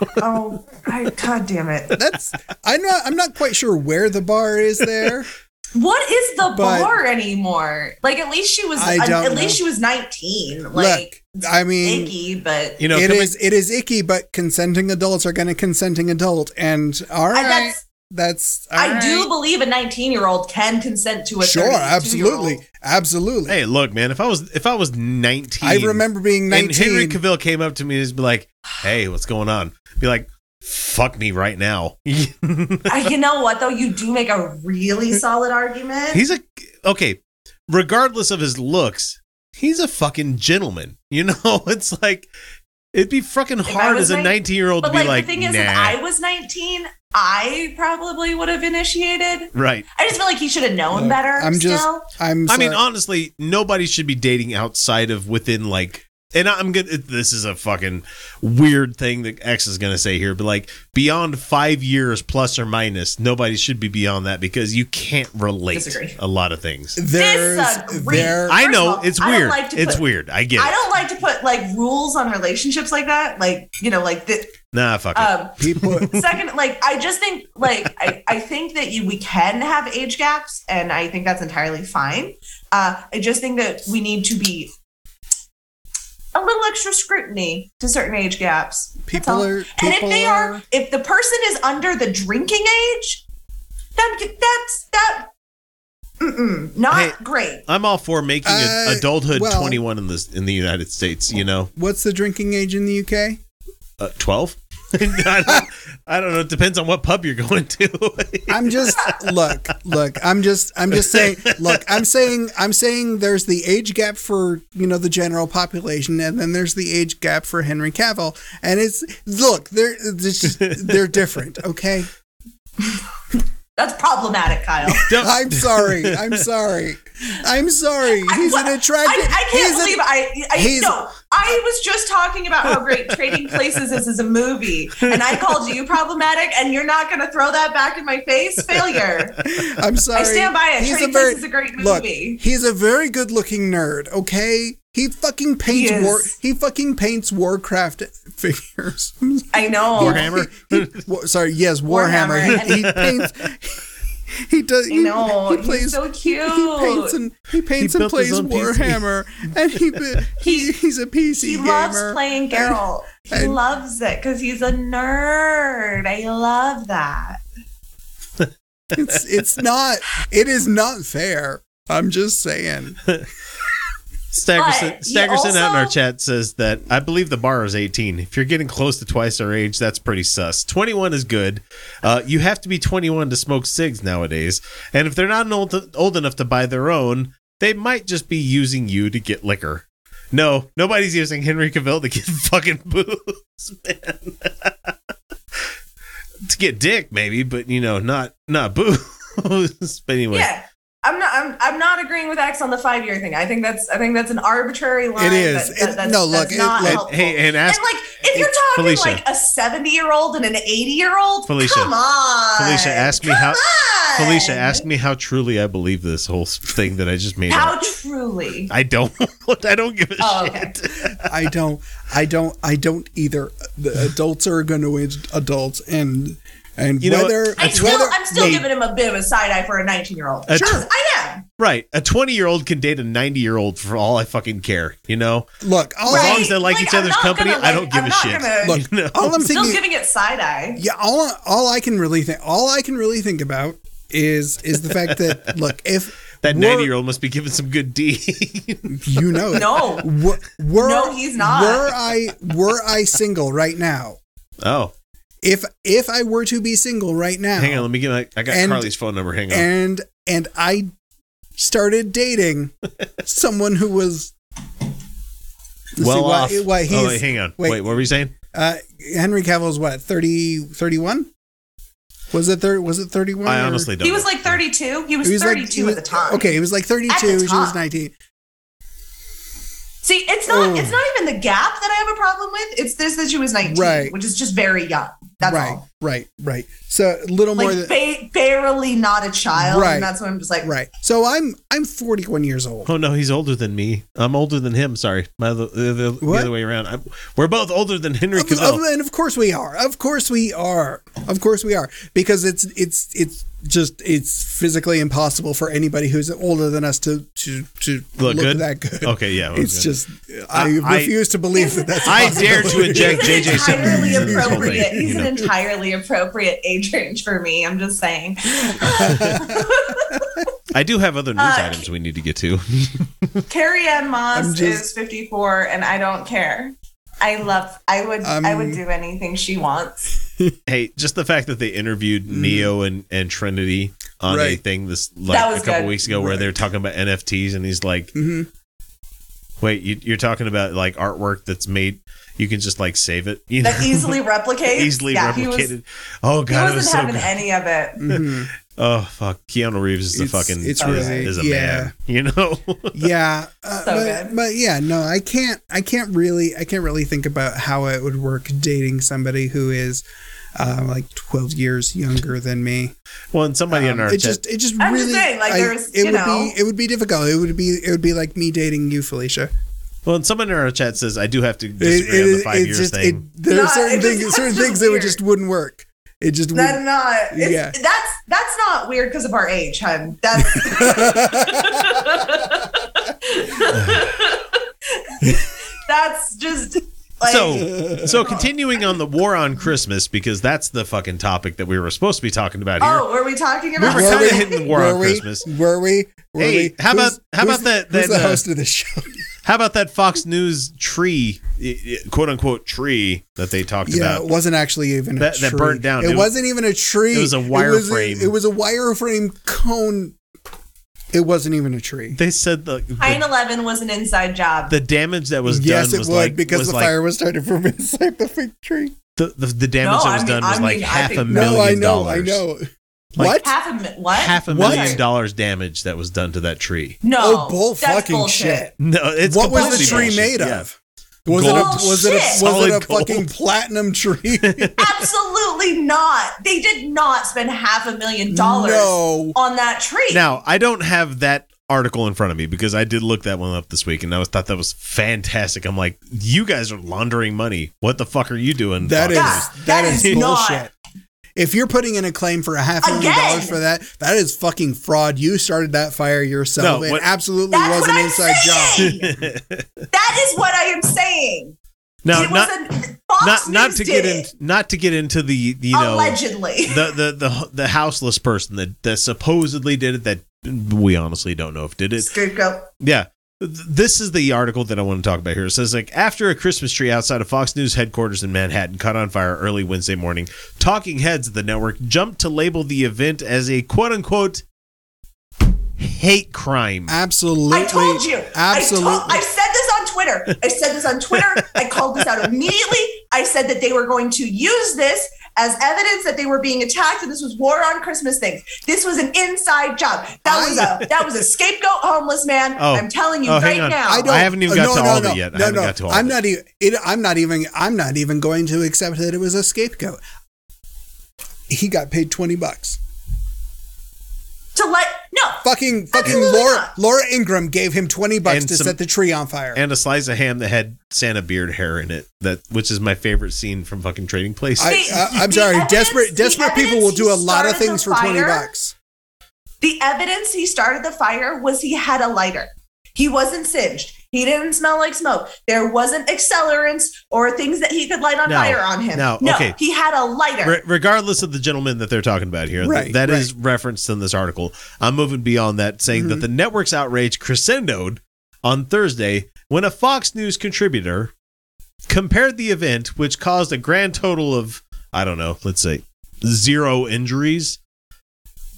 [SPEAKER 3] Oh, I, God damn it.
[SPEAKER 2] That's. I'm not. I'm not quite sure where the bar is there.
[SPEAKER 3] What is the
[SPEAKER 2] But-
[SPEAKER 3] bar anymore? Like at least she was
[SPEAKER 2] I
[SPEAKER 3] at,
[SPEAKER 2] don't
[SPEAKER 3] at
[SPEAKER 2] know.
[SPEAKER 3] least she was 19. Like
[SPEAKER 2] Look, I mean,
[SPEAKER 3] icky, but
[SPEAKER 1] You know,
[SPEAKER 2] it
[SPEAKER 1] coming-
[SPEAKER 2] is. It is icky, but consenting adults are going to consenting adult, and all
[SPEAKER 3] I,
[SPEAKER 2] right,
[SPEAKER 3] that's,
[SPEAKER 2] that's. that's all
[SPEAKER 3] I do
[SPEAKER 2] right.
[SPEAKER 3] believe a 19 year old can consent to a
[SPEAKER 2] Sure,
[SPEAKER 3] 32-year-old.
[SPEAKER 2] absolutely, absolutely.
[SPEAKER 1] hey, look, man. If I was if I was 19,
[SPEAKER 2] I remember being
[SPEAKER 1] and
[SPEAKER 2] 19.
[SPEAKER 1] Henry Cavill came up to me and just be like, "Hey, what's going on?" Be like, "Fuck me right now."
[SPEAKER 3] I, you know what though? You do make a really solid argument.
[SPEAKER 1] He's a okay. Regardless of his looks, he's a fucking gentleman. You know, it's like it'd be fucking
[SPEAKER 3] I
[SPEAKER 1] hard
[SPEAKER 3] was
[SPEAKER 1] as a
[SPEAKER 3] nine-
[SPEAKER 1] 19 year old to
[SPEAKER 3] but
[SPEAKER 1] be
[SPEAKER 3] like,
[SPEAKER 1] like,
[SPEAKER 3] the thing
[SPEAKER 1] nah.
[SPEAKER 3] is, if I was 19, I probably would have initiated.
[SPEAKER 1] right.
[SPEAKER 3] I just feel like he should have known
[SPEAKER 2] Look,
[SPEAKER 3] better.
[SPEAKER 2] I'm just.
[SPEAKER 3] still.
[SPEAKER 2] I'm.
[SPEAKER 1] I mean,
[SPEAKER 2] sorry.
[SPEAKER 1] honestly, nobody should be dating outside of within like. And I'm gonna. This is a fucking weird thing that X is gonna say here, but like beyond five years plus or minus, nobody should be beyond that because you can't relate
[SPEAKER 3] Disagree.
[SPEAKER 1] a lot of things.
[SPEAKER 2] there's
[SPEAKER 3] Disagree.
[SPEAKER 2] there.
[SPEAKER 1] I
[SPEAKER 3] First
[SPEAKER 1] know
[SPEAKER 3] of all,
[SPEAKER 1] it's
[SPEAKER 3] I don't
[SPEAKER 1] weird.
[SPEAKER 3] like to
[SPEAKER 1] it's
[SPEAKER 3] put-
[SPEAKER 1] weird. I get.
[SPEAKER 3] I
[SPEAKER 1] it.
[SPEAKER 3] don't like to put like rules on relationships like that. Like you know, like the
[SPEAKER 1] Nah, fuck it.
[SPEAKER 3] um,
[SPEAKER 2] people
[SPEAKER 3] Second, like I just think like I, I think that you we can have age gaps and I think that's entirely fine. Uh I just think that we need to be a little extra scrutiny to certain age gaps. That's
[SPEAKER 2] People
[SPEAKER 3] all.
[SPEAKER 2] are-
[SPEAKER 3] and if
[SPEAKER 2] people
[SPEAKER 3] they
[SPEAKER 2] are-
[SPEAKER 3] are if the person is under the drinking age, that that's that mm-mm, not
[SPEAKER 1] Hey,
[SPEAKER 3] great.
[SPEAKER 1] I'm all for making
[SPEAKER 2] Uh,
[SPEAKER 1] a, adulthood
[SPEAKER 2] well-
[SPEAKER 1] 21 in the in the United States. You know,
[SPEAKER 2] what's the drinking age in the UK?
[SPEAKER 1] uh, 12. I, don't, I don't know. It depends on what pub you're going to.
[SPEAKER 2] I'm just look, look, I'm just I'm just saying look, I'm saying I'm saying there's the age gap for, you know, the general population and then there's the age gap for Henry Cavill. And it's look, they're it's just- they're different, okay?
[SPEAKER 3] That's problematic, Kyle.
[SPEAKER 1] Don't-
[SPEAKER 2] I'm sorry. I'm sorry. I'm sorry. He's an
[SPEAKER 3] I,
[SPEAKER 2] attractive
[SPEAKER 3] I can't
[SPEAKER 2] he's an-
[SPEAKER 3] believe I I
[SPEAKER 2] he's-
[SPEAKER 3] no. I was just talking about how great Trading Places is as a movie, and I called you problematic, and you're not going to throw that back in my face? Failure.
[SPEAKER 2] I'm sorry.
[SPEAKER 3] I stand by it. Trading Places is a great
[SPEAKER 2] look,
[SPEAKER 3] movie.
[SPEAKER 2] he's a very good looking nerd, okay? He fucking paints
[SPEAKER 3] is.
[SPEAKER 2] war he fucking paints Warcraft figures.
[SPEAKER 3] I know.
[SPEAKER 1] Warhammer.
[SPEAKER 2] Wa- sorry, yes, Warhammer.
[SPEAKER 3] Warhammer.
[SPEAKER 2] He, he paints he does
[SPEAKER 3] I know,
[SPEAKER 2] he,
[SPEAKER 3] he's
[SPEAKER 2] he plays
[SPEAKER 3] so
[SPEAKER 2] He paints
[SPEAKER 3] cute.
[SPEAKER 2] and he paints
[SPEAKER 1] He
[SPEAKER 2] and
[SPEAKER 1] built his
[SPEAKER 2] plays
[SPEAKER 1] own PC.
[SPEAKER 2] Warhammer and he, be- he he's a PC
[SPEAKER 3] He
[SPEAKER 2] gamer.
[SPEAKER 3] loves playing Geralt. He
[SPEAKER 2] and-
[SPEAKER 3] loves it because he's a nerd. I love that.
[SPEAKER 2] It's it's not it is not fair. I'm just saying.
[SPEAKER 1] Staggerson,
[SPEAKER 3] But you
[SPEAKER 1] Staggerson out in our
[SPEAKER 3] also-
[SPEAKER 1] chat says that I believe the bar is 18. If you're getting close to twice our age, that's pretty sus. 21 is good. Uh, you have to be 21 to smoke cigs nowadays. And if they're not old, old enough to buy their own, they might just be using you to get liquor. No, nobody's using Henry Cavill to get fucking booze, man. to get dick, maybe, but you know, not not booze. but anyway,
[SPEAKER 3] Yeah. I'm not. I'm, I'm not agreeing with X on the five year thing. I think that's. I think that's an arbitrary line.
[SPEAKER 2] It is.
[SPEAKER 3] That,
[SPEAKER 2] It-
[SPEAKER 3] that, that's,
[SPEAKER 2] no, look,
[SPEAKER 3] That's
[SPEAKER 2] it-
[SPEAKER 3] not
[SPEAKER 2] look,
[SPEAKER 3] helpful.
[SPEAKER 1] hey, and ask-
[SPEAKER 3] like, if you're talking
[SPEAKER 1] Felicia.
[SPEAKER 3] like a seventy year old and an eighty year old,
[SPEAKER 1] Felicia.
[SPEAKER 3] come on.
[SPEAKER 1] Felicia, ask me
[SPEAKER 3] Come
[SPEAKER 1] how-
[SPEAKER 3] on!
[SPEAKER 1] Felicia, ask me how truly I believe this whole thing that I just made. up.
[SPEAKER 3] How truly?
[SPEAKER 1] I don't. I don't give a
[SPEAKER 3] Oh,
[SPEAKER 1] shit.
[SPEAKER 2] I don't I don't I don't either. The adults are going to age adults and and
[SPEAKER 1] You know what?
[SPEAKER 2] whether
[SPEAKER 3] I still.
[SPEAKER 2] whether-
[SPEAKER 3] I'm still
[SPEAKER 1] wait.
[SPEAKER 3] giving him a bit of a side eye for a nineteen year old.
[SPEAKER 1] A-
[SPEAKER 3] I am.
[SPEAKER 1] Right. A 20 year old can date a 90 year old for all I fucking care. You know?
[SPEAKER 2] look, all
[SPEAKER 1] As
[SPEAKER 2] I'm-
[SPEAKER 1] long as they like,
[SPEAKER 3] Like,
[SPEAKER 1] each
[SPEAKER 3] I'm
[SPEAKER 1] other's
[SPEAKER 3] not
[SPEAKER 1] company,
[SPEAKER 3] gonna,
[SPEAKER 1] I
[SPEAKER 3] like-
[SPEAKER 1] don't give
[SPEAKER 3] I'm
[SPEAKER 1] a
[SPEAKER 3] not
[SPEAKER 1] shit.
[SPEAKER 3] gonna-
[SPEAKER 2] Look,
[SPEAKER 1] You know?
[SPEAKER 2] all I'm
[SPEAKER 3] Still
[SPEAKER 2] thinking,
[SPEAKER 3] giving it side eye.
[SPEAKER 2] yeah, all all I can really think, all I can really think about is is the fact that look, if
[SPEAKER 1] that
[SPEAKER 2] we're-
[SPEAKER 1] 90 year old must be given some good D.
[SPEAKER 2] you know, it.
[SPEAKER 3] No.
[SPEAKER 2] Were, were,
[SPEAKER 3] No, he's not.
[SPEAKER 2] Were I were I single right now?
[SPEAKER 1] oh,
[SPEAKER 2] If if I were to be single right now,
[SPEAKER 1] hang on. Let me get my. I got
[SPEAKER 2] And-
[SPEAKER 1] Carly's phone number. Hang on.
[SPEAKER 2] and and I started dating someone who was let's
[SPEAKER 1] well
[SPEAKER 2] see, why-
[SPEAKER 1] off.
[SPEAKER 2] why he's
[SPEAKER 1] oh, wait, hang on. Wait.
[SPEAKER 2] wait.
[SPEAKER 1] what were you saying?
[SPEAKER 2] uh, Henry Cavill's what 30, 31? Was it thir- was it thirty one?
[SPEAKER 1] I honestly don't.
[SPEAKER 3] He was
[SPEAKER 1] know.
[SPEAKER 3] like 32. He was,
[SPEAKER 2] He was like-
[SPEAKER 3] 32
[SPEAKER 2] he was- uh,
[SPEAKER 3] at the time.
[SPEAKER 2] Okay, he was like 32.
[SPEAKER 3] At the
[SPEAKER 2] She was
[SPEAKER 3] time.
[SPEAKER 2] 19.
[SPEAKER 3] See, it's not
[SPEAKER 2] Oh.
[SPEAKER 3] it's not even the gap that I have a problem with. It's this that she was 19,
[SPEAKER 2] Right.
[SPEAKER 3] which is just very young. That's
[SPEAKER 2] right,
[SPEAKER 3] all.
[SPEAKER 2] right, right. So a little more than
[SPEAKER 3] Like ba- barely not a child.
[SPEAKER 2] Right.
[SPEAKER 3] And that's when I'm just like,
[SPEAKER 2] right. So I'm I'm 41 years old.
[SPEAKER 1] Oh no, he's older than me. I'm older than him. Sorry, my other, the, the, the
[SPEAKER 2] What?
[SPEAKER 1] other way around. I'm, we're both older than Henry
[SPEAKER 2] Of- of-
[SPEAKER 1] Cavill.
[SPEAKER 2] and of course we are. Of course we are. Of course we are. Because it's it's it's just it's physically impossible for anybody who's older than us to to to
[SPEAKER 1] Look good?
[SPEAKER 2] that good.
[SPEAKER 1] Okay, yeah, look
[SPEAKER 2] It's
[SPEAKER 1] good.
[SPEAKER 2] just I,
[SPEAKER 1] I-
[SPEAKER 2] refuse to believe that that's. a
[SPEAKER 1] I dare to
[SPEAKER 2] possibility.
[SPEAKER 1] inject
[SPEAKER 3] He's an
[SPEAKER 1] JJ
[SPEAKER 3] entirely
[SPEAKER 1] Simmons. into this whole
[SPEAKER 3] appropriate.
[SPEAKER 1] thing,
[SPEAKER 3] He's
[SPEAKER 1] you
[SPEAKER 3] an
[SPEAKER 1] know?
[SPEAKER 3] entirely appropriate age range for me. I'm just saying.
[SPEAKER 1] I do have other news
[SPEAKER 3] Uh,
[SPEAKER 1] items we need to get to.
[SPEAKER 3] Carrie Ann
[SPEAKER 2] I'm
[SPEAKER 3] Moss
[SPEAKER 2] just-
[SPEAKER 3] is 54, and I don't care. I love. I would. I would do anything she wants.
[SPEAKER 1] Hey, just the fact that they interviewed Neo and, and Trinity on a
[SPEAKER 2] Mm-hmm. Right.
[SPEAKER 1] thing this like
[SPEAKER 3] That
[SPEAKER 1] a
[SPEAKER 3] was
[SPEAKER 1] couple
[SPEAKER 3] good.
[SPEAKER 1] weeks ago where they were talking about NFTs and he's like,
[SPEAKER 2] Mm-hmm.
[SPEAKER 1] "Wait, you, you're talking about like artwork that's made you can just like save it, you know,
[SPEAKER 3] That easily replicates.
[SPEAKER 1] easily
[SPEAKER 3] Yeah, he was-
[SPEAKER 1] replicated." oh
[SPEAKER 3] He,
[SPEAKER 1] god, it
[SPEAKER 3] wasn't
[SPEAKER 1] was so
[SPEAKER 3] having
[SPEAKER 1] good.
[SPEAKER 3] any of it.
[SPEAKER 1] oh fuck, Keanu Reeves is the
[SPEAKER 2] It's-
[SPEAKER 1] fucking
[SPEAKER 2] it's
[SPEAKER 1] is-
[SPEAKER 2] really-
[SPEAKER 1] is, a
[SPEAKER 2] yeah.
[SPEAKER 1] man, you know.
[SPEAKER 2] yeah, uh,
[SPEAKER 3] So
[SPEAKER 2] but,
[SPEAKER 3] good.
[SPEAKER 2] but yeah, no, I can't. I can't really. I can't really think about how it would work dating somebody who is uh, like 12 years younger than me.
[SPEAKER 1] well, and somebody in our
[SPEAKER 2] Um, it
[SPEAKER 1] chat,
[SPEAKER 2] just it just
[SPEAKER 3] I'm just
[SPEAKER 2] really
[SPEAKER 3] saying, like,
[SPEAKER 2] I-
[SPEAKER 3] there's,
[SPEAKER 2] it
[SPEAKER 3] you
[SPEAKER 2] would
[SPEAKER 3] know.
[SPEAKER 2] be it would be difficult it would be it would be like me dating you felicia
[SPEAKER 1] well, and someone in our chat says I do have to
[SPEAKER 2] it,
[SPEAKER 1] disagree on the
[SPEAKER 2] it-
[SPEAKER 1] five
[SPEAKER 2] it's
[SPEAKER 1] years
[SPEAKER 2] just
[SPEAKER 1] thing.
[SPEAKER 2] it, there
[SPEAKER 3] No,
[SPEAKER 2] are certain
[SPEAKER 3] it just-
[SPEAKER 2] things
[SPEAKER 3] that's
[SPEAKER 2] certain
[SPEAKER 3] just
[SPEAKER 2] things that would
[SPEAKER 3] weird.
[SPEAKER 2] just wouldn't work it just
[SPEAKER 3] That's
[SPEAKER 2] wouldn't
[SPEAKER 3] not. It's,
[SPEAKER 2] Yeah.
[SPEAKER 3] That's that's not weird because of our age, hun. That's. that's just like
[SPEAKER 1] so so continuing on the war on Christmas because that's the fucking topic that we were supposed to be talking about here.
[SPEAKER 3] Oh, were we talking about?
[SPEAKER 1] were
[SPEAKER 2] Were
[SPEAKER 1] kinda
[SPEAKER 2] we-
[SPEAKER 1] hitting the war
[SPEAKER 2] were
[SPEAKER 1] on
[SPEAKER 2] we,
[SPEAKER 1] Christmas.
[SPEAKER 2] were we were
[SPEAKER 1] Hey,
[SPEAKER 2] we
[SPEAKER 1] how
[SPEAKER 2] Who's-
[SPEAKER 1] about- how
[SPEAKER 2] who's-
[SPEAKER 1] about that-
[SPEAKER 2] who's
[SPEAKER 1] that,
[SPEAKER 2] the
[SPEAKER 1] uh,
[SPEAKER 2] host of the show
[SPEAKER 1] How about that Fox News tree, i- i- quote unquote tree that they talked
[SPEAKER 2] Yeah, it
[SPEAKER 1] about?
[SPEAKER 2] wasn't actually even a
[SPEAKER 1] That-
[SPEAKER 2] tree.
[SPEAKER 1] that burned down. It
[SPEAKER 2] It,
[SPEAKER 1] was-
[SPEAKER 2] wasn't even a tree.
[SPEAKER 1] it was a
[SPEAKER 2] It was a-
[SPEAKER 1] wireframe.
[SPEAKER 2] It was a wireframe cone. It wasn't even a tree.
[SPEAKER 1] They said the, the
[SPEAKER 3] 9/11 was an inside job.
[SPEAKER 1] the damage that was
[SPEAKER 2] yes,
[SPEAKER 1] done
[SPEAKER 2] it
[SPEAKER 1] was
[SPEAKER 2] would
[SPEAKER 1] like
[SPEAKER 2] because
[SPEAKER 1] was
[SPEAKER 2] the
[SPEAKER 1] like-
[SPEAKER 2] fire was started from inside the fig tree.
[SPEAKER 1] the, the, the damage
[SPEAKER 3] No,
[SPEAKER 1] that
[SPEAKER 3] I
[SPEAKER 1] was
[SPEAKER 3] mean-
[SPEAKER 1] done was
[SPEAKER 3] I
[SPEAKER 1] like
[SPEAKER 3] mean, I
[SPEAKER 1] half
[SPEAKER 3] think-
[SPEAKER 1] a million
[SPEAKER 2] No, I know,
[SPEAKER 1] dollars.
[SPEAKER 2] I know.
[SPEAKER 1] Like-
[SPEAKER 2] what?
[SPEAKER 3] half a mi- what?
[SPEAKER 1] Half a
[SPEAKER 2] What?
[SPEAKER 1] million dollars damage that was done to that tree.
[SPEAKER 3] No,
[SPEAKER 2] oh, bull
[SPEAKER 3] that's
[SPEAKER 2] fucking
[SPEAKER 3] bullshit.
[SPEAKER 2] shit.
[SPEAKER 1] No, it's
[SPEAKER 2] what was the
[SPEAKER 1] completely
[SPEAKER 2] tree
[SPEAKER 1] bullshit.
[SPEAKER 2] made
[SPEAKER 1] Yeah.
[SPEAKER 2] of? Was it a
[SPEAKER 3] Gold
[SPEAKER 2] was it
[SPEAKER 3] shit.
[SPEAKER 2] a, was it
[SPEAKER 1] Solid
[SPEAKER 2] a
[SPEAKER 1] gold.
[SPEAKER 2] fucking platinum tree?
[SPEAKER 3] Absolutely not. They did not spend half a million dollars
[SPEAKER 2] No.
[SPEAKER 3] on that tree.
[SPEAKER 1] Now, I don't have that article in front of me because I did look that one up this week and I was thought that was fantastic. I'm like, you guys are laundering money. What the fuck are you doing?
[SPEAKER 2] That is
[SPEAKER 3] Yeah,
[SPEAKER 2] that
[SPEAKER 3] that
[SPEAKER 2] is,
[SPEAKER 3] is not-
[SPEAKER 2] bullshit. If you're putting in a claim for a half million
[SPEAKER 3] Again.
[SPEAKER 2] dollars for that, that is fucking fraud. You started that fire yourself.
[SPEAKER 1] No,
[SPEAKER 2] it
[SPEAKER 1] what-
[SPEAKER 2] absolutely
[SPEAKER 3] That's
[SPEAKER 2] was
[SPEAKER 3] what
[SPEAKER 2] an
[SPEAKER 3] I'm
[SPEAKER 2] inside job.
[SPEAKER 3] saying. that is what I am saying.
[SPEAKER 1] Now,
[SPEAKER 3] it was
[SPEAKER 1] not
[SPEAKER 3] a, Fox
[SPEAKER 1] not not
[SPEAKER 3] News
[SPEAKER 1] to
[SPEAKER 3] did
[SPEAKER 1] get in
[SPEAKER 3] it,
[SPEAKER 1] not to get into the you know
[SPEAKER 3] allegedly.
[SPEAKER 1] the, the the the houseless person that that supposedly did it that we honestly don't know if did it
[SPEAKER 3] Scapegoat.
[SPEAKER 1] Yeah. Th- This is the article that I want to talk about here. It says like after a Christmas tree outside of Fox News headquarters in Manhattan caught on fire early Wednesday morning, talking heads of the network jumped to label the event as a quote unquote hate crime.
[SPEAKER 2] Absolutely.
[SPEAKER 3] I told you.
[SPEAKER 2] Absolutely.
[SPEAKER 3] I, told- I said this on Twitter. I said this on Twitter. I called this out immediately. I said that they were going to use this as evidence that they were being attacked and this was war on Christmas things. This was an inside job. That was a that was a scapegoat homeless man.
[SPEAKER 1] Oh.
[SPEAKER 3] I'm telling you
[SPEAKER 1] Oh,
[SPEAKER 3] right
[SPEAKER 1] hang on.
[SPEAKER 3] now.
[SPEAKER 1] I don't- haven't even got to all of it yet. I haven't got to all of
[SPEAKER 2] I'm
[SPEAKER 1] it.
[SPEAKER 2] not even. It, I'm not even. I'm not even going to accept that it was a scapegoat. He got paid twenty bucks.
[SPEAKER 3] to let no.
[SPEAKER 2] Fucking fucking
[SPEAKER 3] Absolutely
[SPEAKER 2] Laura
[SPEAKER 3] not.
[SPEAKER 2] Laura Ingram gave him twenty bucks
[SPEAKER 1] And
[SPEAKER 2] to
[SPEAKER 1] some-
[SPEAKER 2] set the tree on fire.
[SPEAKER 1] And a slice of ham that had Santa beard hair in it, that which is my favorite scene from fucking Trading Places.
[SPEAKER 2] I,
[SPEAKER 3] The-
[SPEAKER 2] I, I'm
[SPEAKER 3] the
[SPEAKER 2] sorry.
[SPEAKER 3] evidence-
[SPEAKER 2] desperate
[SPEAKER 3] the
[SPEAKER 2] desperate people
[SPEAKER 3] evidence
[SPEAKER 2] will do
[SPEAKER 3] he
[SPEAKER 2] a lot of
[SPEAKER 3] started
[SPEAKER 2] things
[SPEAKER 3] the
[SPEAKER 2] for twenty
[SPEAKER 3] fire-
[SPEAKER 2] bucks.
[SPEAKER 3] The evidence he started the fire was he had a lighter. He wasn't singed. He didn't smell like smoke. There wasn't accelerants or things that he could light on
[SPEAKER 1] No.
[SPEAKER 3] fire on him.
[SPEAKER 1] No. Okay.
[SPEAKER 3] he had a lighter.
[SPEAKER 1] Re- regardless of the gentleman that they're talking about here,
[SPEAKER 2] Right,
[SPEAKER 1] th- that is
[SPEAKER 2] right. Mm-hmm.
[SPEAKER 1] referenced in this article. I'm moving beyond that, saying that the network's outrage crescendoed on Thursday when a Fox News contributor compared the event, which caused a grand total of, I don't know, let's say zero injuries,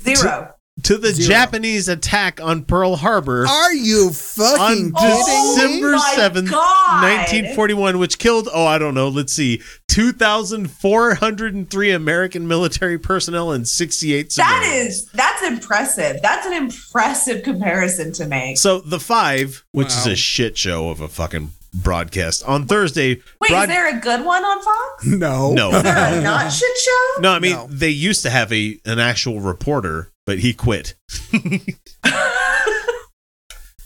[SPEAKER 3] Zero.
[SPEAKER 1] to the
[SPEAKER 2] Zero.
[SPEAKER 1] Japanese attack on Pearl Harbor.
[SPEAKER 2] Are you fucking
[SPEAKER 1] on
[SPEAKER 3] Oh
[SPEAKER 2] kidding
[SPEAKER 1] December
[SPEAKER 2] me?
[SPEAKER 3] my
[SPEAKER 1] 7th,
[SPEAKER 3] God.
[SPEAKER 1] 1941, which killed, oh, I don't know, let's see, 2,403 American military personnel and 68
[SPEAKER 3] That
[SPEAKER 1] civilians.
[SPEAKER 3] is that's impressive. That's an impressive comparison to make.
[SPEAKER 1] So the five, which is
[SPEAKER 2] Wow.
[SPEAKER 1] a shit show of a fucking broadcast on Thursday.
[SPEAKER 3] Wait,
[SPEAKER 1] broad-
[SPEAKER 3] is there a good one on Fox?
[SPEAKER 2] No.
[SPEAKER 1] no,
[SPEAKER 3] Is there a not shit show?
[SPEAKER 1] no. I mean,
[SPEAKER 2] No.
[SPEAKER 1] they used to have a an actual reporter, but he quit.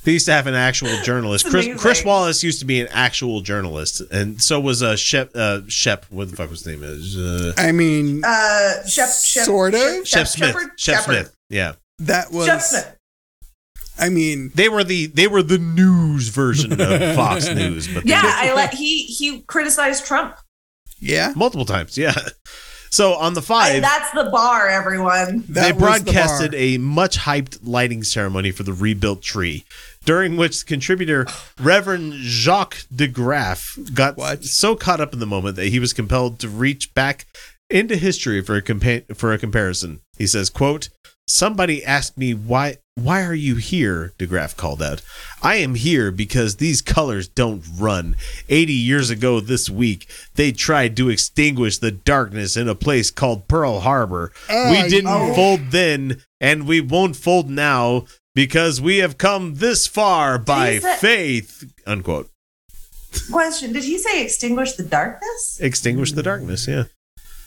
[SPEAKER 1] they used to have an actual journalist.
[SPEAKER 3] That's
[SPEAKER 1] Chris,
[SPEAKER 3] amazing.
[SPEAKER 1] Chris Wallace used to be an actual journalist, and so was uh, Shep. Uh, Shep, what the fuck was his name? Is uh,
[SPEAKER 2] I mean,
[SPEAKER 3] Uh, Shep, Shep,
[SPEAKER 2] Sort of.
[SPEAKER 3] Shep,
[SPEAKER 1] Shep Smith.
[SPEAKER 3] Shepherd?
[SPEAKER 1] Shep
[SPEAKER 3] Shepherd.
[SPEAKER 1] Smith. Yeah,
[SPEAKER 2] that was.
[SPEAKER 3] Shep Smith.
[SPEAKER 2] I mean,
[SPEAKER 1] they were the they were the news version of Fox News, but they
[SPEAKER 3] Yeah, I let he he criticized Trump.
[SPEAKER 2] yeah.
[SPEAKER 1] multiple times. Yeah. So on the five,
[SPEAKER 3] I, that's the bar, everyone.
[SPEAKER 2] That
[SPEAKER 1] they
[SPEAKER 2] was the bar.
[SPEAKER 1] broadcasted a much hyped lighting ceremony for the rebuilt tree, during which the contributor Reverend Jacques de Graff got
[SPEAKER 2] What?
[SPEAKER 1] so caught up in the moment that he was compelled to reach back into history for a compa- for a comparison. He says, "Quote: Somebody asked me why." Why are you here? DeGraff called out. I am here because these colors don't run. 80 years ago this week, they tried to extinguish the darkness in a place called Pearl Harbor. we didn't fold then, and we won't fold now because we have come this far by
[SPEAKER 3] he say-
[SPEAKER 1] faith. Unquote.
[SPEAKER 3] Question: Did he say extinguish the darkness?
[SPEAKER 1] Extinguish the darkness, yeah.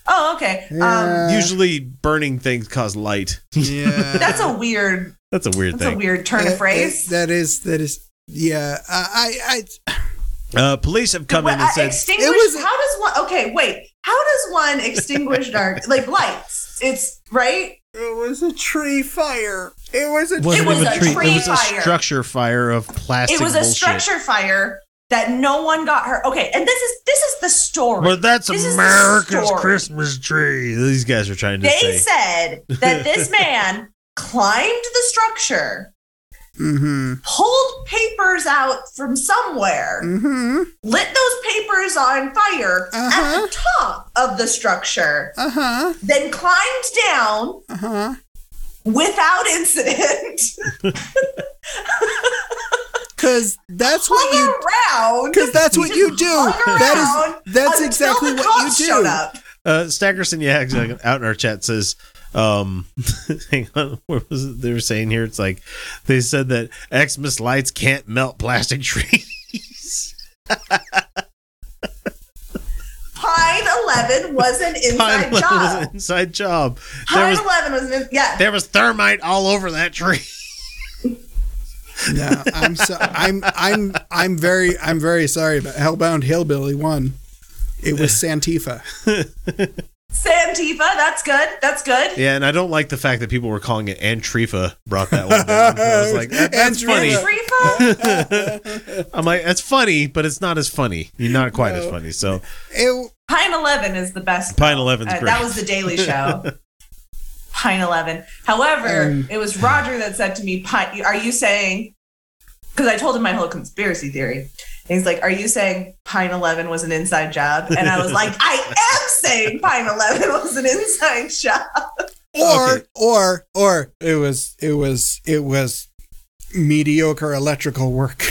[SPEAKER 3] Oh, okay. Um,
[SPEAKER 2] Yeah.
[SPEAKER 1] Usually burning things cause light.
[SPEAKER 2] yeah.
[SPEAKER 3] that's a weird.
[SPEAKER 1] That's a weird
[SPEAKER 3] That's a
[SPEAKER 1] thing.
[SPEAKER 3] weird turn
[SPEAKER 2] Uh,
[SPEAKER 3] of
[SPEAKER 2] uh,
[SPEAKER 3] phrase.
[SPEAKER 2] that is. That is. Yeah. I. I. I
[SPEAKER 1] uh, police have come in
[SPEAKER 3] What-
[SPEAKER 1] and
[SPEAKER 3] uh,
[SPEAKER 1] said
[SPEAKER 3] extinguish.
[SPEAKER 2] It was-
[SPEAKER 3] how does one? Okay, wait. How does one extinguish dark like lights? It's right.
[SPEAKER 2] It was a tree fire. It was a
[SPEAKER 3] It
[SPEAKER 6] Wasn't
[SPEAKER 3] was
[SPEAKER 6] even
[SPEAKER 3] a
[SPEAKER 6] tree-
[SPEAKER 3] tree,
[SPEAKER 6] it
[SPEAKER 1] it was a
[SPEAKER 3] fire.
[SPEAKER 1] structure fire of plastic.
[SPEAKER 3] it was a
[SPEAKER 1] bullshit.
[SPEAKER 3] structure fire that no one got hurt. Okay, and this is this is the story.
[SPEAKER 1] But that's
[SPEAKER 3] This is the
[SPEAKER 1] America's
[SPEAKER 3] story.
[SPEAKER 1] Christmas tree. These guys are trying to say.
[SPEAKER 3] They said that this man climbed the structure,
[SPEAKER 2] Mm-hmm.
[SPEAKER 3] pulled papers out from somewhere,
[SPEAKER 2] Mm-hmm.
[SPEAKER 3] lit those papers on fire at
[SPEAKER 2] Uh-huh.
[SPEAKER 3] the top of the structure,
[SPEAKER 2] Uh-huh.
[SPEAKER 3] then climbed down
[SPEAKER 2] Uh-huh.
[SPEAKER 3] without incident,
[SPEAKER 2] Cause that's what you
[SPEAKER 3] hung around.
[SPEAKER 2] because that's what
[SPEAKER 3] just
[SPEAKER 2] you do.
[SPEAKER 3] hung
[SPEAKER 2] That
[SPEAKER 3] around
[SPEAKER 2] is that's
[SPEAKER 3] until
[SPEAKER 2] exactly
[SPEAKER 3] the
[SPEAKER 2] what
[SPEAKER 3] cops
[SPEAKER 2] you
[SPEAKER 3] showed
[SPEAKER 2] do.
[SPEAKER 3] up.
[SPEAKER 1] Uh, Stackerson, yeah, exactly. out in our chat says, um, hang on, what was it they were saying here? It's like they said that Xmas lights can't melt plastic trees.
[SPEAKER 3] Pine Eleven was an inside
[SPEAKER 1] Pine was
[SPEAKER 3] job.
[SPEAKER 1] an inside job. There
[SPEAKER 3] Pine
[SPEAKER 1] was
[SPEAKER 3] Eleven was an yeah.
[SPEAKER 1] there was thermite all over that tree.
[SPEAKER 2] No, I'm so I'm I'm I'm very I'm very sorry, but Hellbound Hillbilly won. It was Santifa.
[SPEAKER 3] Santifa, that's good. That's good.
[SPEAKER 1] Yeah, and I don't like the fact that people were calling it Antrifa brought that one down. I was like, that- that's funny.
[SPEAKER 2] Antrifa.
[SPEAKER 3] Santrifa?
[SPEAKER 1] I'm like, that's funny, but it's not as funny. You're not quite as funny. So
[SPEAKER 2] It,
[SPEAKER 3] Pine Eleven is the best.
[SPEAKER 1] Pine Eleven's
[SPEAKER 3] Uh,
[SPEAKER 1] great.
[SPEAKER 3] that was the Daily Show. Pine Eleven. However,
[SPEAKER 1] Mm.
[SPEAKER 3] it was Roger that said to me, Pine, "Are you saying?" Because I told him my whole conspiracy theory. And he's like, "Are you saying Pine Eleven was an inside job?" And I was like, "I am saying Pine Eleven was an inside job."
[SPEAKER 2] or
[SPEAKER 1] Okay.
[SPEAKER 2] or or it was it was it was mediocre electrical work.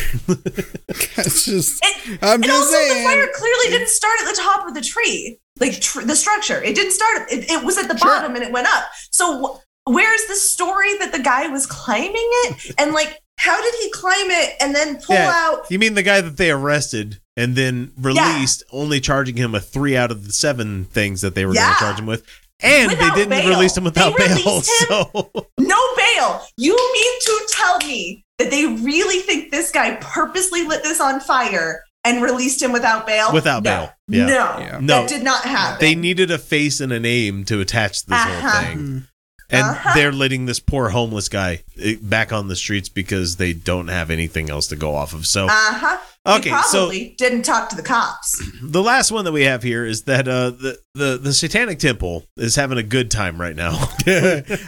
[SPEAKER 2] That's just
[SPEAKER 3] It,
[SPEAKER 2] I'm
[SPEAKER 3] and
[SPEAKER 2] just
[SPEAKER 3] also,
[SPEAKER 2] saying.
[SPEAKER 3] the fire clearly didn't start at the top of the tree, like tr- the structure. It didn't start. at- It, it was at the
[SPEAKER 2] Sure.
[SPEAKER 3] bottom and it went up. So wh- where is the story that the guy was climbing it? And like, how did he climb it and then pull
[SPEAKER 1] Yeah.
[SPEAKER 3] out?
[SPEAKER 1] you mean the guy that they arrested and then released, only charging him a three out of the seven things that they were going
[SPEAKER 3] Yeah.
[SPEAKER 1] to charge him with, and
[SPEAKER 3] Without
[SPEAKER 1] they didn't
[SPEAKER 3] bail.
[SPEAKER 1] release him
[SPEAKER 3] They
[SPEAKER 1] without bail.
[SPEAKER 3] released him-
[SPEAKER 1] So
[SPEAKER 3] No bail. You mean to tell me that they really think this guy purposely lit this on fire and released him without bail?
[SPEAKER 1] Without
[SPEAKER 3] No.
[SPEAKER 1] bail. Yeah.
[SPEAKER 3] No.
[SPEAKER 2] Yeah.
[SPEAKER 1] No.
[SPEAKER 3] That did not happen.
[SPEAKER 1] they needed a face and a name to attach to this
[SPEAKER 3] Uh-huh.
[SPEAKER 1] whole thing. And
[SPEAKER 3] Uh-huh.
[SPEAKER 1] they're letting this poor homeless guy eh, back on the streets because they don't have anything else to go off of. So
[SPEAKER 3] Uh huh.
[SPEAKER 1] Okay,
[SPEAKER 3] He
[SPEAKER 1] so-
[SPEAKER 3] probably didn't talk to the cops.
[SPEAKER 1] the last one that we have here is that uh, the, the the Satanic Temple is having a good time right now.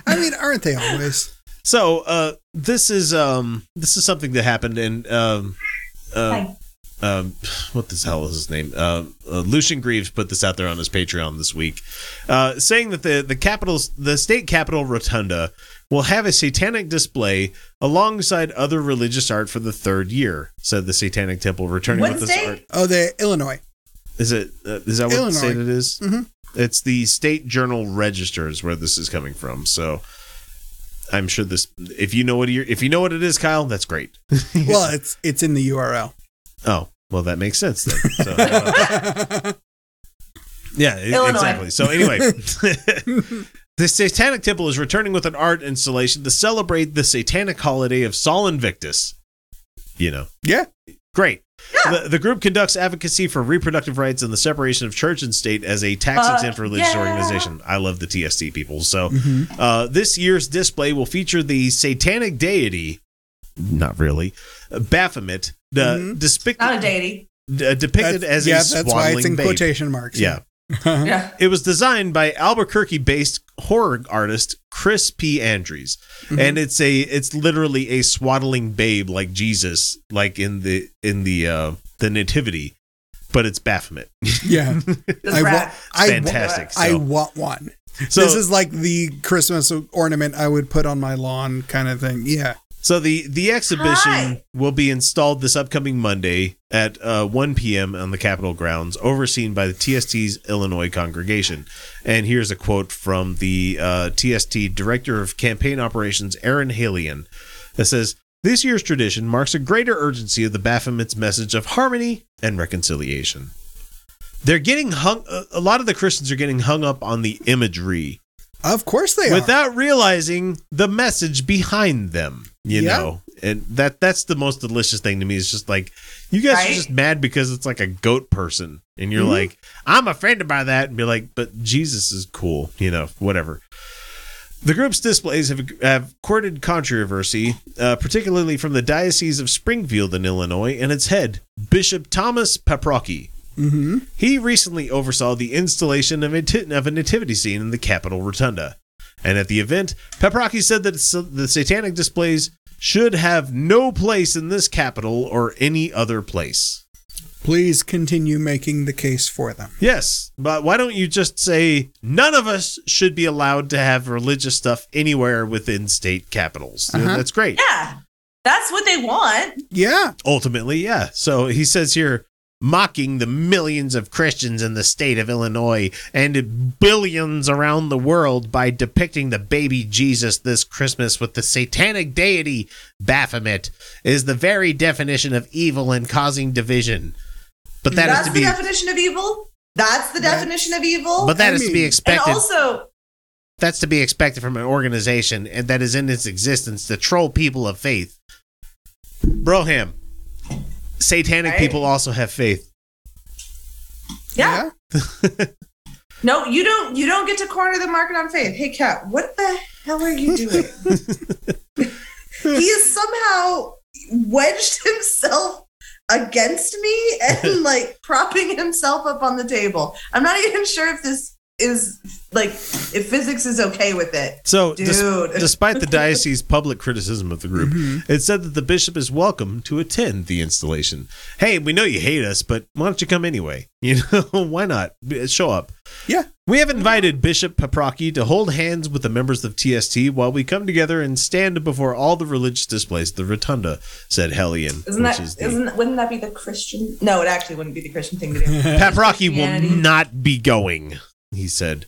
[SPEAKER 2] I mean, aren't they always?
[SPEAKER 1] so uh, this is um this is something that happened in um uh,
[SPEAKER 3] Hi.
[SPEAKER 1] um what the hell is his name uh, uh, Lucian Greaves put this out there on his Patreon this week, uh, saying that the the capitals the state capitol rotunda will have a satanic display alongside other religious art for the third year. Said the Satanic Temple returning
[SPEAKER 3] What
[SPEAKER 1] with this
[SPEAKER 3] state?
[SPEAKER 1] art.
[SPEAKER 2] Oh, they Illinois.
[SPEAKER 1] Is it? Uh, is that what
[SPEAKER 2] Illinois.
[SPEAKER 1] state it is?
[SPEAKER 2] Mhm.
[SPEAKER 1] It's the State Journal Register is where this is coming from. So I'm sure this. If you know what you if you know what it is, Kyle, that's great.
[SPEAKER 2] Well, it's it's in the URL.
[SPEAKER 1] Oh, well, that makes sense then. So, uh, yeah, e-
[SPEAKER 3] Illinois.
[SPEAKER 1] exactly. So anyway, the Satanic Temple is returning with an art installation to celebrate the Satanic holiday of Sol Invictus. You know,
[SPEAKER 2] Yeah.
[SPEAKER 1] Great. The, the group conducts advocacy for reproductive rights and the separation of church and state as a tax exempt
[SPEAKER 3] Fuck
[SPEAKER 1] religious
[SPEAKER 3] Uh, yeah.
[SPEAKER 1] organization. I love the TST people. So, uh, this year's display will feature the satanic deity, not really, uh, Baphomet, the despic-
[SPEAKER 3] Not a deity.
[SPEAKER 1] d- uh, depicted
[SPEAKER 2] Mm-hmm. That's-
[SPEAKER 1] as
[SPEAKER 2] yeah,
[SPEAKER 1] a
[SPEAKER 2] that's
[SPEAKER 1] swaddling
[SPEAKER 2] why it's in
[SPEAKER 1] babe.
[SPEAKER 2] quotation marks.
[SPEAKER 1] Yeah.
[SPEAKER 3] Yeah.
[SPEAKER 1] It was designed by Albuquerque-based horror artist Chris P. Andrews,
[SPEAKER 2] Mm-hmm.
[SPEAKER 1] and it's a it's literally a swaddling babe like Jesus, like in the in the uh, the nativity, but it's Baphomet.
[SPEAKER 2] yeah.
[SPEAKER 3] This
[SPEAKER 2] I
[SPEAKER 3] rat.
[SPEAKER 2] want. I
[SPEAKER 1] Fantastic,
[SPEAKER 2] Want, I
[SPEAKER 1] so.
[SPEAKER 2] want one.
[SPEAKER 1] So
[SPEAKER 2] this is like the Christmas ornament I would put on my lawn, kind of thing. Yeah.
[SPEAKER 1] so the the exhibition
[SPEAKER 3] Hi.
[SPEAKER 1] will be installed this upcoming Monday at uh, 1 p.m. on the Capitol grounds, overseen by the TST's Illinois congregation. And here's a quote from the uh, TST Director of Campaign Operations, Aaron Halian, that says, "This year's tradition marks a greater urgency of the Baphomet's message of harmony and reconciliation." They're getting hung. a- A lot of the Christians are getting hung up on the imagery
[SPEAKER 2] Of course they are.
[SPEAKER 1] without realizing the message behind them. You
[SPEAKER 2] Yeah.
[SPEAKER 1] know, and that that's the most delicious thing to me. It's just like you guys are
[SPEAKER 3] Right?
[SPEAKER 1] just mad because it's like a goat person, and you're like, I'm offended by that, and be like, but Jesus is cool. You know, whatever. The group's displays have, have courted controversy, uh, particularly from the Diocese of Springfield in Illinois and its head, Bishop Thomas Paprocki.
[SPEAKER 2] Mhm.
[SPEAKER 1] He recently oversaw the installation of a, ti- of a nativity scene in the Capitol Rotunda. And at the event, Paprocki said that s- the satanic displays should have no place in this capital or any other place.
[SPEAKER 2] Please continue making the case for them.
[SPEAKER 1] Yes, but why don't you just say none of us should be allowed to have religious stuff anywhere within state capitals? That's great.
[SPEAKER 3] Yeah. That's what they want.
[SPEAKER 2] Yeah.
[SPEAKER 1] Ultimately, yeah. So he says here, mocking the millions of Christians in the state of Illinois and billions around the world by depicting the baby Jesus this Christmas with the satanic deity Baphomet is the very definition of evil and causing division. But that is
[SPEAKER 3] That's
[SPEAKER 1] to
[SPEAKER 3] the
[SPEAKER 1] be
[SPEAKER 3] definition of evil. That's the definition of evil.
[SPEAKER 1] But that is to be
[SPEAKER 2] mean-
[SPEAKER 3] and
[SPEAKER 1] expected.
[SPEAKER 3] also,
[SPEAKER 1] That's to be expected from an organization and that is in its existence to troll people of faith. Broham, satanic
[SPEAKER 3] Right.
[SPEAKER 1] people also have faith.
[SPEAKER 3] yeah.
[SPEAKER 2] Yeah.
[SPEAKER 3] No, you don't. You don't get to corner the market on faith. Hey, Kat, what the hell are you doing? he has somehow wedged himself against me and like propping himself up on the table. I'm not even sure if this is like if physics is okay with it.
[SPEAKER 1] So, des-
[SPEAKER 3] Dude. Mm-hmm.
[SPEAKER 1] despite the diocese's public criticism of the group, it said that the bishop is welcome to attend the installation. Hey, we know you hate us, but why don't you come anyway? You know, why not? B- Show up.
[SPEAKER 2] Yeah.
[SPEAKER 1] We have invited Bishop Paprocki to hold hands with the members of TST while we come together and stand before all the religious displays, of the rotunda, said Hellion.
[SPEAKER 3] Isn't
[SPEAKER 1] which
[SPEAKER 3] that?
[SPEAKER 1] is the-
[SPEAKER 3] not Wouldn't that be the Christian? No, it actually wouldn't be the Christian thing to do.
[SPEAKER 1] Paprocki will
[SPEAKER 3] Christianity.
[SPEAKER 1] not be going, he said.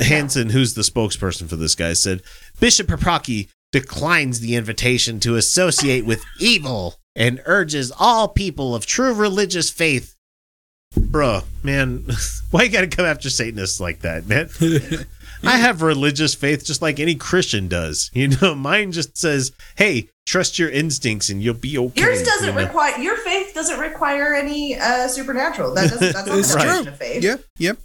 [SPEAKER 1] Hansen, who's the spokesperson for this guy, said Bishop Paprocki declines the invitation to associate with evil and urges all people of true religious faith. Bruh, man, why you gotta come after Satanists like that, man? I have religious faith just like any Christian does. You know, mine just says, hey, trust your instincts and you'll be okay.
[SPEAKER 3] Yours
[SPEAKER 1] you
[SPEAKER 3] doesn't
[SPEAKER 1] know?
[SPEAKER 3] require your faith doesn't require any uh, supernatural. That doesn't, that's not
[SPEAKER 2] It's
[SPEAKER 3] the definition
[SPEAKER 2] true.
[SPEAKER 3] of faith.
[SPEAKER 2] Yep. Yep.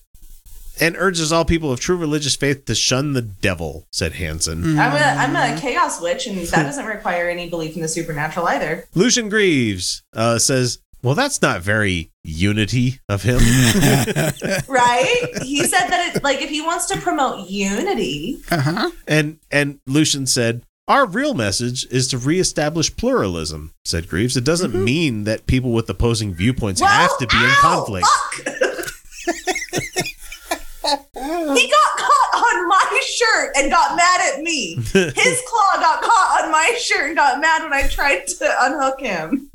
[SPEAKER 1] and urges all people of true religious faith to shun the devil, said Hansen.
[SPEAKER 3] I'm a I'm a chaos witch, and that doesn't require any belief in the supernatural either.
[SPEAKER 1] Lucian Greaves uh, says, Well, that's not very unity of him.
[SPEAKER 3] Right? he said that it like if he wants to promote unity,
[SPEAKER 2] Uh huh.
[SPEAKER 1] and and Lucian said, Our real message is to reestablish pluralism, said Greaves. It doesn't mean that people with opposing viewpoints have to be in
[SPEAKER 3] Mm-hmm. ow, Ah!
[SPEAKER 1] conflict.
[SPEAKER 3] fuck! he got caught on my shirt and got mad at me. His claw got caught on my shirt and got mad when I tried to unhook him.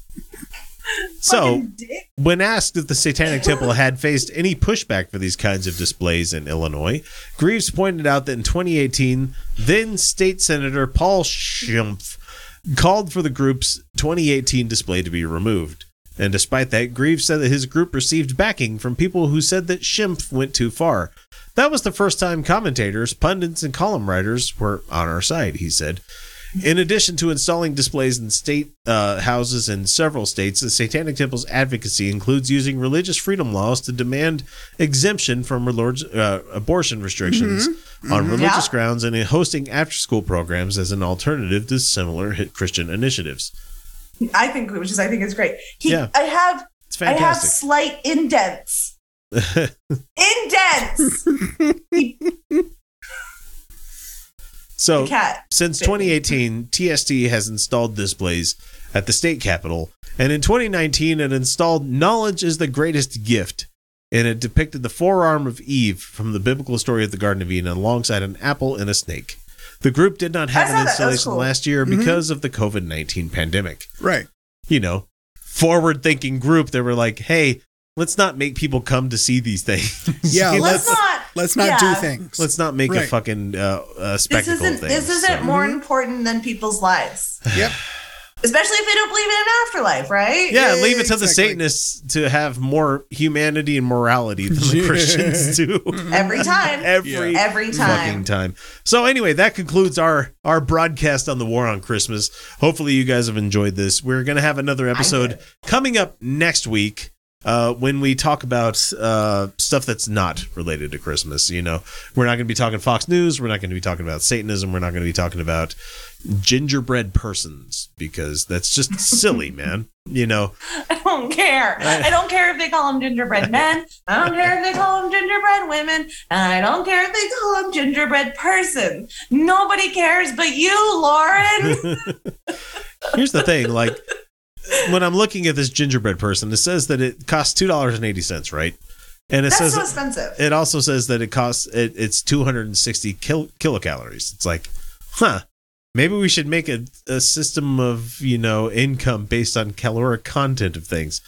[SPEAKER 1] So
[SPEAKER 3] Fucking dick.
[SPEAKER 1] When asked if the Satanic Temple had faced any pushback for these kinds of displays in Illinois, Greaves pointed out that in 2018, then State Senator Paul Schimpf called for the group's 2018 display to be removed. And despite that, Greaves said that his group received backing from people who said that Schimpf went too far. That was the first time commentators, pundits, and column writers were on our side, he said. In addition to installing displays in state uh, houses in several states, the Satanic Temple's advocacy includes using religious freedom laws to demand exemption from relig- uh, abortion restrictions on religious
[SPEAKER 3] Mm-hmm. Yeah.
[SPEAKER 1] grounds and in hosting after school programs as an alternative to similar hit- Christian initiatives.
[SPEAKER 3] I think which is I think is great. He
[SPEAKER 1] Yeah.
[SPEAKER 3] I have
[SPEAKER 1] It's
[SPEAKER 3] I have
[SPEAKER 1] fantastic.
[SPEAKER 3] slight indents. indents.
[SPEAKER 1] so,
[SPEAKER 3] Cat.
[SPEAKER 1] Since 2018, TST has installed displays at the state capitol, and in 2019, it installed Knowledge is the Greatest Gift, and it depicted the forearm of Eve from the biblical story of the Garden of Eden alongside an apple and a snake. The group did not have
[SPEAKER 3] I
[SPEAKER 1] an
[SPEAKER 3] saw that. That was
[SPEAKER 1] installation
[SPEAKER 3] cool. Mm-hmm.
[SPEAKER 1] last year because of the COVID 19 pandemic.
[SPEAKER 2] Right.
[SPEAKER 1] You know, forward thinking group, they were like, hey, let's not make people come to see these things.
[SPEAKER 2] Yeah,
[SPEAKER 1] You know,
[SPEAKER 3] Let's
[SPEAKER 2] Let's-
[SPEAKER 3] not
[SPEAKER 2] Let's not
[SPEAKER 3] yeah.
[SPEAKER 2] do things.
[SPEAKER 1] let's not make a
[SPEAKER 2] Right.
[SPEAKER 1] fucking uh, uh,
[SPEAKER 3] This
[SPEAKER 1] spectacle
[SPEAKER 3] isn't
[SPEAKER 1] of things.
[SPEAKER 3] this isn't
[SPEAKER 1] so.
[SPEAKER 3] more important than people's lives.
[SPEAKER 2] Yep.
[SPEAKER 3] Especially if they don't believe in an afterlife, right?
[SPEAKER 1] Yeah, leave it to the
[SPEAKER 2] Exactly.
[SPEAKER 1] Satanists to have more humanity and morality than the
[SPEAKER 2] Yeah.
[SPEAKER 1] Christians do
[SPEAKER 3] Every time.
[SPEAKER 1] every
[SPEAKER 3] Every
[SPEAKER 1] fucking time.
[SPEAKER 3] time.
[SPEAKER 1] So anyway, that concludes our our broadcast on the war on Christmas. Hopefully, you guys have enjoyed this. We're gonna have another episode coming up next week. Uh, when we talk about uh, stuff that's not related to Christmas, you know, we're not going to be talking Fox News. We're not going to be talking about Satanism. We're not going to be talking about gingerbread persons because that's just silly, man. You know,
[SPEAKER 3] I don't care. I don't care if they call them gingerbread men. I don't care if they call them gingerbread women. I don't care if they call them gingerbread person. Nobody cares but you, Lauren.
[SPEAKER 1] Here's the thing, like when I'm looking at this gingerbread person, it says that it costs two dollars and eighty cents, right? And it
[SPEAKER 3] That's
[SPEAKER 1] says
[SPEAKER 3] so expensive.
[SPEAKER 1] it also says that it costs it, it's two hundred and sixty kil- kilocalories. It's like, huh? Maybe we should make a, a system of you know income based on caloric content of things.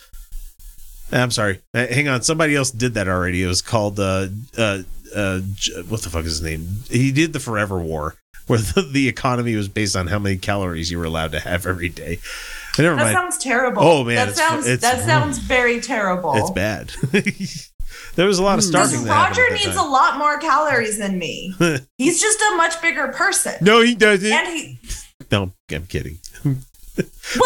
[SPEAKER 1] I'm sorry. Uh, Hang on. Somebody else did that already. It was called uh uh uh J- what the fuck is his name? He did the Forever War, where the, the economy was based on how many calories you were allowed to have every day. Eh, Never
[SPEAKER 3] That
[SPEAKER 1] mind.
[SPEAKER 3] sounds terrible.
[SPEAKER 1] Oh, man,
[SPEAKER 3] that
[SPEAKER 1] it's-
[SPEAKER 3] sounds
[SPEAKER 1] it's-
[SPEAKER 3] that sounds very terrible.
[SPEAKER 1] It's bad. There was a lot of
[SPEAKER 3] Because
[SPEAKER 1] starving. that happened
[SPEAKER 3] Roger
[SPEAKER 1] at that
[SPEAKER 3] needs a
[SPEAKER 1] time.
[SPEAKER 3] lot more calories than me. He's just a much bigger person.
[SPEAKER 1] No, he doesn't.
[SPEAKER 3] And he.
[SPEAKER 1] no, I'm kidding.
[SPEAKER 3] well,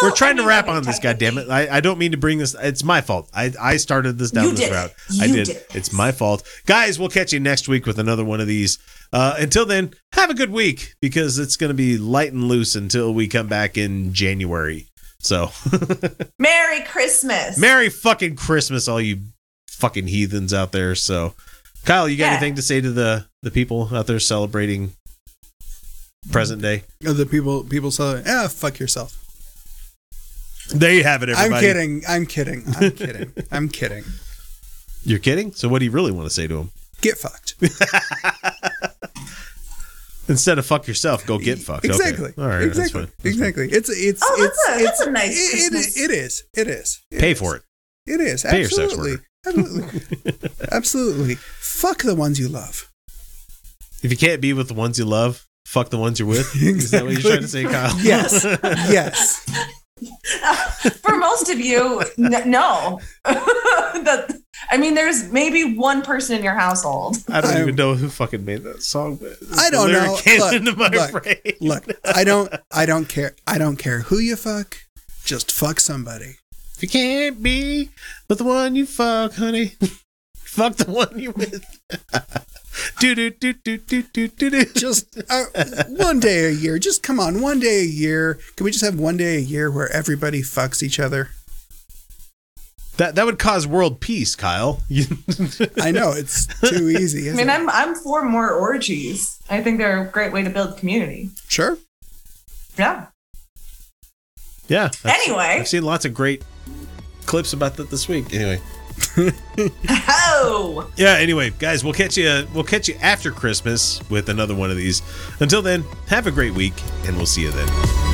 [SPEAKER 1] We're trying
[SPEAKER 3] I mean,
[SPEAKER 1] to wrap
[SPEAKER 3] I mean,
[SPEAKER 1] on this. God damn it! I, I don't mean to bring this. It's my fault. I I started this down
[SPEAKER 3] You
[SPEAKER 1] this
[SPEAKER 3] did it.
[SPEAKER 1] route. I
[SPEAKER 3] You
[SPEAKER 1] did.
[SPEAKER 3] did this.
[SPEAKER 1] It's my fault, guys. We'll catch you next week with another one of these. Uh, until then, have a good week because it's going to be light and loose until we come back in January. So,
[SPEAKER 3] Merry Christmas.
[SPEAKER 1] Merry fucking Christmas, all you fucking heathens out there. So, Kyle, you got
[SPEAKER 3] Yeah.
[SPEAKER 1] anything to say to the the people out there celebrating present day?
[SPEAKER 2] Other people, people say, "Ah, fuck yourself."
[SPEAKER 1] There you have it, everybody.
[SPEAKER 2] I'm kidding. I'm kidding. I'm kidding. I'm kidding.
[SPEAKER 1] You're kidding. So, what do you really want to say to them?
[SPEAKER 2] Get fucked.
[SPEAKER 1] Instead of fuck yourself, go get fucked. Okay.
[SPEAKER 2] E- Exactly.
[SPEAKER 1] All right. that's
[SPEAKER 2] Exactly.
[SPEAKER 1] fine. That's fine.
[SPEAKER 2] exactly. It's it's
[SPEAKER 3] Oh, that's
[SPEAKER 2] it's,
[SPEAKER 3] a- that's
[SPEAKER 2] it's
[SPEAKER 3] a nice
[SPEAKER 2] It,
[SPEAKER 3] Christmas.
[SPEAKER 2] it, it is. It is. It
[SPEAKER 1] Pay
[SPEAKER 2] is.
[SPEAKER 1] for it.
[SPEAKER 2] It is.
[SPEAKER 1] Pay your sex
[SPEAKER 2] absolutely.
[SPEAKER 1] worker.
[SPEAKER 2] Absolutely. absolutely. Fuck the ones you love.
[SPEAKER 1] If you can't be with the ones you love, fuck the ones you're with. Is that what you're trying to say, Kyle?
[SPEAKER 2] Yes. yes.
[SPEAKER 3] For most of you, n- no. that, I mean, there's maybe one person in your household.
[SPEAKER 1] I don't
[SPEAKER 2] I'm-
[SPEAKER 1] even know who fucking made that song. But the
[SPEAKER 2] I don't
[SPEAKER 1] lyric
[SPEAKER 2] know.
[SPEAKER 1] Came
[SPEAKER 2] Look,
[SPEAKER 1] into my
[SPEAKER 2] look,
[SPEAKER 1] brain.
[SPEAKER 2] Look, I don't I don't care. I don't care who you fuck. Just fuck somebody.
[SPEAKER 1] If you can't be with the one you fuck, honey, fuck the one you with. do do do do do do do do.
[SPEAKER 2] Just uh, one day a year. Just come on, one day a year. Can we just have one day a year where everybody fucks each other?
[SPEAKER 1] That that would cause world peace, Kyle. You-
[SPEAKER 2] I know it's too easy.
[SPEAKER 3] I
[SPEAKER 2] Isn't
[SPEAKER 3] mean,
[SPEAKER 2] it?
[SPEAKER 3] I'm I'm for more orgies. I think they're a great way to build community.
[SPEAKER 2] sure.
[SPEAKER 3] Yeah.
[SPEAKER 1] yeah. I've-
[SPEAKER 3] Anyway.
[SPEAKER 1] I've seen lots of great clips about that this week. Anyway.
[SPEAKER 3] Oh,
[SPEAKER 1] Yeah. Anyway, guys, we'll catch you. We'll catch you after Christmas with another one of these. Until then, have a great week, and we'll see you then.